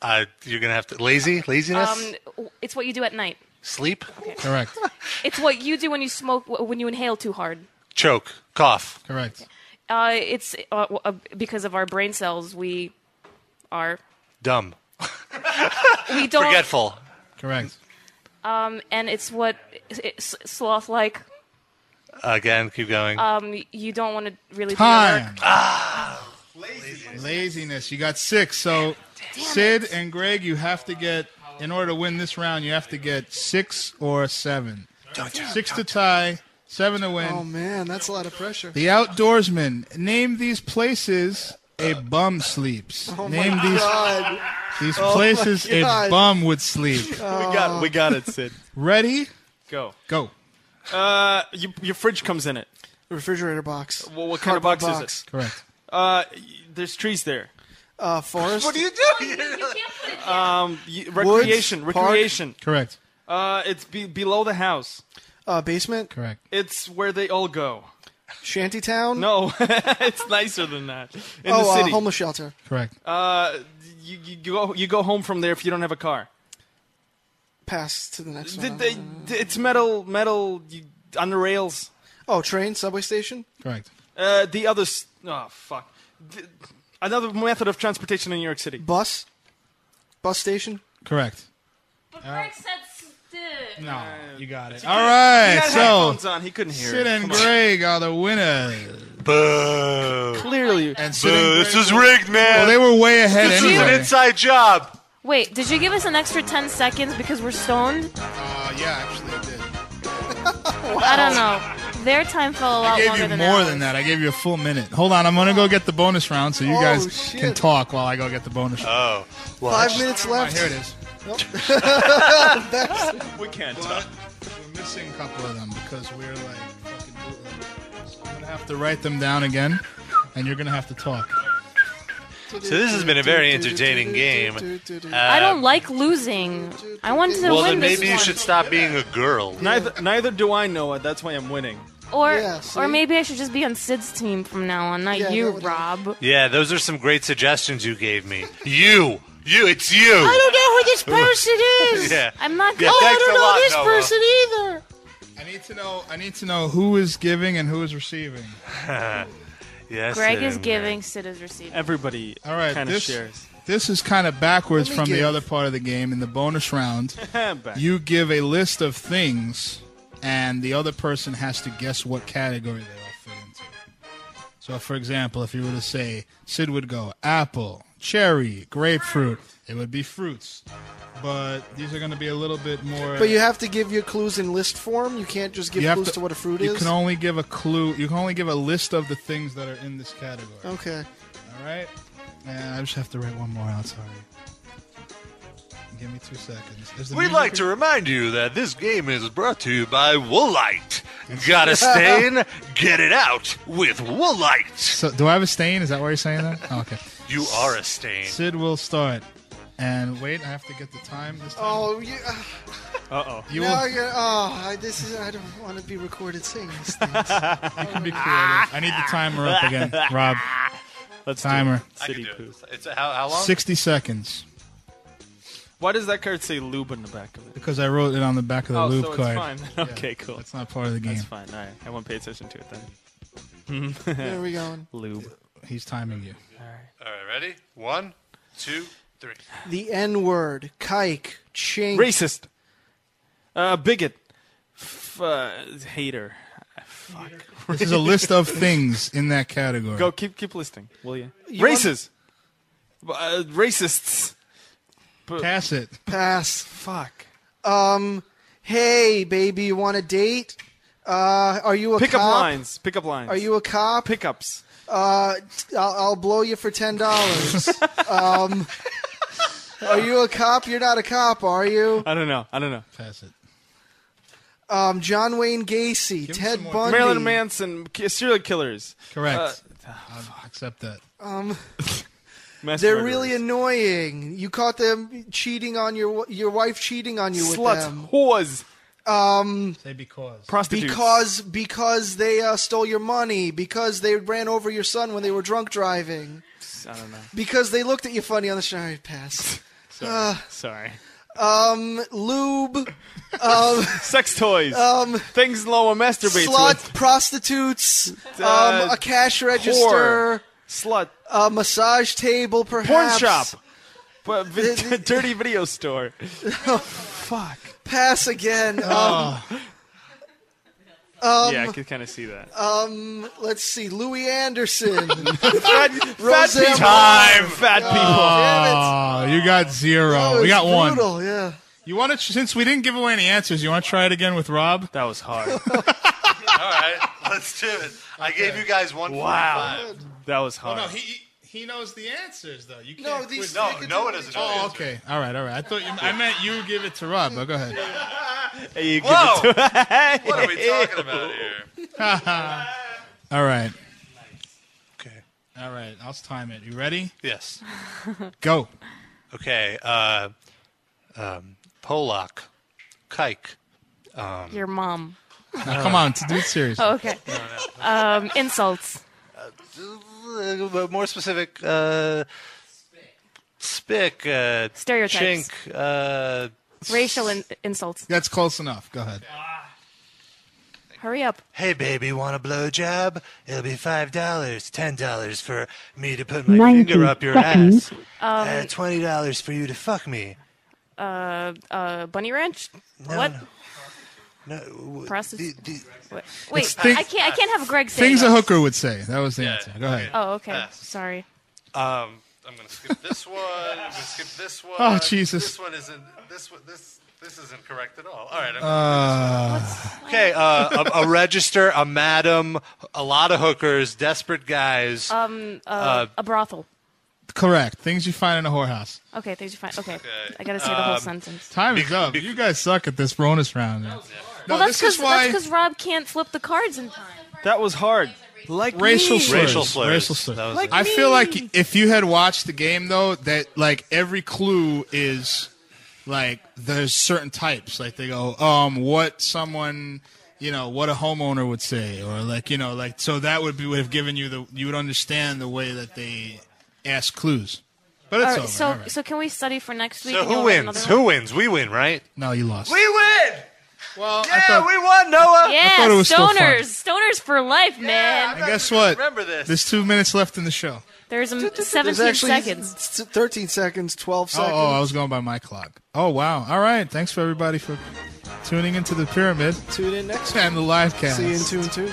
Uh, you're gonna have to lazy, laziness,
Um, w- it's what you do at night.
sleep,
Correct.
It's what you do when you smoke w- when you inhale too hard.
choke, cough.
Correct.
Uh, it's uh, w- uh, because of our brain cells we are
Dumb.
we don't
Forgetful.
Correct.
Um, and it's what it's sloth like.
Again, keep going.
Um, you don't want to really do your
Time. Ah.
work.
Laziness. You got six. So, Sid and Greg, you have to get, in order to win this round, you have to get six or seven. Six to tie, seven to win.
Oh man, that's a lot of pressure.
The outdoorsman. Name these places a bum sleeps.
Oh
Name
my
these
God.
these
Oh my
places a
God.
bum would sleep.
We got- we got it, Sid.
Ready?
Go.
Go.
Uh, you, your fridge comes in it.
refrigerator box.
Well, what kind of
Cardboard
box, is it?
Correct.
Uh, y- there's trees there.
Uh, forest.
What do you
do?
Um, y-
Woods,
recreation.
park.
recreation.
Correct.
Uh, it's be- below the house.
Uh, basement.
Correct.
It's where they all go.
Shantytown.
No, it's nicer than that. In
oh,
the city.
Uh, homeless shelter.
Correct.
Uh, you, you you go you go home from there if you don't have a car.
Pass to the next
Did
one.
they, d- it's metal metal you, on the rails.
Oh, train, subway station.
Correct.
Uh, the other s- oh fuck. D- another method of transportation in New York City.
Bus. Bus station.
Correct.
But Frank said
No, you got it.
He
All
couldn't- he
right,
had headphones
so
on, he couldn't hear it.
Sid and
Come on.
Greg are the winners.
Boo.
Clearly,
Boo,
and Sid and
this
Greg
is
were-
rigged, man.
Well, they were way ahead
This
anyway.
is an inside job.
Wait, did you give us an extra 10 seconds because we're stoned?
Uh, yeah, actually, I did.
I don't know. Their time fell a lot
I gave
longer
you
than
more
ours.
than that. I gave you a full minute. Hold on, I'm gonna go get the bonus round so you
Oh,
guys
shit.
can talk while I go get the bonus.
Oh,
Five minutes left.
Here it is.
Nope.
we can't
talk. We're missing a couple of them because we're like fucking bootleg. So I'm gonna have to write them down again, and you're gonna have to talk.
So this has been a very entertaining game.
I
Uh,
don't like losing. I wanted to
well,
win
then
this
maybe you
one.
should stop being a girl.
Neither neither do I know it. That's why I'm winning.
Or,
Yeah,
or
see?
maybe I should just be on Sid's team from now on, not you, Rob.
Yeah, those are some great suggestions you gave me. You, you, it's you.
I
don't know who this person is. Yeah.
I'm not
Yeah,
good.
thanks a lot, Noah.
either.
I need to know. I need to know who is giving and who is receiving.
yes.
Greg is giving, Sid is receiving.
Everybody
All right,
kind of
this-
shares.
This is kind of backwards
Let me
from the
give.
other part of the game. In the bonus round,
Back.
you give a list of things, and the other person has to guess what category they all fit into. So, for example, if you were to say, Sid would go apple, cherry, grapefruit, it would be fruits. But these are going to be a little bit more.
But you have to give your clues in list form. You can't just give
you have
clues to, what a fruit
you
is.
can only give a clue. You can only give a list of the things that are in this category.
okay.
All right. And I just have to write one more out. Sorry. Give me two seconds. Is the
We'd
music-
like to remind you that this game is brought to you by Woolite. Got a stain? Get it out with Woolite. So,
do I have a stain? Is that why you're saying that? Oh, okay.
You are a stain.
Sid will start. And wait, I have to get the time this time.
Oh, you. Uh,
Uh oh.
You
now
will-
you're. Oh, I, this is. I don't want to be recorded saying these things.
you can be creative. I need the timer up again, Rob.
Let's
timer.
Do it. City poo.
It's a, Oh, how, how long?
60 seconds.
Why does that card say lube in the back of it?
Because I wrote it on the back of the
oh,
loop
so
card.
it's fine. okay, cool.
That's not part of the game.
That's fine. All right, I won't pay attention to it then.
Where are we going?
Lube.
He's timing you.
All right, ready? One, two, three.
The N word, kike, chink.
Racist. Uh, bigot. F- uh, hater. Fuck.
This is a list of things in that category.
Go keep keep listing, will you?
You want-
Races. Uh, racists.
Pass it.
Pass.
Fuck.
Um, hey, baby, you want a date? Uh, are you a
Pickup
cop?
lines. Pickup lines.
Are you a cop?
Pickups.
Uh, t- I'll, I'll blow you for ten dollars. um, are you a cop? You're not a cop, are you?
I don't know. I don't know.
Pass it.
Um, John Wayne Gacy, Ted Bundy,
Marilyn Manson. ki- Serial killers. Uh,
Correct. I'll accept that.
Um,
Mass
they're
murderers.
really annoying. You caught them cheating on your your wife cheating on you with
Sluts.
them.
Whores.
Um,
Say because.
Prostitutes.
Because because they uh, stole your money. Because they ran over your son when they were drunk driving.
I don't know.
Because they looked at you funny on the street. All right, pass.
Sorry. Sorry.
Um, lube. Um,
Sex toys.
Um,
Things Loa masturbates
slut,
with.
prostitutes,
Uh,
um, a cash
whore.
register,
slut,
a massage table, perhaps.
Porn shop. But vi- dirty video store.
Oh, fuck. Pass again. Um,
Oh.
um,
Um,
yeah, I can kind of see that.
um, let's see, Louis Anderson,
fat,
Roseanne
people.
Barr.
Fat
Oh,
you got zero.
damn it.
we got
It's
one.
brutal, Yeah.
You want to? Since we didn't give away any answers, you want to try it again with Rob?
That was hard.
All right, let's do it. I gave you guys one.
Wow. That was hard.
Oh, no, he he knows the answers though. You
No,
can't.
these-
quiz-
No, they could no do one it. doesn't know the
Oh,
answer.
okay. All right, all right. I thought you, I meant you give it to Rob. But go ahead.
You
give it to-
what are we talking about here?
all right. Okay. All right. I'll time it. You ready?
Yes.
Go.
Okay. Uh, um, Polak, Kike. Um,
Your mom.
Now, come on, to do it seriously.
Oh, okay.
No,
Um, insults.
Uh, more specific. Uh, spick. Uh,
Stereotypes.
Chink. Uh,
Racial in- insults.
That's close enough. Go ahead.
Hurry up.
Hey, baby, want a blowjob? It'll be five dollars, ten dollars for me to put my
90
finger up your
seconds.
ass,
Um,
and twenty dollars for you to fuck me.
Uh, uh, bunny ranch. what?
No.
Prostitute. Wait,
It's
wait
thi-
I can't. I can't have Greg say
Things
that.
a hooker would say. That was the answer. Go ahead.
Oh, okay.
Uh,
Sorry.
Um, I'm gonna skip this one. I'm gonna skip this one.
Oh, Jesus.
This one isn't. This one. This. This isn't correct at all. All right. I'm
Uh,
okay. Uh, a, a register, a madam, a lot of hookers, desperate guys.
Um, uh,
Uh,
a brothel.
Correct. Things you find in a whorehouse.
Okay, things you find. Okay, I gotta say the whole
Um,
sentence.
Time is up. You guys suck at this bonus round. man.
well,
No,
that's
this is
because
why
Rob can't flip the cards in time.
That was hard.
Like
racial
me.
slurs.
Racial slurs.
Racial slurs.
That was Like it.
I feel
me.
like if you had watched the game though, that like every clue is like there's certain types. Like they go, um, what someone. You know what a homeowner would say, or like you know, like so that would be would have given you the you would understand the way that they ask clues, but it's
All right,
over.
so,
all right.
so can we study for next week?
so
and you'll
who
have another
wins?
one?
Who wins? We win, right?
No, you lost.
We win.
Well,
yeah,
thought-
we won, Noah.
Yeah,
thought it was still fun.
stoners, stoners for life, man.
And guess what?
Remember this.
There's two minutes left in the show.
There's um,
There's
17
actually
seconds.
s- 13 seconds, 12
Oh,
seconds.
oh, I was going by my clock. Oh, wow. All right. Thanks for everybody for tuning into the pyramid.
Tune in next
and the live cast.
See you in two and two.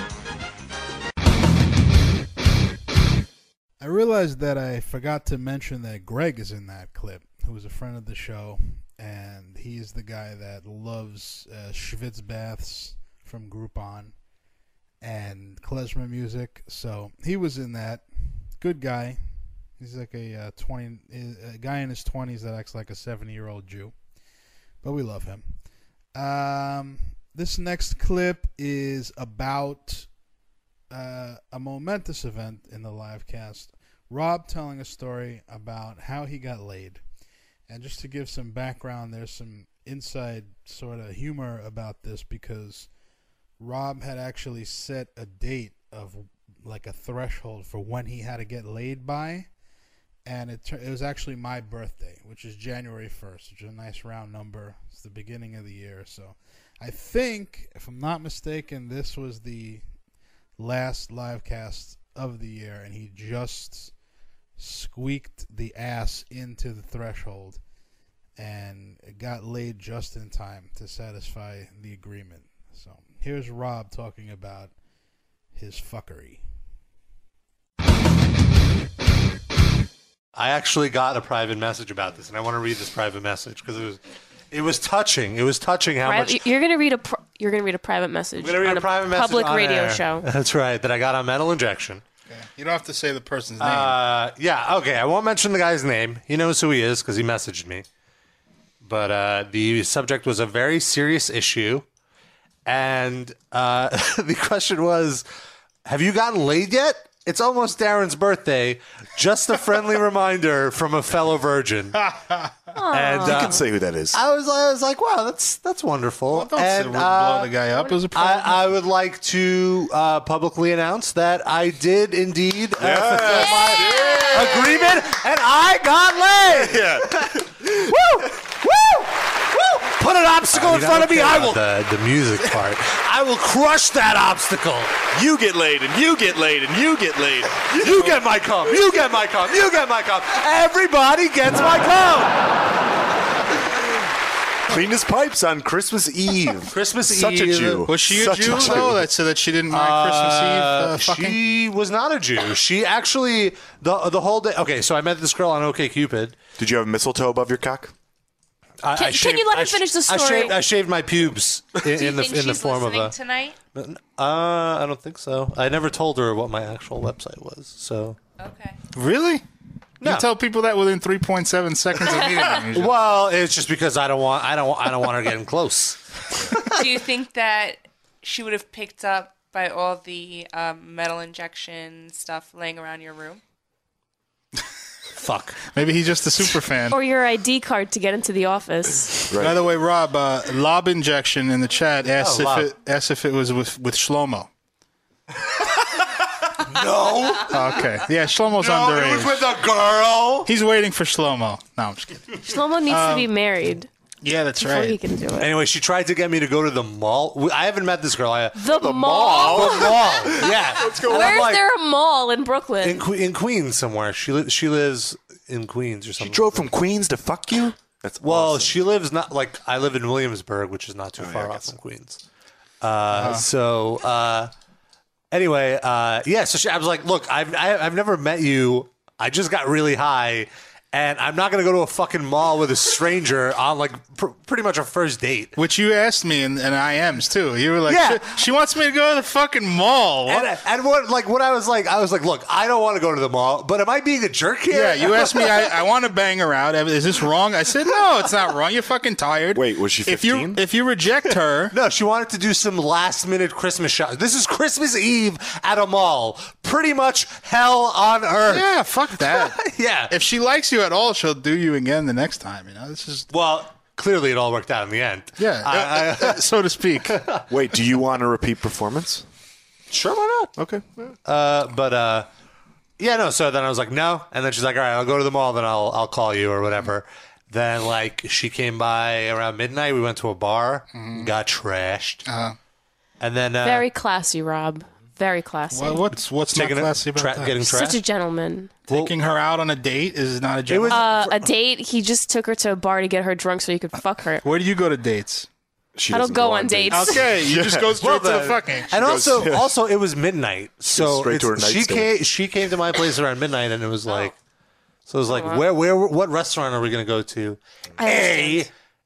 I realized that I forgot to mention that Greg is in that clip, who is a friend of the show, and he is the guy that loves uh, Schwitz baths from Groupon and klezmer music. So he was in that. Good guy. He's like a uh, twenty a guy in his twenties that acts like a seventy year old Jew, but we love him. Um, this next clip is about uh, a momentous event in the live cast. Rob telling a story about how he got laid. And just to give some background, there's some inside sort of humor about this because Rob had actually set a date of like a threshold for when he had to get laid by. And it, tur- it was actually my birthday, which is January 1st, which is a nice round number. It's the beginning of the year. So I think, if I'm not mistaken, this was the last live cast of the year and he just squeaked the ass into the threshold and got laid just in time to satisfy the agreement. So here's Rob talking about his fuckery.
I actually got a private message about this, and I want to read this private message because it was, it was touching. It was touching how
Pri-
much.
You're gonna read a pr- you're gonna read a private message
I'm gonna read
on
a private message
public
on
radio
air.
show.
That's right. That I got on metal injection.
You don't have to say the person's
Uh, yeah. Okay. I won't mention the guy's name. He knows who he is because he messaged me. But uh, the subject was a very serious issue, and uh, the question was, "Have you gotten laid yet?" It's almost Darren's birthday. Just a friendly reminder from a fellow virgin. And,
you
uh,
can say who that is.
I was, I was like, wow, that's that's wonderful.
don't
and,
say we'd blow
uh,
the guy up as a
I, I would like to uh, publicly announce that I did indeed uh, fulfill my agreement, and I got laid. woo, woo, woo! Put an obstacle
I mean,
in front
I
of me.
don't
I
care
will. The, the music part. I will crush that obstacle.
You get laid, and you get laid, and you get laid.
You get my cum. You get my cum. You get my cum. Everybody gets my cum.
Clean his pipes on Christmas Eve.
Christmas
Such a
Eve.
Jew.
Was she a
Such
Jew, though,
Jew.
that
said Oh, that she didn't
mind
Christmas Eve, uh,
She was not a Jew. She actually the the whole day. Okay, so I met this girl on OK Cupid.
Did you have mistletoe above your cock?
I,
Can-
I
can
shaved,
you let
I
him
sh-
finish the
I
story?
shaved, I shaved my pubes in,
Do you
in the
think
in the
she's
form of
listening
a.
tonight?
Uh, I don't think so. I never told her what my actual website was. So
Really?
No.
You tell people that within 3.7 seconds of meeting them. usually.
well, it's just because I don't want I don't I don't want her getting close.
Do you think that she would have picked up by all the um, metal injection stuff laying around your room?
Fuck.
Maybe he's just a super fan.
Or your ID card to get into the office.
By the way, Rob, uh, lob injection in the chat asks
Oh, lob.
if it asks if it was with with Shlomo.
No.
Okay, yeah, Shlomo's
No, it
underage.
was with a girl.
He's waiting for Shlomo. No, I'm just kidding.
Shlomo needs to be
Um,
married.
Yeah, that's
Before right. he can do it.
Anyway, she tried to get me to go to the mall. We- I haven't met this girl. I,
The, mall?
The mall. Yeah. And I'm
Where's
like,
there a mall in Brooklyn?
in, Que- in Queens somewhere? She li- she lives in Queens or something.
drove from Queens to fuck you. That's
well, she lives not like I live in Williamsburg, which is not
Oh,
too far off from Queens. Uh, So uh, anyway, uh, yeah. So she, I was like, look, I've I, I've never met you. I just got really high, and I'm not gonna go to a fucking mall with a stranger on like pr- pretty much a first date.
Which you asked me, and, and I am's too. You were like,
Yeah.
she, she wants me to go to the fucking mall. What?
And, and what like what I was like, I was like, look, I don't want to go to the mall, but am I being a jerk here?
yeah, you asked me, I, I want to bang her out. Is this wrong? I said, no, it's not wrong. You're fucking tired. Wait, was she If you, if you reject her.
no, she wanted to do some last minute Christmas shopping. This is Christmas Eve at a mall. Pretty much hell on earth.
Yeah, fuck that.
yeah.
If she likes you at all, she'll do you again the next time. You know, this is
Well, clearly it all worked out in the end.
yeah,
I- I-
so to speak.
Wait, do you want a repeat performance?
Sure, why not?
Okay.
Uh, but uh, yeah, no. So then I was like, no. And then she's like, all right, I'll go to the mall, then I'll I'll call you or whatever. Then like she came by around midnight. We went to a bar, got trashed,
Mm-hmm. uh-huh.
and then uh,
Very classy, Rob. Very classy.
what's what's
Taking
not
a-
classy about
tra-
that?
getting
Such a gentleman.
Taking her out on a date is not a joke.
uh, a date. He just took her to a bar to get her drunk so he could fuck her.
Where do you go to dates?
I don't go, on dates.
Okay, you just go straight
Well,
to the
then-
fucking.
And also, also, it was midnight, so
straight to her
it's-
night
she
stay.
came. She came to my place around midnight, and it was like, so it was like,
Oh. wow.
where, where, what restaurant are we going to go to? A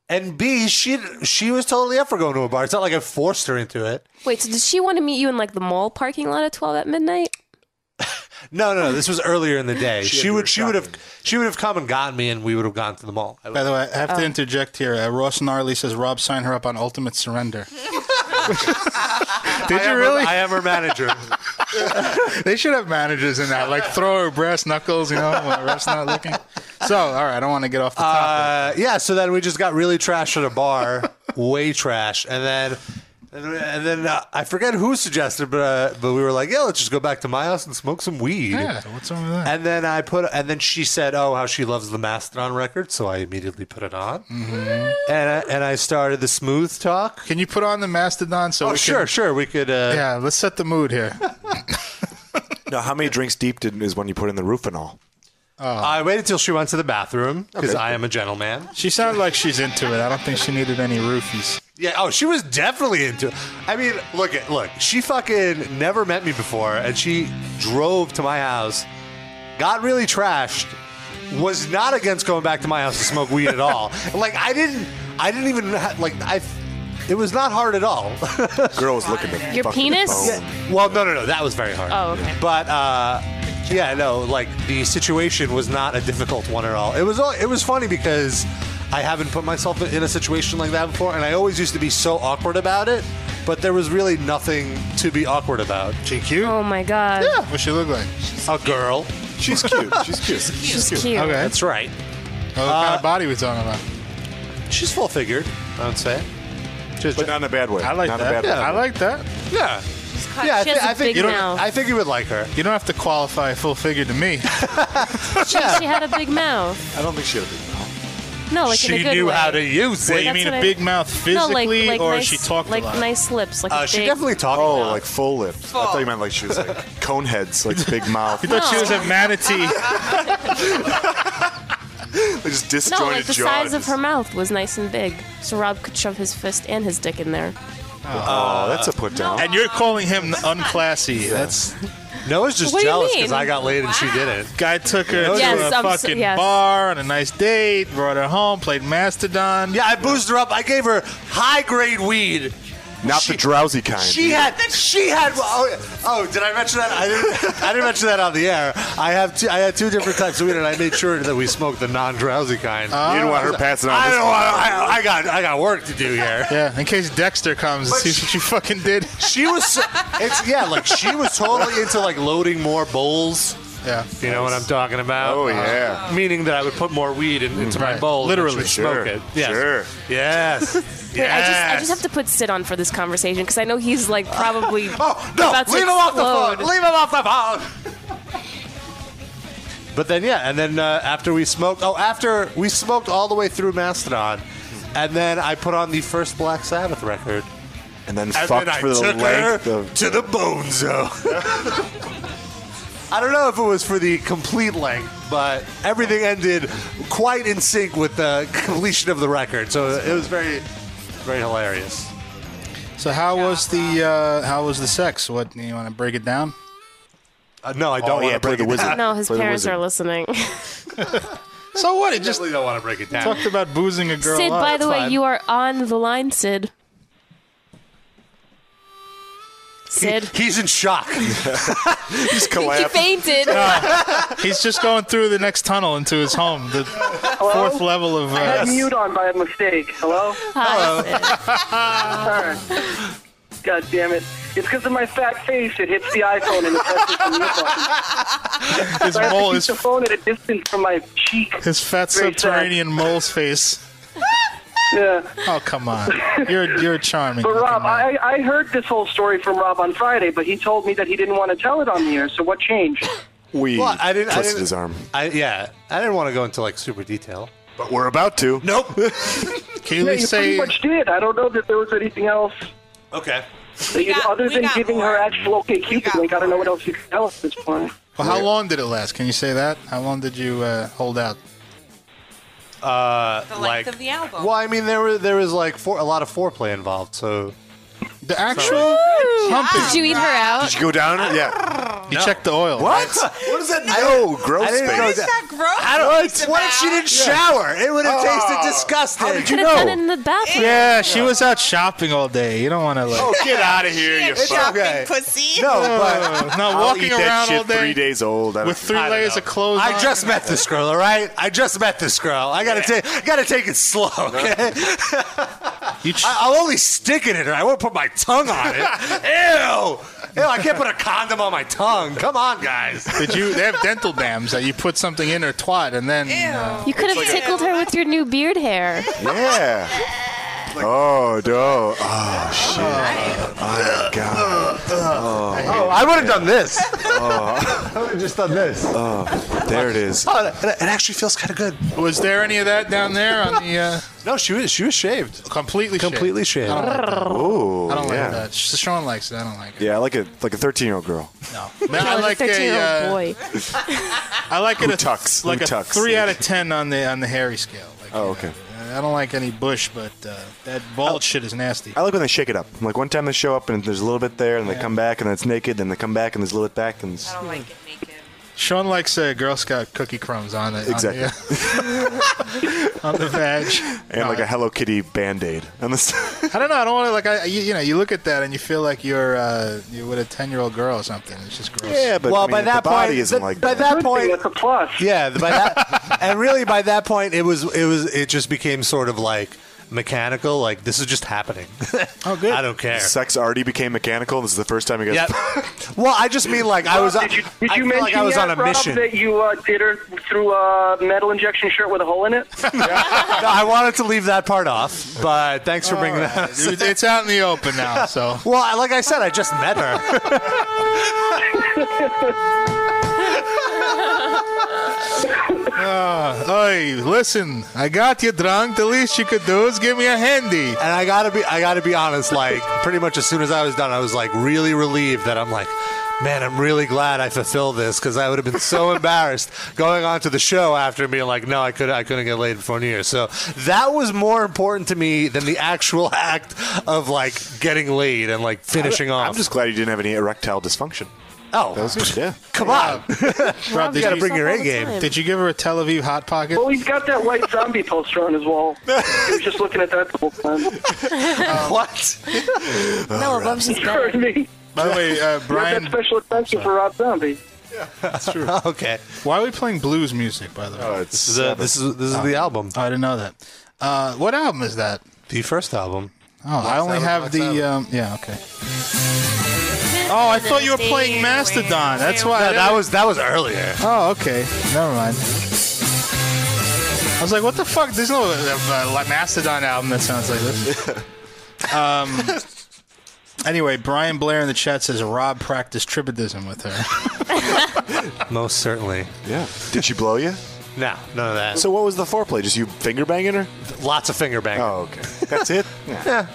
and B. She she was totally up for going to a bar. It's not like I forced her into it.
Wait, so did she want to meet you in like the mall parking lot at twelve at midnight?
No, no, no. This was earlier in the day.
She
she
had to
would she would have she would have come and gotten me, and we would have gone to the mall. I would-
By the way, I have
Oh.
to interject here. Uh, Ross Gnarly says Rob signed her up on Ultimate Surrender. Did
I
you
am her-
really?
I am her manager.
they should have managers in that, like throw her brass knuckles, you know, when the ref's not looking. So, all right, I don't want to get off the topic.
Uh, yeah, so then we just got really trashed at a bar, way trash, and then and then uh, I forget who suggested, but uh, but we were like, yeah, let's just go back to my house and smoke some weed.
yeah, what's wrong with that?
And then I put, and then she said, "Oh, how she loves the Mastodon record," so I immediately put it on,
Mm-hmm.
and I, and I started the smooth talk.
Can you put on the Mastodon? So
oh,
we
sure,
can-
sure, we could. Uh,
Yeah, let's set the mood here.
Now, how many drinks deep did, is when you put in the roof and all?
I waited till she went to the bathroom because
Okay.
I am a gentleman.
She sounded like she's into it. I don't think she needed any roofies.
Yeah. Oh, she was definitely into. it. I mean, look at look. She fucking never met me before, and she drove to my house, got really trashed, was not against going back to my house to smoke weed at all. like I didn't. I didn't even ha- like I. It was not hard at all.
Girl was looking to
Your fucking penis? bone.
Yeah. Well, no, no, no. That was very hard.
Oh, okay.
But uh, yeah, no. Like the situation was not a difficult one at all. It was. all It was funny because I haven't put myself in a situation like that before, and I always used to be so awkward about it. But there was really nothing to be awkward about.
She cute?
Oh my god.
Yeah. What she look like?
a girl.
She's cute. She's cute. She's
cute. cute.
Okay.
That's right. Uh,
Oh, what kind of body we talking about?
She's full figured. I would say.
but not in a bad way.
I like
not in
that.
a bad
Yeah.
way.
I like that.
Yeah.
Yeah, I She has thi- a I think- big
you don't-
mouth.
I think you would like her.
You don't have to qualify a full figure to me.
She, she had a big mouth.
I don't think she had a big mouth.
No, like in a good way.
use
What, you
That's
mean
what
a
I-
big mouth
No,
physically,
like- like
or
nice-
she talked
like
a lot?
nice lips, like
Uh,
a
she
big-
definitely
talked.
Oh, like full lips. I thought you meant like she was like cone heads, like big mouth.
You thought she was a manatee.
Like just
No,
disjointed
like the
jaw.
size of her mouth was nice and big, so Rob could shove his fist and his dick in there.
Oh, that's a put down.
And you're calling him unclassy. That's
Noah's just
What do you
jealous because
mean?
I got laid and she didn't.
Guy took her
Yes,
to a
I'm so-
fucking
yes.
bar on a nice date, brought her home, played Mastodon.
Yeah, I boozed her up. I gave her high grade weed.
Not the drowsy kind.
She had. She had. Oh, oh, did I mention that? I didn't. I didn't mention that on the air. I have. Two, I had two different types of weed, and I made sure that we smoked the non-drowsy kind.
You didn't want her passing on
I
this-
don't want. I, I got. I got work to do here.
Yeah, in case Dexter comes and sees what you fucking did.
She was. so- It's yeah. Like she was totally into like loading more bowls.
Yeah.
You know what I'm talking about? Uh,
Oh, yeah.
meaning that I would put more weed in, into my
Right.
bowl.
Literally.
and she would
Sure.
smoke it. Yes.
Sure.
Yes.
Wait, I just, I
Yes.
just have to put Sid on for this conversation because I know he's like probably
No,
about to
leave him off the phone.
explode.
Leave him off the phone. But then, yeah, and then uh, after we smoked, oh, after we smoked all the way through Mastodon, and then I put on the first Black Sabbath record.
And then
fucked
for the length of-
to the bone
uh,
zone. I don't know if it was for the complete length, but everything ended quite in sync with the completion of the record. So it was very, very hilarious.
So how was the uh, how was the sex? What you want to break it down?
Uh, no, I
don't wanna break it down.
No, his
Play the
parents
wizard.
are listening.
So what? It just
really don't want to break it down.
talked about boozing a girl.
Sid,
up.
by the way, you are on the line, Sid. Sid.
he's in shock.
He's
he fainted.
He's just going through the next tunnel into his home, the fourth level of. Uh,
I had mute on by mistake. Hello? Hello. God damn it. It's because of my fat face. It hits the iPhone and it presses the mute button.
His
so I have
mole
to keep
is-
the phone at a distance from my cheek.
His fat
Very sad.
subterranean mole's face.
Yeah.
Oh come on, you're you're charming.
But Rob, I, I heard this whole story from Rob on Friday, but he told me that he didn't want to tell it on the air. So what changed?
We
Well, I didn't- I
twisted
didn't-
his arm.
I, yeah, I didn't want to go into like super detail.
But we're about to.
Nope.
Can
yeah, you pretty much did. I don't know that there was anything else.
Okay.
that you- other than giving her actual OK Cupid link, I don't know what else you can tell at this point.
Well, how long did it last? Can you say that? How long did you uh, hold out?
Uh,
The length
like,
of the album.
Well, I mean, there were there was like four, a lot of foreplay involved. So
the actual
Did you eat her out?
you go down it? Yeah.
You checked the oil.
What?
what is that? No, gross
I didn't
face.
know that. I don't. What, what if she didn't shower? It would have tasted disgusting.
the bathroom.
Yeah, she was out shopping all day. You don't want to like.
Oh, get out of here, you
It's
fuck.
okay.
pussy.
No,
I'll
but- No, walking
eat that
around
shit
all day
Three days old. I don't
with three
care.
layers of clothes.
I
on.
just met this girl, all right? I just met this girl. I gotta take, gotta take it slow, okay? I, I'll only stick it in her. I won't put my tongue on it. Ew! Ew! I can't put a condom on my tongue. Come on, guys.
Did you? They have dental dams that you put something in her twat, and then. uh,
You could have tickled her with your new beard hair.
Yeah. Oh no! Oh shit! Oh my god! Oh,
Oh, I would have done this.
Oh.
I would have just done this.
Oh, there it is.
Oh, it, it actually feels kind of good.
Was there any of that down there on the? Uh,
no, she was she was shaved.
Completely,
Completely
shaved. Oh
shaved.
I don't like that.
Ooh,
I don't
yeah.
like that. Sh- Sean likes it. I don't like it.
Yeah, I like a like a thirteen-year-old girl.
Man, I like a. Uh,
boy.
I like it
Who
a
tucks?
like
Who
a
tucks?
three out of ten on the on the hairy scale.
Oh, okay.
I don't like any bush, but uh, that bald shit is nasty.
I like when they shake it up. Like one time they show up and there's a little bit there, and they
Yeah.
come back and it's naked, then they come back and there's a little bit back, and it's,
don't like it.
Sean likes uh, Girl Scout cookie crumbs on it.
Exactly.
On the, on the veg.
and like a Hello Kitty band aid. And this,
uh, I don't know. I don't want to like. I you, you know you look at that and you feel like you're uh, you're with a ten year old girl or something. It's just gross.
Yeah, but, Well, I mean, by the that body point- isn't the- like by that. that point-
It's a plus.
Yeah, by that, and really by that point, it was it was it just became sort of like mechanical. Like this is just happening. oh, good. I don't care.
sex already became mechanical. This is the first time you guys.
Yep. well, I just mean like I was.
Rob, did you, did
I
you
feel
mention
like I was
yet,
on a
Rob,
mission.
that you uh, did her through a metal injection shirt with a hole in it?
No, I wanted to leave that part off, but thanks for bringing that.
It's- it's out in the open now, so.
well, I- like I said, I just met her.
Uh, hey, listen, I got you drunk. The least you could do is give me a handy. And
I gotta be, I gotta be honest. Like pretty much as soon as I was done, I was like really relieved that I'm like, Man, I'm really glad I fulfilled this because I would have been so embarrassed going on to the show after and being like, no, I could I couldn't get laid for New Year. So that was more important to me than the actual act of like getting laid and like finishing
I'm,
off.
I'm just glad you didn't have any erectile dysfunction.
Oh,
That was good. Yeah.
come on.
Rob,
you
did
gotta bring your A game.
game. Did you give her a Tel Aviv hot pocket?
Oh,
Well, he's got that white zombie poster on his wall. he was just looking at that the whole time.
Um,
what?
no, Rob Zombie. You heard me.
By the way, uh,
Brian. special attention for Rob Zombie.
That's true. okay.
Why are we playing blues music, by the way?
This is, uh, this is this is
Oh.
the album.
I didn't know that. Uh, what album is that?
The first album.
Oh, I only have
Sabbath, Black
the. Um, yeah, okay. Oh, I thought you were playing Mastodon. That's why. I
No,
didn't-
that was that was earlier.
Oh, okay. Never mind. I was like, what the fuck? There's no uh, uh, Mastodon album that sounds like this. um, anyway, Brian Blair in the chat says Rob practiced tribadism with her.
Most certainly.
Yeah. Did she blow you?
No, none of that.
So what was the foreplay? Just you finger banging her?
Lots of finger banging.
Oh, okay. That's it.
Yeah.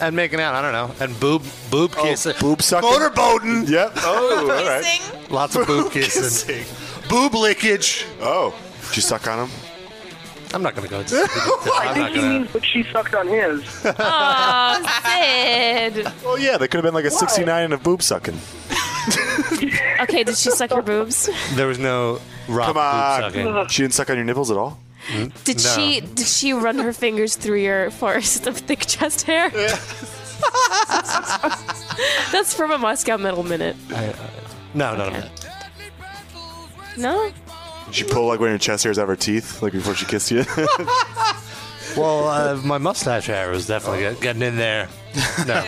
And making out, I don't know. And boob boob kissing.
Oh, Boob sucking.
Motorboating.
Yep. Oh, all right.
Lots of boob kissing. Boob lickage.
Oh. Did you suck on him?
I'm not gonna go. Into
I think he means that she sucked on his.
Oh, Sid.
Well, yeah, there could have been like a 69 of boob sucking.
Okay, did she suck your boobs?
There was no rock
Come on.
boob sucking.
She didn't suck on your nipples at all?
Did she did she run her fingers through your forest of thick chest hair? That's from a Moscow Metal minute.
I, uh, no, no, no.
No.
Did she pull like one of your chest hairs out of her teeth, like before she kissed you?
Well, uh, my mustache hair was definitely get- getting in there. No,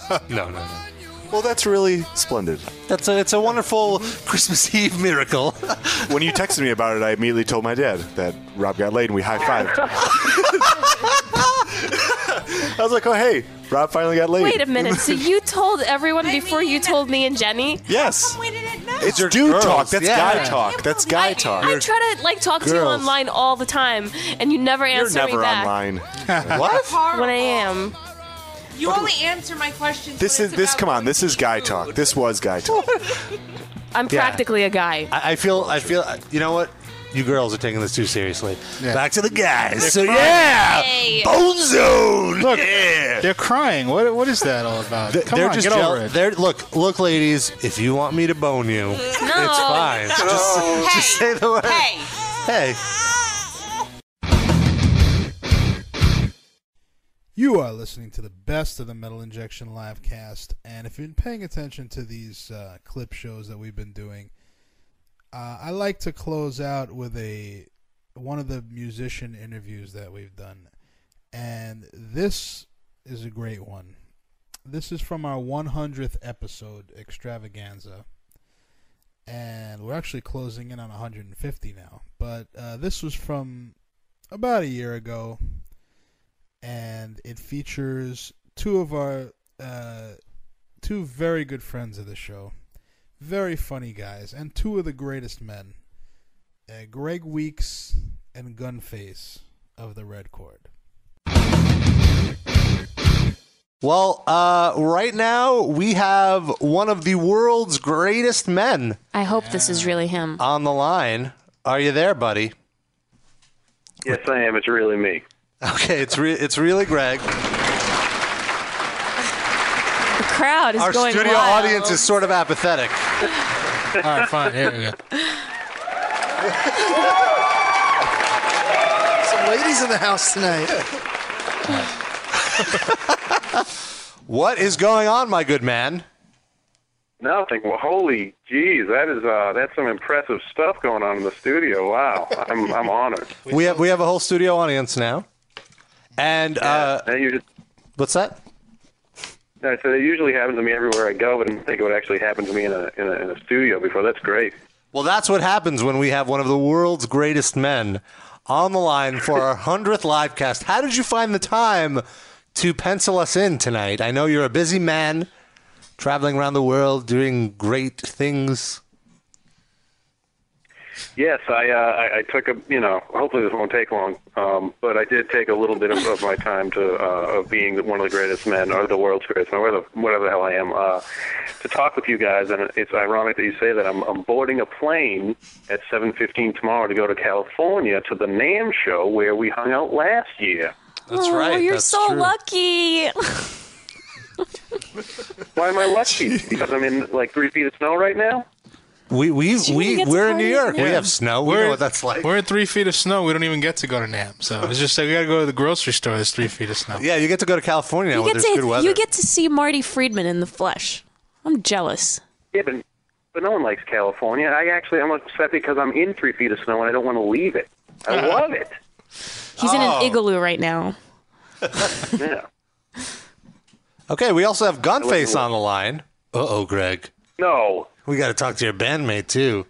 no, no. no.
well, that's really splendid.
That's a, it's a wonderful Christmas Eve miracle.
when you texted me about it, I immediately told my dad that Rob got laid and we high fived. I was like, oh, hey, Rob finally got laid.
Wait a minute. So you told everyone before you told me and Jenny?
yes. It's dude
girls,
talk. That's
yeah.
guy talk. That's guy talk.
I try to like talk to you
Girls.
online all the time, and you never
You're
answer me
never
back.
online.
When I am.
You only answer my questions.
This is this. Come on, this is guy talk. This was guy talk.
I'm
Yeah.
practically a guy.
I, I feel. I feel. You know what? You girls are taking this too seriously. Back to the
They're
guys. So
crying.
yeah,
Yay.
Bone Zone.
Look,
yeah.
they're crying. What, what is that all about?
Th-
Come
they're
on,
just
get
jeal-
over it.
They're look, look, ladies. If you want me to bone you, it's fine. Just, just say the word. Hey.
You are listening to the best of the Metal Injection live cast, and if you've been paying attention to these uh, clip shows that we've been doing, uh, I like to close out with a one of the musician interviews that we've done, and this is a great one. This is from our 100th episode extravaganza, and we're actually closing in on 150 now. But uh, this was from about a year ago and it features two of our uh, two very good friends of the show, very funny guys, and two of the greatest men, uh, Greg Weeks and Gunface of the Red Chord.
Well, uh, right now we have one of the world's greatest men
I hope this is really him.
on the line. Are you there, buddy?
Yes, I am. It's really me.
Okay, it's re- it's really Greg.
The crowd is
Our
going
studio
wild.
audience is sort of apathetic.
All right, fine. Here we go.
Some ladies in the house tonight.
What is going on, my good man?
Nothing. Well, holy jeez, that is uh, that's some impressive stuff going on in the studio. Wow, I'm I'm honored.
We have we have a whole studio audience now, and uh,
That usually,
what's that?
I said it usually happens to me everywhere I go, but I didn't think it would actually happen to me in a in a, in a studio before. That's great.
Well, that's what happens when we have one of the world's greatest men on the line for our 100th live cast. How did you find the time to pencil us in tonight? I know you're a busy man traveling around the world doing great things.
Yes, I, uh, I I took a you know hopefully this won't take long, um, but I did take a little bit of, of my time to uh, of being one of the greatest men or the world's greatest men, whatever the, whatever the hell I am, uh, to talk with you guys. And it's ironic that you say that I'm, I'm boarding a plane at 7:15 tomorrow to go to California to the Nam show where we hung out last year.
That's oh, right. You're
that's
so
true.
lucky.
Why am I lucky? Because I'm in like three feet of snow right now.
We we we we're in New York. We
Yeah.
have snow. We know what that's like.
We're at three feet of snow. We don't even get to go to Nam. So it's just like we got to go to the grocery store. There's three feet of snow.
Yeah, you get to go to California
now
you get to you get to see Marty Friedman in the flesh. I'm jealous.
Yeah, but, but no one likes California. I actually I'm upset because I'm in three feet of snow and I don't want to leave it. I
Uh-huh.
love it.
He's in an
Oh.
igloo right now.
Yeah.
Okay, we also have Gunface on the line. Uh oh, Greg.
No.
We got to talk to your bandmate too.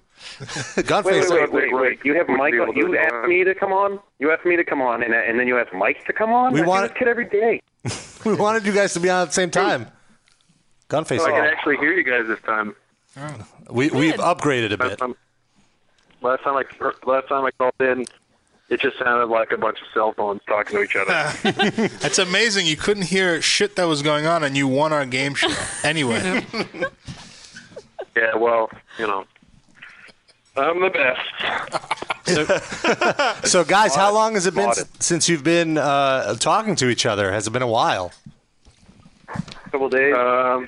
Gunface.
Wait, wait, wait, wait, wait. You have Michael. You asked me to come on. You asked me to come on, and, and then you asked Mike to come on.
We
I do
want-
this kid every day.
We wanted you guys to be on at the same time. Gunface.
So I can
actually
hear you guys this time.
We we've upgraded a bit.
Last time I last time I called in, it just sounded like a bunch of cell phones talking to each other.
That's amazing. You couldn't hear shit that was going on, and you won our game show anyway.
yeah, well, you know, I'm the best.
So, guys, how long has it been
Got
s- since you've been uh, talking to each other? Has it been a while?
couple days. Um,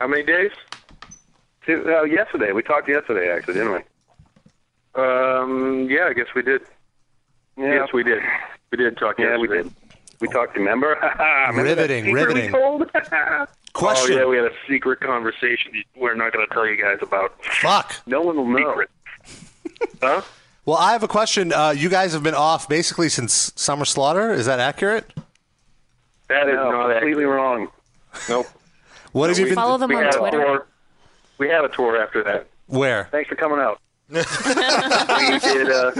how many days? Two, uh, yesterday. We talked yesterday, actually, didn't we?
Um, yeah, I guess we did. Yes, we did. We did talk.
Yeah, we
yesterday.
did. We talked. Remember? Oh, Remember that
Riveting,
secret we
riveting.
told?
Oh, yeah, we had a secret conversation we're not going to tell you guys about.
Fuck.
No one will know.
Huh?
Well, I have a question. Uh, you guys have been off basically since Summer Slaughter. Is that accurate?
That is
No,
not
completely wrong.
Nope.
What have you
we-
been?
Follow them
we
on
had a
Twitter.
tour- We had a tour after that.
Where?
Thanks for coming out.
we did. Uh,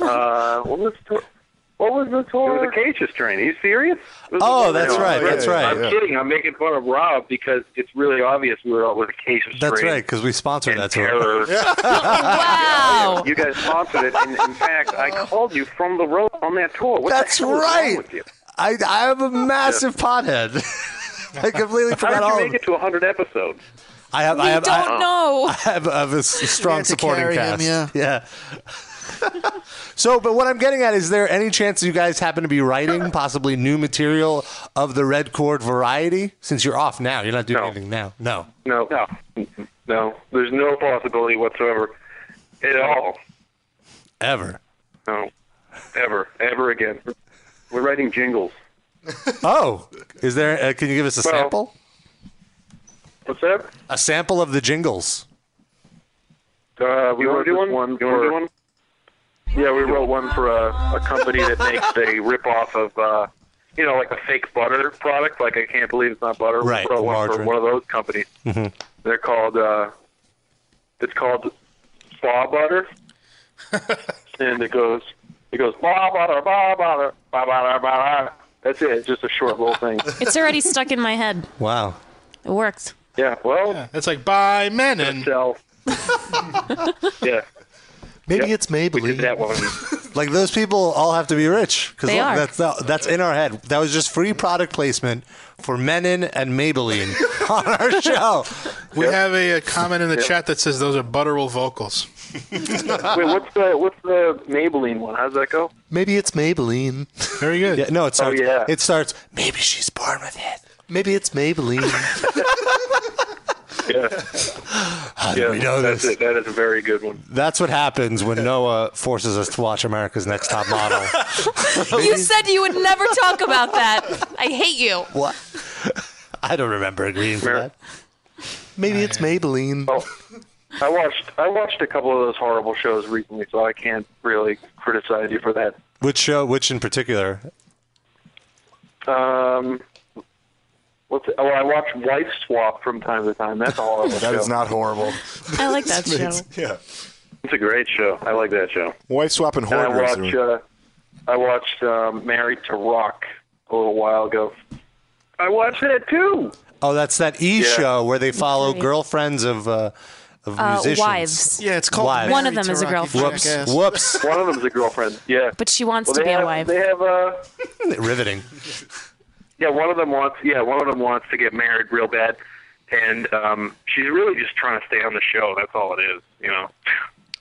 uh, what was the tour? What was the tour?
It was a cages train. Are you serious? It was
Oh,
a-
that's right, that's right.
I'm
Yeah.
kidding. I'm making fun of Rob because it's really obvious we were out with a case of
That's
strain.
right, because we sponsored that tour.
terror.
wow. You guys sponsored it. And in fact, I called you from the road on that tour. What the
That's
hell is wrong
right.
with you?
I, I am a massive pothead. I completely
How
forgot
did you
all.
make it to 100 episodes?
I have. I
We
have. I,
don't know.
I have, I have a s-
We
strong
had to
supporting
carry him,
cast. yeah. so, but what I'm getting at is there any chance you guys happen to be writing possibly new material of the red cord variety? Since you're off now, you're not doing anything now. No.
No. No. No. There's no possibility whatsoever at all.
Ever.
No. Ever. Ever again.
We're writing jingles.
Oh, is there? Uh, can you give us a
Well-
sample?
What's that?
A sample of the jingles.
Uh, we
You wanna
wrote
do
this
one?
one.
You wanna
for-
do one?
Yeah, we wrote one for a, a company that makes a ripoff of, uh, you know, like a fake butter product. Like I can't believe it's not butter.
Right,
We wrote one for
margarine.
one of those companies.
Mhm.
They're called. Uh, it's called Spa Butter, and it goes. It goes ba butter ba butter ba butter ba butter. That's it. It's just a short little thing.
It's already stuck in my head.
Wow.
It worked.
Yeah. Well,
It's like by men and
yeah.
Maybe it's Maybelline. We did that
one.
like those people all have to be rich because
They are.
that's that's in our head. That was just free product placement for Menon and Maybelline on our show.
we have a, uh, comment in the
Yep.
chat that says those are buttural vocals.
Wait, what's the what's the Maybelline one? How's that go?
Maybe it's Maybelline.
Very good.
Yeah, no, it
Oh,
starts.
yeah.
It starts. Maybe she's born with it. Maybe it's Maybelline.
Yeah.
How do we know
that's
this?
It. That is a very good one.
That's what happens when Noah forces us to watch America's Next Top Model.
you said you would never talk about that. I hate you.
What? I don't remember agreeing to that. Maybe it's Maybelline.
I watched I watched a couple of those horrible shows recently, so I can't really criticize you for that.
Which show? Which in particular?
Um, what's it? oh, I watch Wife Swap from time to time. That's a horrible.
That
show.
is not horrible.
I like that show.
Yeah.
It's a great show. I like that show.
Wife swapping
And I watch
hoarders.
uh, I watched um, Married to Rock a little while ago. I watched that too.
Oh, that's that E
Yeah.
show where they follow
right.
girlfriends of uh, of
Uh,
musicians.
wives. Yeah, it's called One of Married them to is a Rocky girlfriend. Jackass.
Whoops. Whoops.
One of them's a girlfriend. Yeah.
But she wants
Well,
to
they
be
have,
a wife.
They have uh,
Riveting.
Yeah, one of them wants. Yeah, one of them wants to get married real bad, and um, she's really just trying to stay on the show. That's all it is, you know.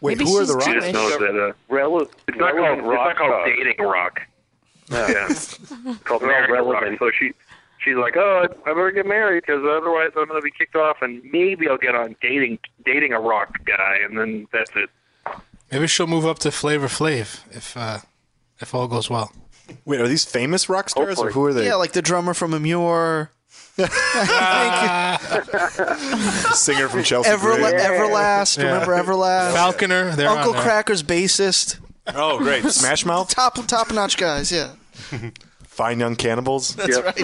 Wait, Maybe who are the she's
She
Rockers?
just knows that. Uh, it's not called.
relevant
It's not
rock
called
stars.
dating rock.
Yeah.
Yeah, called
They're all
marriage rock.
relevant.
So she, she's like, oh, I, I better get married because otherwise I'm gonna be kicked off, and maybe I'll get on dating dating a rock guy, and then that's it.
Maybe she'll move up to Flavor Flav if uh, if all goes well.
Wait, are these famous rock stars or who are they?
Yeah, like the drummer from Amure.
Singer from Chelsea.
Everla-
Gray.
Everlast.
Yeah.
Remember Everlast?
Falconer, they're
Uncle
on there.
Cracker's bassist.
Oh, great. Smash Mouth?
Top top notch guys. Yeah,
Fine Young Cannibals.
that's right.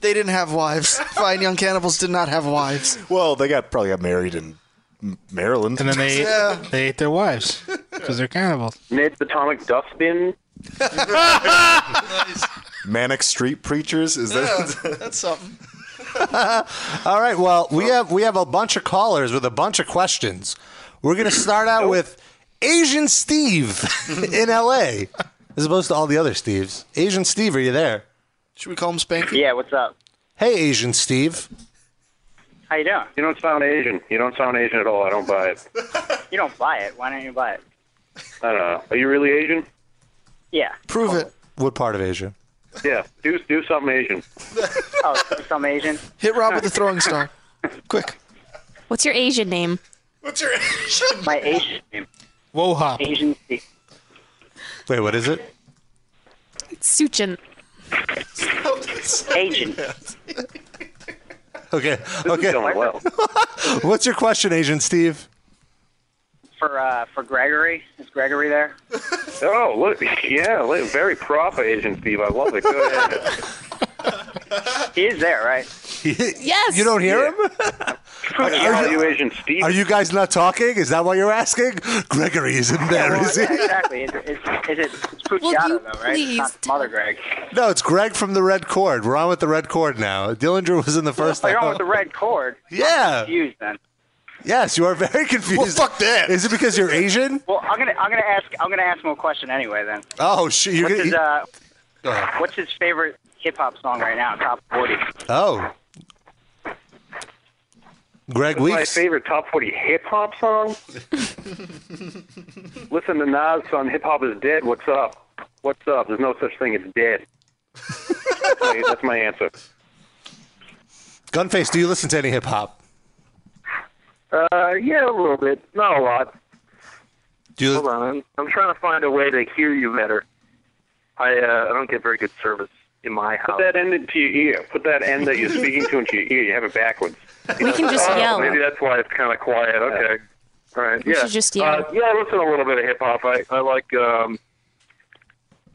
they didn't have wives. Fine Young Cannibals did not have wives.
Well, they got probably got married in M- Maryland.
And then they
Yeah.
they ate their wives because they're cannibals.
Nate's atomic dustbin.
Manic Street Preachers. Is that?
that's something.
All right. Well, we have we have a bunch of callers with a bunch of questions. We're gonna start out with Asian Steve in L.A. As opposed to all the other Steves. Asian Steve, are you there?
Should we call him Spanky?
Yeah, what's up?
Hey, Asian Steve.
How you doing?
You don't sound Asian. You don't sound Asian at all. I don't buy it.
You don't buy it. Why don't you buy it?
I don't know. Are you really Asian?
Yeah.
Prove it.
What part of Asia?
Yeah. Do do something Asian.
Oh, some Asian.
Hit Rob with the throwing star. Quick.
What's your Asian name?
What's your Asian? My Asian name.
Whoa, hop.
Asian Steve.
Wait, what is it?
Suchin.
Asian.
Okay. okay. What's your question, Asian Steve?
For uh, for Gregory. Is Gregory there? Oh, look. Yeah, look, very proper Asian Steve. I love it. Go ahead. he is there, right?
yes. You don't hear him?
Are, you Asian Steve?
Are you guys not talking? Is that what you're asking? Gregory is in there, is he?
Yeah, exactly. Is, is, is it it's Pucciata, though, right? It's not Mother Greg.
No, it's Greg from the Red Cord. We're on with the Red Cord now. Dillinger was in the first.
Oh, you're on
hour.
with the red cord.
Yeah.
I'm confused then.
Yes, you are very confused. Well, fuck that. Is it because you're Asian?
Well, I'm gonna I'm gonna ask I'm gonna ask him a question anyway then.
Oh shit! You're
what's
gonna.
his uh,
Go ahead.
what's his favorite hip hop song right now? Top forty.
Oh. Greg
What's my
Weeks.
favorite top forty hip hop song?
Listen to Nas on Hip Hop is Dead. What's up? What's up? There's no such thing as dead. that's, my, that's my answer.
Gunface, do you listen to any hip hop?
Uh, yeah, a little bit. Not a lot.
Do you
Hold on. I'm trying to find a way to hear you better. I uh, I don't get very good service in my house.
that
end into your ear. Put that end that you're speaking to into your ear. You have it backwards.
We can just
oh,
yell.
Maybe that's why it's kind of quiet. Okay. All right.
We
yeah.
should just
Uh,
yell.
yeah, I listen to a little bit of hip hop. I I like um,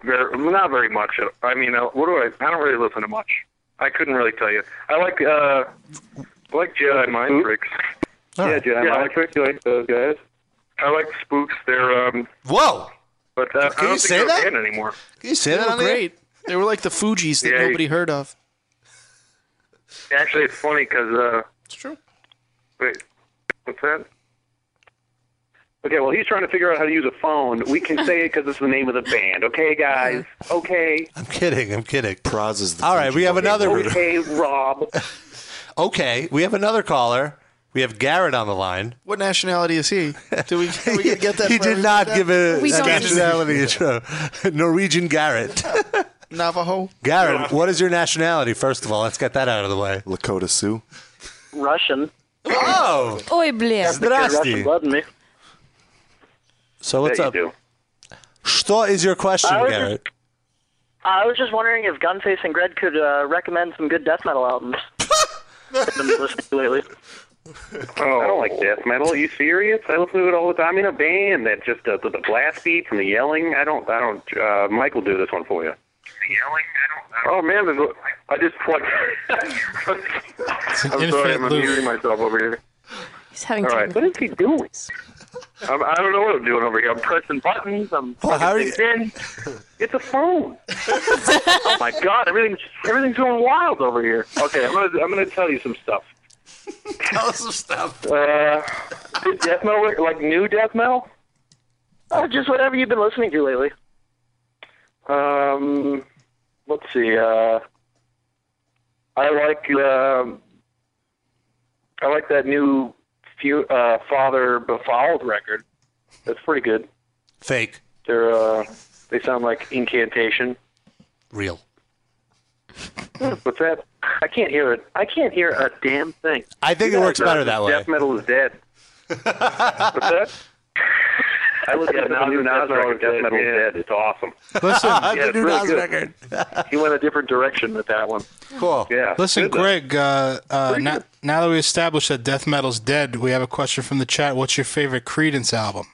very not very much. I mean, uh, what do I? I don't really listen to much. I couldn't really tell you. I like uh, I like Jedi Mind Tricks.
Yeah,
Jedi yeah, Mind Tricks. You like those guys? I like Spooks. They're um.
Whoa.
But uh, I
you
don't think
say
they're
that?
a band anymore.
Can you say
they
that
were
on the air?
great. They were like the Fugees that
Yeah, you-
nobody heard of.
Actually, it's funny because uh, it's true. Wait, what's that? Okay, well, he's trying to figure out how to use a phone. We can say it because it's the name of the band. Okay, guys. Okay.
I'm kidding. I'm kidding.
Proz is the.
All right, we have another.
Okay, Rob.
Okay, we have another caller. We have Garrett on the line.
What nationality is he? Do we, do we get that?
he
for
did
every-
not give a
We don't-
nationality intro. Norwegian Garrett.
Navajo.
Garrett, what is your nationality? First of all, let's get that out of the way.
Lakota Sioux.
Russian.
Oh.
Oi, бля.
Здрасте.
Russian love me.
So what's
Yeah,
up? Что is your question,
I was just-
Garrett?
I was just wondering if Gunface and Greg could uh, recommend some good death metal albums. I've been listening to lately.
I don't like death metal. Are you serious? I listen to it all the time. I'm in a band that just does the blast beats and the yelling. I don't. I don't. Uh, Mike will do this one for you. Oh man, there's a- I just plugged. I'm sorry,
infinite
I'm
loop.
amusing myself over here.
He's having
All right, what is he doing? I'm, I don't know what I'm doing over here. I'm pressing buttons. I'm
Well, how are
plugging
you-
things in. It's a phone. oh my god, everything's everything's going wild over here. Okay, I'm gonna I'm gonna tell you some stuff.
Tell us some stuff.
Uh, the death metal, like new death metal? Uh,
Oh, just whatever you've been listening to lately.
Um, let's see. Uh, I like um, I like that new few, uh, Father Befouled record. That's pretty good.
Fake.
They're uh, they sound like incantation.
Real.
What's that? I can't hear it. I can't hear a damn thing.
I think
You
it
guys
works
are-
better that way.
Death metal is dead. What's that? I look at the new Nas record. Death metal is dead. It's awesome.
Listen,
yeah,
the
it's
new
really
Nas
good.
record.
he went a different direction with that one.
Cool.
Yeah.
Listen,
Good, though.
Greg. Uh, uh, now, now that we established that death metal's dead, we have a question from the chat. What's your favorite Credence album?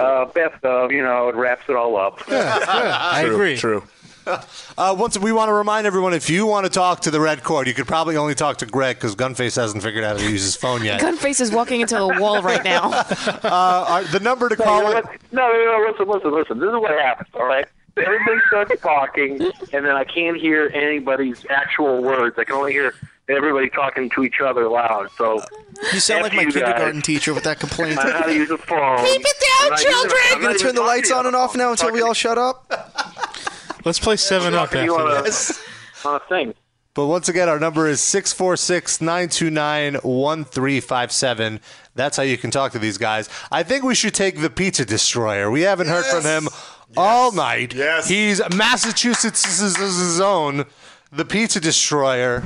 Uh, best of, you know, it wraps it all up.
I True, agree. true. Uh, once we want to remind everyone, if you want to talk to the red cord, you could probably only talk to Greg because Gunface hasn't figured out how to use his phone yet.
Gunface is walking into the wall right now.
uh, our- the number to call it.
No, no, no, listen, listen, listen. This is what happens, all right? Everybody starts talking, and then I can't hear anybody's actual words. I can only hear everybody talking to each other loud. So
You sound like
F
my
you guys.
kindergarten teacher with that complaint.
I know how to use a phone. Keep it down, I'm not even- children! I'm
I'm gonna
not
turn
even
the lights
talking
on and off now until we all shut up.
Let's play seven up
Talking to you
after
on
this.
a, on a thing.
But once again, our number is 646 929 1357. That's how you can talk to these guys. I think we should take the Pizza Destroyer. We haven't heard from him all night. Yes. He's Massachusetts' own, the Pizza Destroyer.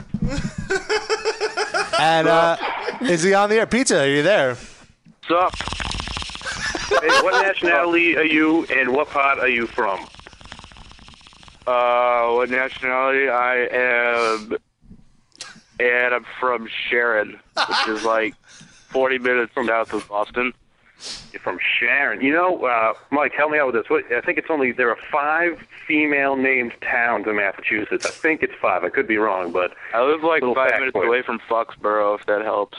and uh, is he on the air? Pizza, are you there?
Sup? hey, what nationality are you, and what part are you from?
Uh, what nationality? I am, and I'm from Sharon, which is like 40 minutes south of Boston.
You're from Sharon. You know, uh, Mike, help me out with this. What, I think it's only there are five female named towns in Massachusetts. I think it's five. I could be wrong, but
I live like
Little
five
fact
minutes
for you.
away from Foxborough, if that helps.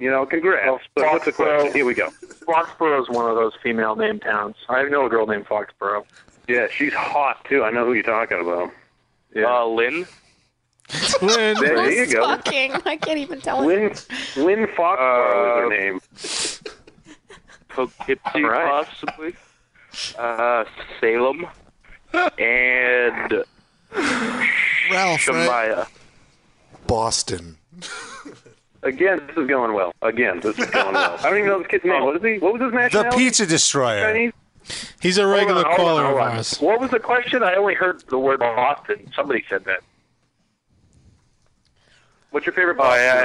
you know, congrats. but what's the question? Here we go.
Foxborough is one of those female named towns. I know a girl named Foxborough.
Yeah, she's hot too. I know who you're talking about.
Uh, Lynn?
Lynn. There you
Who's
go.
Talking. I can't even tell. him.
Lynn Lynn
Uh,
Foxborough is her name.
Poughkeepsie,
Right.
possibly. Uh, Salem. And
Ralph,
Shemaya.
Boston.
Again, this is going well. Again, this is going well. I don't even know this kid's
Oh.
name. What is he? What was his
The
nationality?
Pizza Destroyer.
Chinese?
He's a
Hold on,
regular
Uh, hold on,
caller
hold
of
on.
ours.
What was the question? I only heard the word Boston. Somebody said that. What's your favorite Boston? Uh,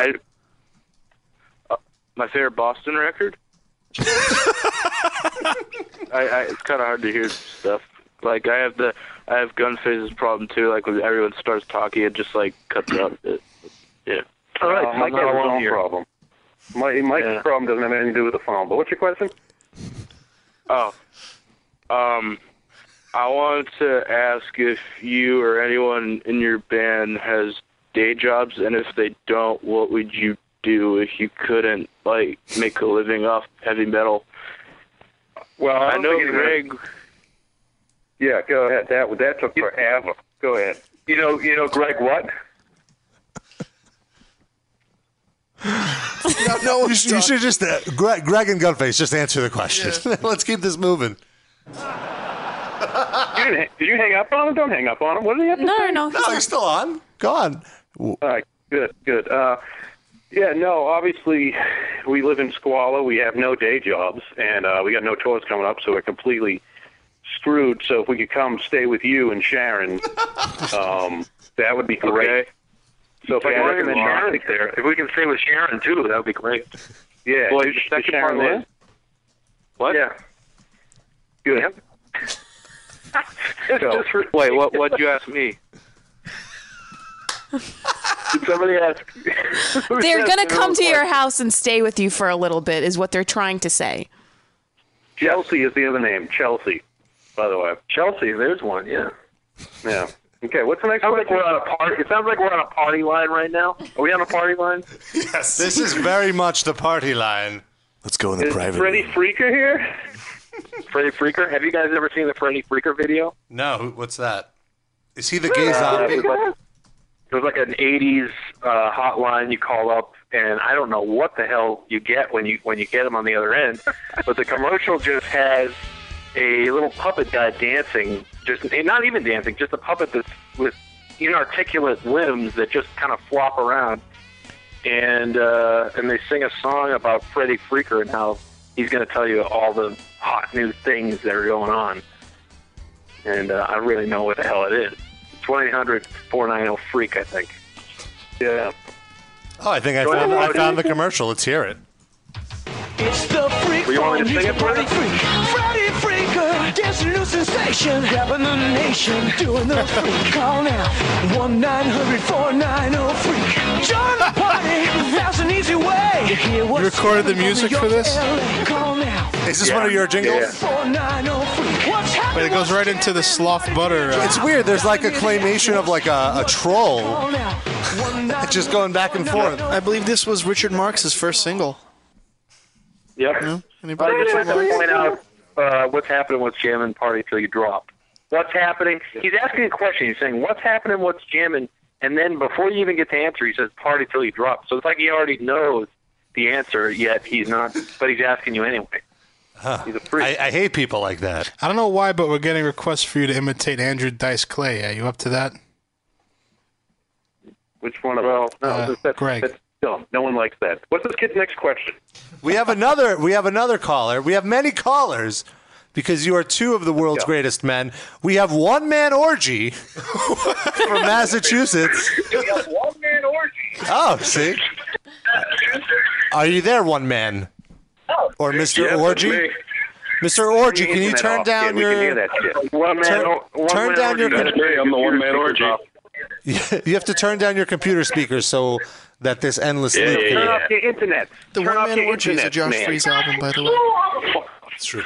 yeah, My favorite Boston record? I, I it's kind of hard to hear stuff. Like I have the I have Gunface's problem too. Like when everyone starts talking, it just like cuts out. It, yeah.
All right,
Uh,
I'm
Mike
not
has his
alone
own
here.
problem. Mike, Mike's
Yeah.
problem doesn't have anything to do with the phone. But what's your question?
Oh. Um, I wanted to ask if you or anyone in your band has day jobs, and if they don't, what would you do if you couldn't like make a living off heavy metal?
Well,
I,
don't
know
think it's gonna-
Greg.
Yeah, go ahead. That that took forever. Go ahead. You know, you know, Greg. What?
No, no you, sh- you should just, uh, Greg, Greg and Gunface, just answer the question. Let's keep this moving.
you didn't, ha- did you hang up on him? Don't hang up on him. What did he have to
No,
say?
no,
No, he's still on. Go on. All
right, good, good. Uh, yeah, no, obviously, we live in squalor. We have no day jobs, and uh, we got no tours coming up, so we're completely screwed. So if we could come stay with you and Sharon, um, that would be great. So if I
Yeah,
can recommend
well,
Sharon there, if we can stay with Sharon too, that would be great. Yeah,
Well,
is-
the
is
second
Sharon
part
there?
was- What?
Yeah. Good.
So- wait, what? What'd you ask me?
Did somebody ask?
They're gonna come to your house and stay with you for a little bit, is what they're trying to say.
Chelsea is the other name. Chelsea, by the way. Chelsea, there's one. Yeah. Yeah. Okay. What's the next sounds Like we're on a party. It sounds like we're on a party line right now. Are we on a party line?
Yes. This is very much the party line. Let's go in
Is Freddy Freaker here?
Freddy Freaker? Have you guys ever seen the Freddy Freaker video? No. who- What's that? Is he the gay
Uh,
zombie?
it was like- It was like an '80s uh, hotline. You call up and I don't know what the hell you get when you when you get them on the other end, but the commercial just has a little puppet guy dancing, just eh, not even dancing, just a puppet that's with inarticulate limbs that just kind of flop around, and uh, and they sing a song about Freddy Freaker and how he's going to tell you all the hot new things that are going on, and uh, I don't really know what the hell it is. Twenty eight hundred four nine zero freak, I think. Yeah.
Oh, I think I found, I found the commercial. Let's hear it.
It's the freak
Well, you want me
phone.
to
He's
sing
a
it
Freddy
for
freak. Freddy freaker, dancing new sensation, grabbing the nation, doing the freak. Call now, one 900 freak. Join the party. That's an easy way. You hear what's
You recorded the
happening
music
in
for this?
LA. Call now.
Is this one of your jingles?
490 freak. What's happening?
But it goes right into the sloth butter. Uh,
It's weird. There's like a claymation of like a, a troll.
Call now.
Just going back and forth.
I believe this was Richard Marx's first single.
Yep.
No? Anybody?
I just like to point out uh, what's happening, what's jamming, party till you drop. What's happening? He's asking a question. He's saying, what's happening, what's jamming? And then before you even get the answer, he says, party till you drop. So it's like he already knows the answer, yet he's not, but he's asking you anyway. He's a freak.
I, I hate people like that.
I don't know why, but we're getting requests for you to imitate Andrew Dice Clay. Are you up to that?
Which one of well, no, that's, that's, Uh, Greg. That's dumb. No one likes that. What's this kid's next question?
We have another. We have another caller. We have many callers because you are two of the world's greatest men. We have one man orgy from Massachusetts.
one man orgy.
Oh, see, are you there, one man, or Mister
Yeah, that's
Orgy?
Oh. me.
Mr. Orgy, can you
Internet
turn
off,
down
kid. Oh, We
your
can hear that shit. One man
turn,
or- one
turn
man
down your
orgy. That's me. I'm the one man orgy.
you have to turn down your computer speakers so that this endless loop. can-
Turn off the internet.
The
Turn
One
off
Man
the
Orgy is a
internet,
Josh
man.
Freese album, by the way.
It's true.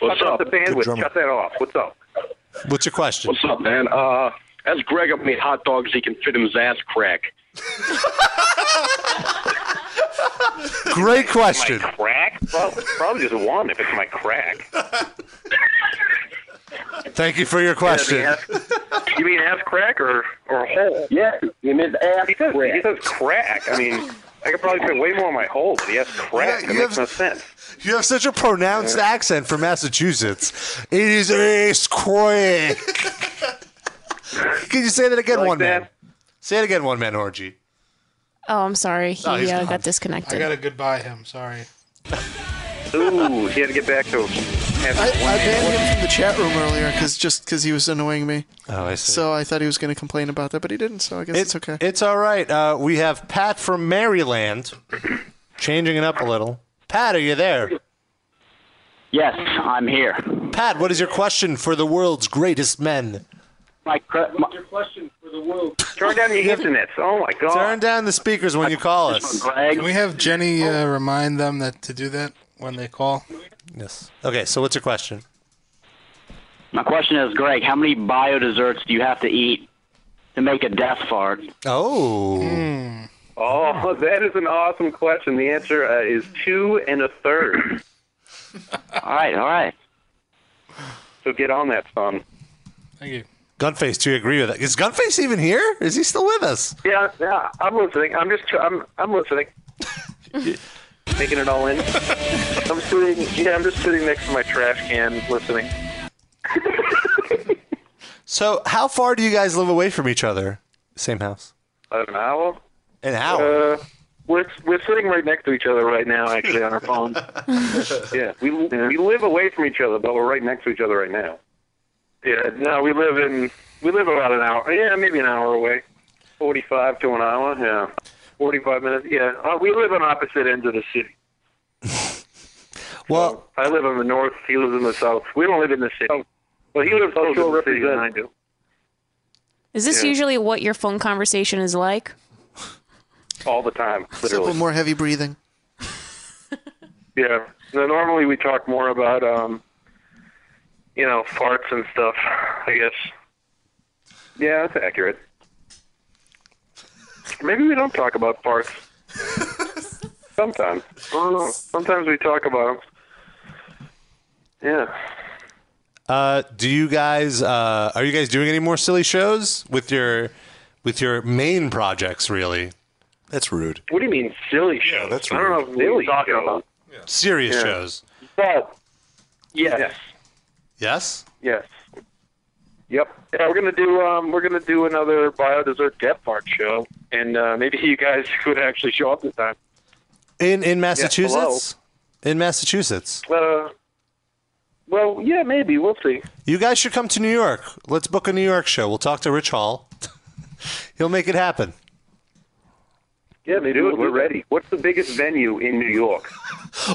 What's up? the
Good
bandwidth.
drummer.
Cut that off. What's up?
What's your question?
What's up, man? Uh, ask Greg how many hot dogs he can fit in his ass crack.
Great question.
Oh My crack? Well, it's probably just one if it's my crack.
Thank you for your question.
You mean ass crack or or hole? Yeah, you meant ass he says, crack. He says crack. I mean, I could probably fit way more on my hole, but he has crack.
Yeah,
that
you
makes
have-
no sense.
You have such a pronounced accent from Massachusetts. It is Ace Quick. Can you say that again, one man? Say it again, one man orgy.
Oh, I'm sorry. He
No, he's
uh,
gone.
got disconnected.
gotta goodbye him. Sorry.
Ooh, he had to get back to having
I,
one
I
man.
banned him from the chat room earlier because just because he was annoying me.
Oh, I see.
So I thought he was going to complain about that, but he didn't. So I guess it's okay.
It's all right. Uh, we have Pat from Maryland, changing it up a little. Pat, are you there?
Yes, I'm here.
Pat, what is your question for the world's greatest men?
My, cre- my
Turn down your internet. Oh my god.
Turn down the speakers when you call us.
Can we have Jenny
Oh.
uh, remind them that to do that when they call?
Yes. Okay, so what's your question?
my question is, Greg, how many bio desserts do you have to eat to make a death fart?
Oh.
Hmm.
Oh, that is an awesome question. The answer uh, is two and a third.
all right, all right.
So get on that, son.
Thank you.
Gunface, do you agree with that? Is Gunface even here? Is he still with us?
Yeah, yeah. I'm listening. I'm just. I'm. I'm listening. Taking it all in. I'm sitting. Yeah, I'm just sitting next to my trash can, listening.
So, how far do you guys live away from each other? Same house.
An hour.
An hour?
Uh, we're we're sitting right next to each other right now, actually, on our phone. yeah, we we live away from each other, but we're right next to each other right now. Yeah. No, we live in. We live about an hour. Yeah, maybe an hour away. Forty-five to an hour. Yeah. Forty-five minutes. Yeah. Uh, we live on opposite ends of the city.
Well,
I live in the north. He lives in the south. We don't live in the city. Well, he lives closer to the city than I do.
Is this
Yeah.
usually what your phone conversation is like?
All the time,
a little
literally.
more heavy breathing.
Yeah. No, normally we talk more about, um, you know, farts and stuff. I guess. Yeah, that's accurate. Maybe we don't talk about farts. Sometimes. I don't know. Sometimes we talk about them. Yeah.
Uh, do you guys uh, are you guys doing any more silly shows with your with your main projects? Really, That's rude.
What do you mean silly shows? Yeah,
that's
I don't know
rude.
what you're
Silly
talking
shows.
about.
Serious
Yeah.
shows.
But yes, yes,
Yes?
Yep. Yeah, we're gonna do um, we're gonna do another bio dessert depth art show, and uh, maybe you guys could actually show up this time.
In in
Yes, hello.
Massachusetts? in Massachusetts.
Uh, well, yeah, maybe we'll see.
You guys should come to New York. Let's book a New York show. We'll talk to Rich Hall. He'll make it happen.
Yeah, maybe
Dude,
we'll
we're
do that.
ready.
What's the biggest venue in New York?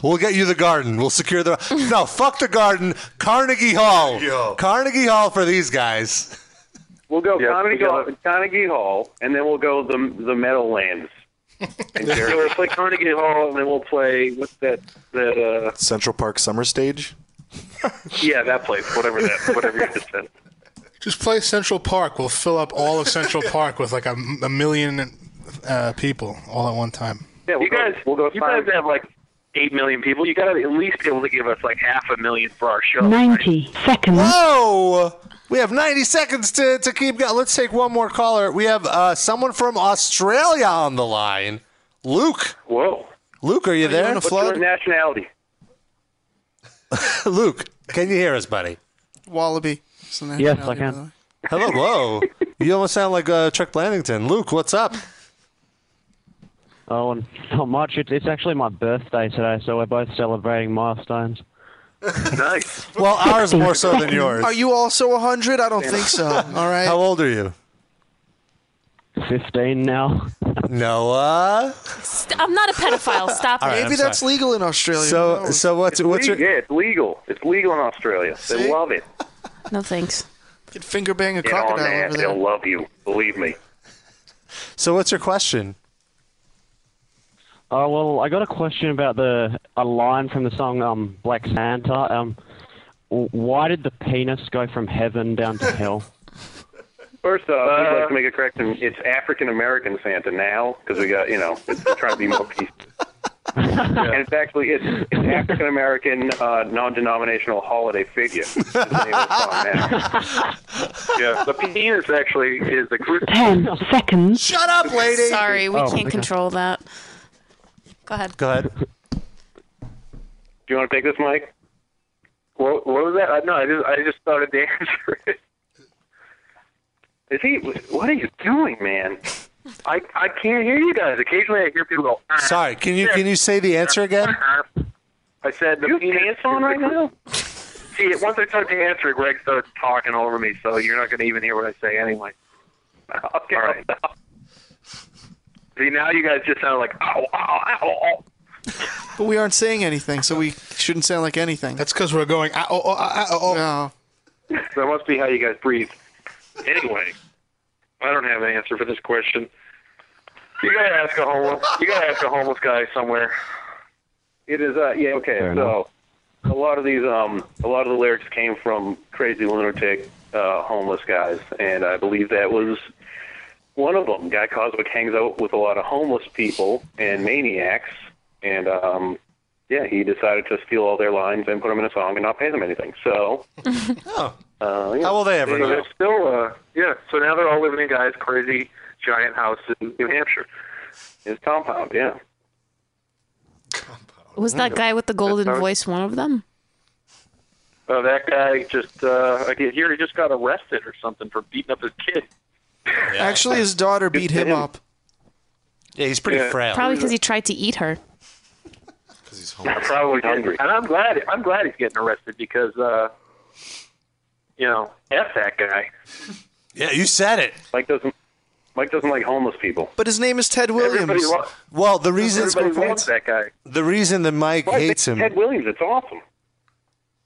We'll get you the garden. We'll secure the No, fuck the garden. Carnegie Hall. Carnegie Hall for these guys.
We'll go
Yeah,
Carnegie,
we got
Hall, Carnegie Hall, and then we'll go the the Meadowlands. and so we'll play Carnegie Hall, and then we'll play what's that? That uh,
Central Park Summer Stage.
yeah, that place, whatever that, whatever you just said.
Just play Central Park. We'll fill up all of Central Park with like a, a million uh, people all at one time.
Yeah, we'll you guys, we'll go you guys have like eight million people. You got to at least be able to give us like half a million for our show.
seconds. Whoa! We have 90 seconds to, to keep going. Let's take one more caller. We have uh, someone from Australia on the line. Luke.
Whoa.
Luke, are you there?
What's your nationality?
Luke, can you hear us, buddy?
Wallaby. It's the
Yes, I
nationality, by
can.
the way.
Hello, whoa. you almost sound like uh, Chuck Blandington. Luke, what's up?
Oh, and not much. It's, it's actually my birthday today, so we're both celebrating milestones.
nice.
Well, ours more so than yours.
Are you also 100? I don't think so. All right.
How old are you?
15 now.
Noah?
St- I'm not a pedophile. Stop
All right,
it.
Maybe I'm that's sorry.
legal in Australia.
So, so what's, what's your.
Yeah, it's legal. It's legal in Australia. They love it.
No thanks.
Could finger bang a
Get on
crocodile
that.
over there.
They'll love you. Believe me.
So what's your question?
Oh, well, I got a question about the a line from the song um, Black Santa. Um, w- why did the penis go from heaven down to hell?
First off, I'd like to make a correction. It's African American Santa now because we got you know it's we're trying to be more peaceful. and it's actually it's, it's African American uh, non-denominational holiday figure. Is the name of the song now. yeah, the penis actually is the crucifix.
seconds.
Shut up, lady.
Sorry, we
Oh,
can't
okay.
control that. Go ahead.
Go ahead.
Do you want to take this, Mike? What, what was that? I, no, I just I just started to answer it. Is he? What are you doing, man? I I can't hear you guys. Occasionally, I hear people go. "Ah."
Sorry, can you can you say the answer again?
I said the penis pants on right now. See, once I start to answer, Greg starts talking over me, so you're not going to even hear what I say anyway. Okay. All right. See, now you guys just sound like ow, ow, ow, ow.
But we aren't saying anything, so we shouldn't sound like anything. That's because we're going, oh, oh, oh, oh. No.
That must be how you guys breathe. Anyway, I don't have an answer for this question. You gotta ask a homeless. You gotta ask a homeless guy somewhere. It is. Uh, yeah. Okay.
Fair
so a lot of these, um, a lot of the lyrics came from crazy lunatic, uh, homeless guys, and I believe that was one of them. Guy Cosmic hangs out with a lot of homeless people and maniacs, and um, yeah, he decided to steal all their lines and put them in a song and not pay them anything. So. Uh, yeah.
Oh. How will they ever
So
know?
they're Still, uh, yeah. So now they're all living in Guy's crazy giant house in New Hampshire. His compound, yeah.
Was that guy with the golden voice one of them?
Uh, that guy just, uh, I could hear he just got arrested or something for beating up his kid.
Actually, his daughter beat him up.
Yeah, he's
pretty Yeah.
frail.
Probably because he tried to eat her.
Probably hungry. And I'm glad. I'm glad he's getting arrested because, uh, you know, f that guy.
Yeah, you said it.
Mike doesn't. Mike doesn't like homeless people.
But his name is Ted
Everybody
Williams.
lo-
Well, the reason
everybody loves that guy.
the reason that Mike
Why,
hates him
Ted Williams, it's awesome.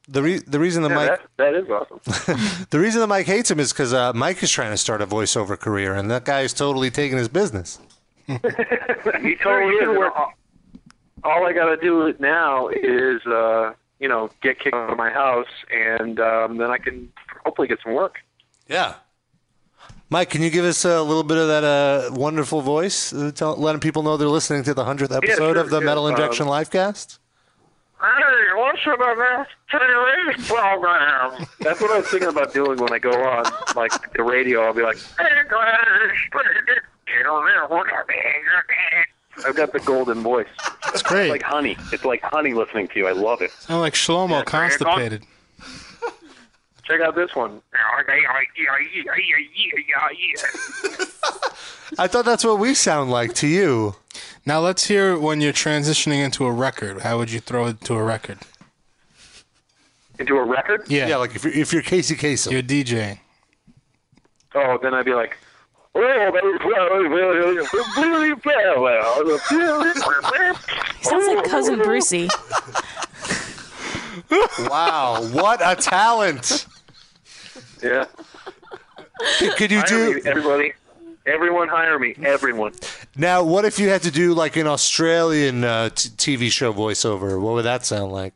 the re- the reason that
yeah,
Mike
that, that is awesome.
the reason that Mike hates him is because uh, Mike is trying to start a voiceover career, and that guy is totally taking his business.
he totally is. And All, all I got to do now is, uh, you know, get kicked out of my house, and um, then I can hopefully get some work.
Yeah. Mike, can you give us a little bit of that uh, wonderful voice, uh, tell, letting people know they're listening to the hundredth episode
sure,
of the
yeah,
Metal
um,
Injection Livecast?
Hey, listen to this program. That's what I was thinking about doing when I go on, like, the radio. I'll be like, hey, guys, You don't know what I mean. I've got the golden voice. It's
great.
like honey. It's like honey listening to you. I love it.
Sound like Shlomo constipated.
Check out this one.
I thought that's what we sound like to you. Now let's hear when you're transitioning into a record. How would you throw it to a record?
Into a record?
Yeah, yeah.
Like if you're, if you're Casey Kasem,
you're DJing.
Oh, then I'd be like, "Oh, He
sounds like cousin Brucey.
wow, what a talent!
Yeah.
Could you
do everybody? Everyone hire me. Everyone.
Now, what if you had to do like an Australian uh, t- TV show voiceover? What would that sound like?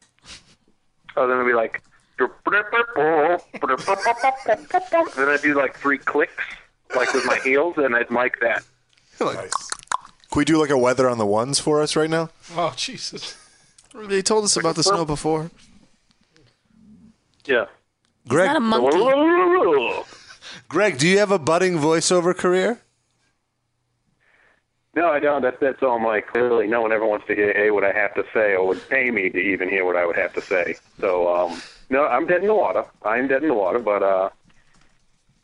Oh, then I'd be like, then I'd do like three clicks, like with my heels, and I'd mic that.
Can we do like a weather on the ones for us right now?
Oh Jesus!
They told us about the snow before.
Yeah.
Greg,
not a
monkey.
Greg, do you have a budding voiceover career?
No, I don't. That's that's all my clearly. No one ever wants to hear hey, what I have to say or would pay me to even hear what I would have to say. So um, no, I'm dead in the water. I'm dead in the water, but uh,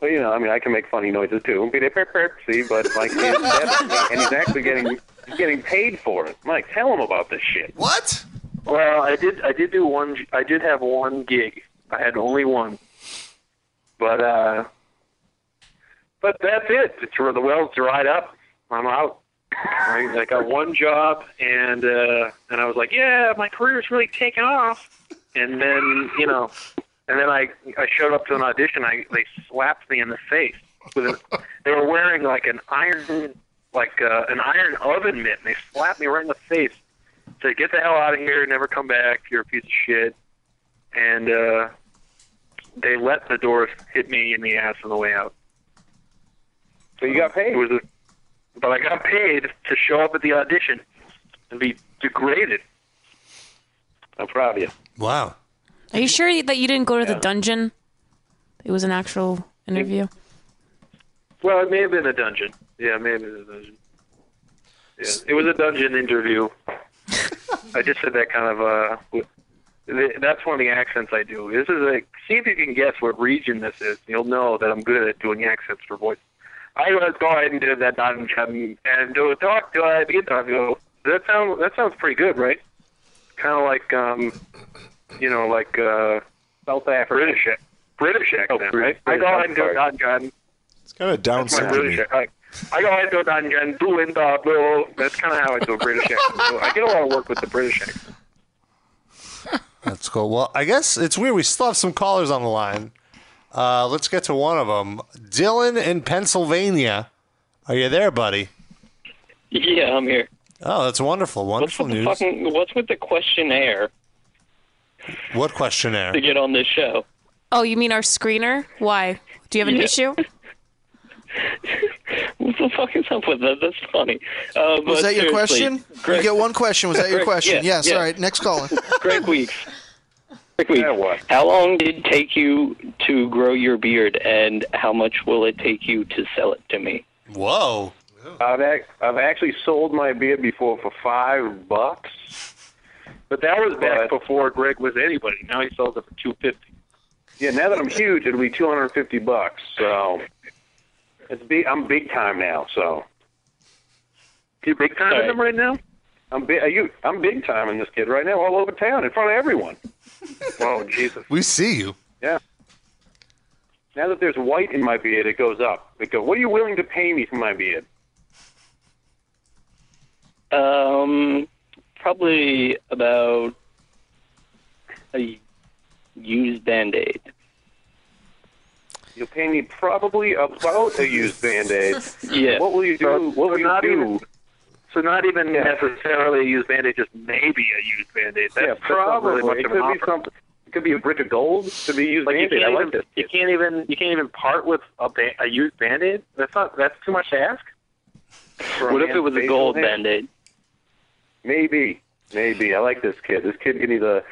well, you know, I mean, I can make funny noises too. Beep, beep, beep, See, but like, he's dead at me, and he's actually getting he's getting paid for it. Mike, tell him about this shit.
What?
Well, I did. I did do one. I did have one gig. I had only one. But uh, but that's it. It's where the well's dried up. I'm out. I, I got one job, and uh, and I was like, yeah, my career's really taken off. And then you know, and then I I showed up to an audition. I they slapped me in the face with a, they were wearing like an iron like uh, an iron oven mitt, and they slapped me right in the face. Said, get the hell out of here, never come back. You're a piece of shit. And uh, they let the door hit me in the ass on the way out. So you got paid. It was a, but I got paid to show up at the audition and be degraded. I'm proud of you.
Wow.
Are you sure that you didn't go to
Yeah.
the dungeon? It was an actual interview.
Well, it may have been a dungeon. Yeah, it may have been a dungeon. Yeah, it was a dungeon interview. I just said that kind of. uh w- th- That's one of the accents I do. This is a. See if you can guess what region this is. You'll know that I'm good at doing accents for voice. I was going to the dungeon and to talk to a interview. That sounds that sounds pretty good, right? Kind of like um, you know, like uh, South Africa, British, ac- British accent, right? I go
British, Oh, I'm
into a
sorry.
dungeon.
It's kind of down
That's my British
syndrome.
accent. I go into a dungeon, do in the blue. That's kind of how I do a British accent. So I get a lot of work with the British accent.
That's cool. Well, I guess it's weird. We still have some callers on the line. Uh, let's get to one of them. Dylan in Pennsylvania. Are you there, buddy?
Yeah, I'm here.
Oh, that's wonderful. Wonderful news.
Fucking, what's with the questionnaire
What questionnaire?
to get on this show?
Oh, you mean our screener? Why? Do you have an
Yeah.
issue?
What the fuck is up with that? That's funny. Uh, but
Was that your
seriously,
question?
Greg,
You get one question. Was that your
Greg,
question?
yeah,
yes.
yeah.
All right. Next caller.
Greg Weeks. Greg Weeks. How long did it take you to grow your beard, and how much will it take you to sell it to me?
Whoa.
I've, ac- I've actually sold my beer before for five bucks, but that was back before Greg was anybody. Now he sells it for two fifty. Yeah, now that I'm huge, it'll be two hundred and fifty bucks. So it's big. I'm big time now. So you big time
Sorry.
him right now. I'm big. You, I'm big time in this kid right now, all over town, in front of everyone. Whoa, Jesus!
We see you.
Yeah. Now that there's white in my beard, it goes up. It goes. What are you willing to pay me for my beard?
Um, probably about a used band aid.
You'll pay me probably about a used band-aid.
Yeah.
What will you do? What will you
not
do?
even-
so not even necessarily a used band-aid, just maybe a used band-aid. That's, yeah,
probably.
Really much
It
of
could
an
be
offer. It could be a brick of gold. It could be a used
Like, you
band-aid. I
can't
like
even-
this. You can't even you can't even part with a, ba- a used band-aid. That's not that's too much to ask. For
What if it
man's
was a
facial
gold
hair.
band aid?
Maybe, maybe. I like this kid. This kid can either,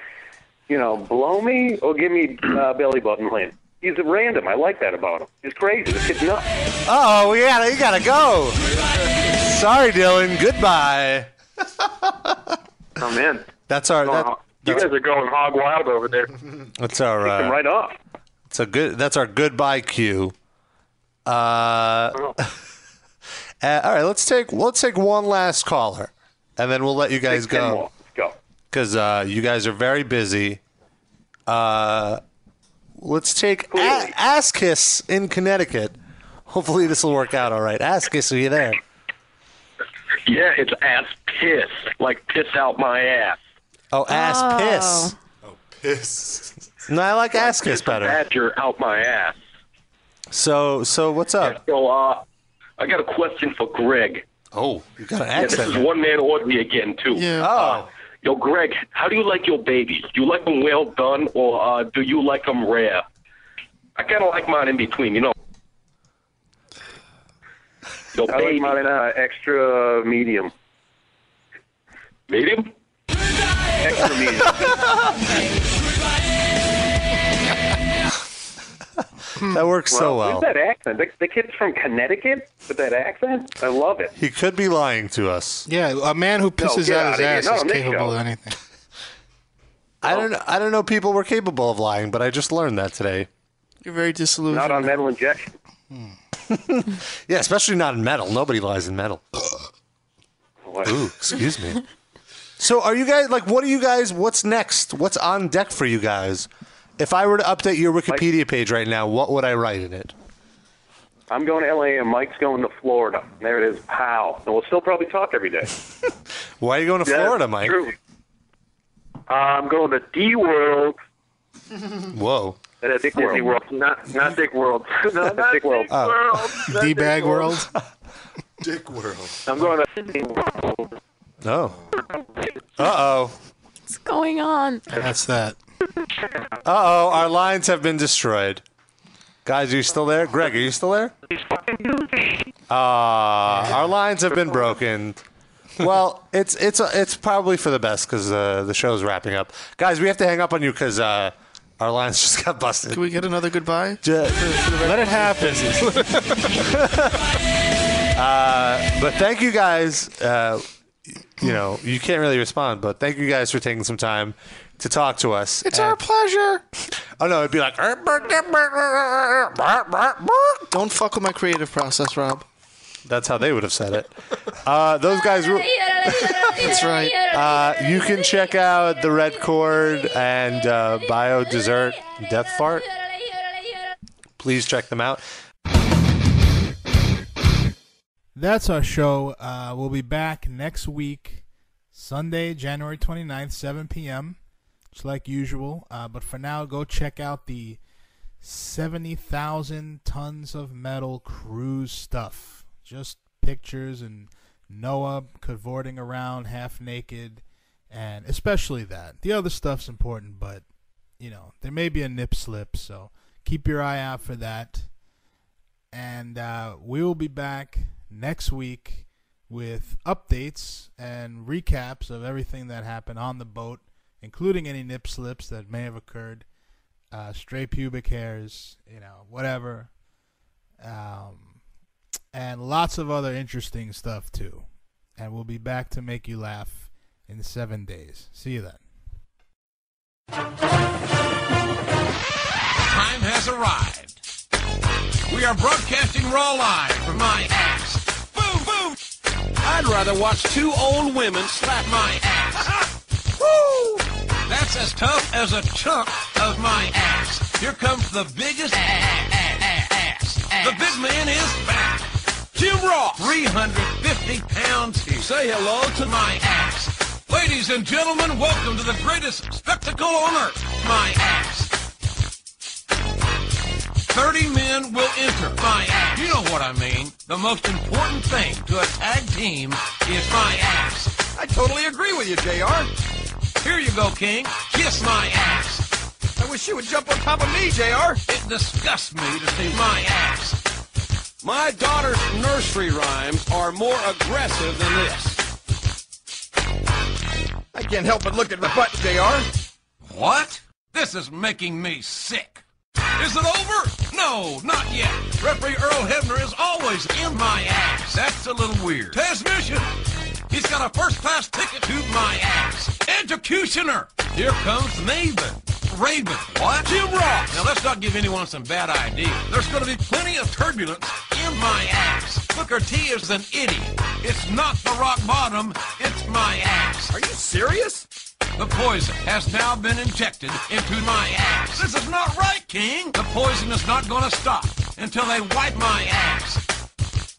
you know, blow me or give me uh, belly button lint.
He's random. I like that about him. He's crazy. This kid's nuts.
Oh, we gotta, you gotta go. Sorry, Dylan. Goodbye.
Oh,
I'm in.
That's our.
Going
Uh-huh.
That,
ho- you guys are going hog wild over there.
that's our.
Pick
Uh,
him right off.
It's a good. That's our goodbye cue. Uh,
Uh-huh.
uh, all right, let's take let's take one last caller, and then we'll let you guys
Take ten
go.
more. Let's go.
Because uh, you guys are very busy. Uh, let's take a- Askus in Connecticut. Hopefully, this will work out all right. Askus, are you there?
Yeah, it's ass piss. Like piss out my ass.
Oh, ass
Oh.
piss.
Piss.
No, I like Askus better.
Badger out my ass.
So, so what's up?
So uh, I got a question for Greg.
Oh, you got an
Yeah, this is
accent.
one man orgy again too. Uh,
Yeah. Oh.
yo, Greg, how do you like your babies? Do you like them well done, or uh, do you like them rare? I kind of like mine in between, you know. Yo,
I like
baby,
mine uh, extra medium.
medium.
Extra medium.
That works so well.
Look at that accent. The, the kid's from Connecticut with that accent. I love it.
He could be lying to us.
Yeah, a man who
No,
pisses
get
out his
outta here.
ass
Not
is
on this
capable
show.
of anything.
I don't. I don't know. People were capable of lying, but I just learned that today.
You're very disillusioned.
Not on metal injection.
Yeah, especially not in metal. Nobody lies in metal. Ooh, excuse me. So, are you guys like? What are you guys? What's next? What's on deck for you guys? If I were to update your Wikipedia page right now, what would I write in it?
I'm going to LA and Mike's going to Florida. There it is. Pow. And we'll still probably talk every day.
Why are you going to
Yeah,
Florida, Mike?
True. Uh, I'm going to D World.
Whoa.
At Dick Disney World. Not, not Dick World. no, not Dick World.
Oh.
Not
D bag
Dick
world.
Dick World. I'm going to Disney World.
Oh. Uh oh.
What's going on?
That's that.
Uh oh. Our lines have been destroyed. Guys, are you still there? Greg, are you still there? Ah, our lines have been broken. Well, it's it's it's probably for the best because uh, the show's wrapping up. Guys, we have to hang up on you because uh, our lines just got busted.
Can we get another goodbye?
Let it happen. uh, but thank you guys. Uh, you know, you can't really respond, but thank you guys for taking some time to talk to us.
It's
And-
our pleasure.
Oh no, it'd be like. "Er, burr, burr, burr, burr, burr, burr."
Don't fuck with my creative process, Rob.
That's how they would have said it. Uh, those guys. Were-
That's right.
Uh, you can check out the Red Cord and uh, Bio Dessert Death Fart. Please check them out.
That's our show. Uh, we'll be back next week, Sunday, January 29th, 7 p.m., just like usual. Uh, but for now, go check out the 70,000 tons of metal cruise stuff. Just pictures and Noah cavorting around half naked, and especially that. The other stuff's important, but, you know, there may be a nip slip, so keep your eye out for that and uh, we will be back next week with updates and recaps of everything that happened on the boat, including any nip slips that may have occurred, uh, stray pubic hairs, you know, whatever, um, and lots of other interesting stuff too. And we'll be back to make you laugh in seven days. See you then.
Time has arrived. We are broadcasting raw live from my ass. Boom, boom. I'd rather watch two old women slap my ass. Woo! That's as tough as a chunk of my ass. Here comes the biggest ass. The big man is back. Jim Ross, 350 pounds. Say hello to my ass. Ladies and gentlemen, welcome to the greatest spectacle on earth, my ass. 30 men will enter my ass. You know what I mean. The most important thing to a tag team is my ass. I totally agree with you, JR. Here you go, King. Kiss my ass. I wish you would jump on top of me, JR. It disgusts me to see my ass. My daughter's nursery rhymes are more aggressive than this. I can't help but look at my butt, JR. What? This is making me sick. Is it over? No, not yet. Referee Earl Hebner is always in my ass. That's a little weird. Transmission. He's got a first class ticket to my ass. Executioner. Here comes Maven. Raven. What? Jim Ross. Now let's not give anyone some bad idea. There's going to be plenty of turbulence in my ass. Booker T is an idiot. It's not the rock bottom. It's my ass. Are you serious? The poison has now been injected into my ass. This is not right, King. The poison is not going to stop until they wipe my ass.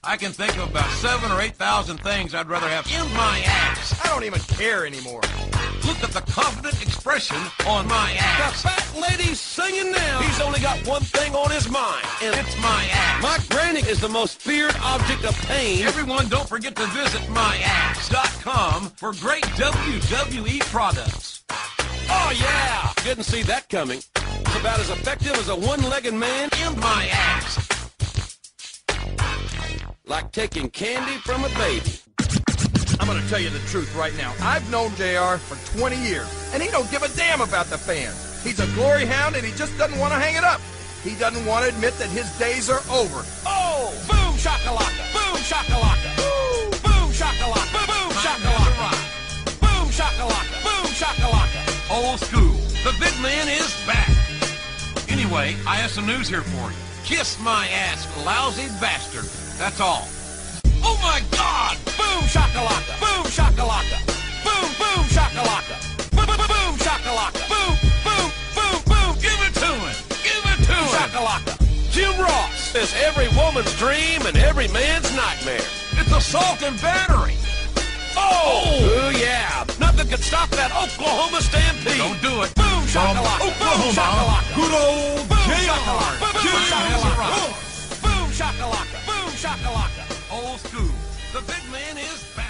I can think of about seven or eight thousand things I'd rather have in my ass. I don't even care anymore. Look at the confident expression on my ass. The fat lady's singing now. He's only got one thing on his mind, and it's my ass. My granny is the most feared object of pain. Everyone, don't forget to visit myass.com for great WWE products. Oh yeah! Didn't see that coming. It's about as effective as a one-legged man in my ass. Like taking candy from a baby.
I'm going to tell you the truth right now. I've known JR for 20 years, and he don't give a damn about the fans. He's a glory hound, and he just doesn't want to hang it up. He doesn't want to admit that his days are over.
Oh, boom shakalaka, boom shakalaka, Ooh, boom shakalaka, boom boom shakalaka, boom shakalaka, boom shakalaka. Old school. The big man is back. Anyway, I have some news here for you. Kiss my ass, lousy bastard. That's all. Oh my God! Boom shakalaka, boom shakalaka, boom boom shakalaka, boom boom boom shakalaka, boom boom boom boom. Give it to him, give it to him. Shakalaka. Jim Ross is every woman's dream and every man's nightmare. It's assault and battery. Oh, Ooh, yeah. Nothing can stop that Oklahoma stampede. Don't do it. Boom shakalaka, boom shakalaka, good old boom shakalaka, boom shakalaka, boom shakalaka, boom shakalaka. Old school. The big man is back.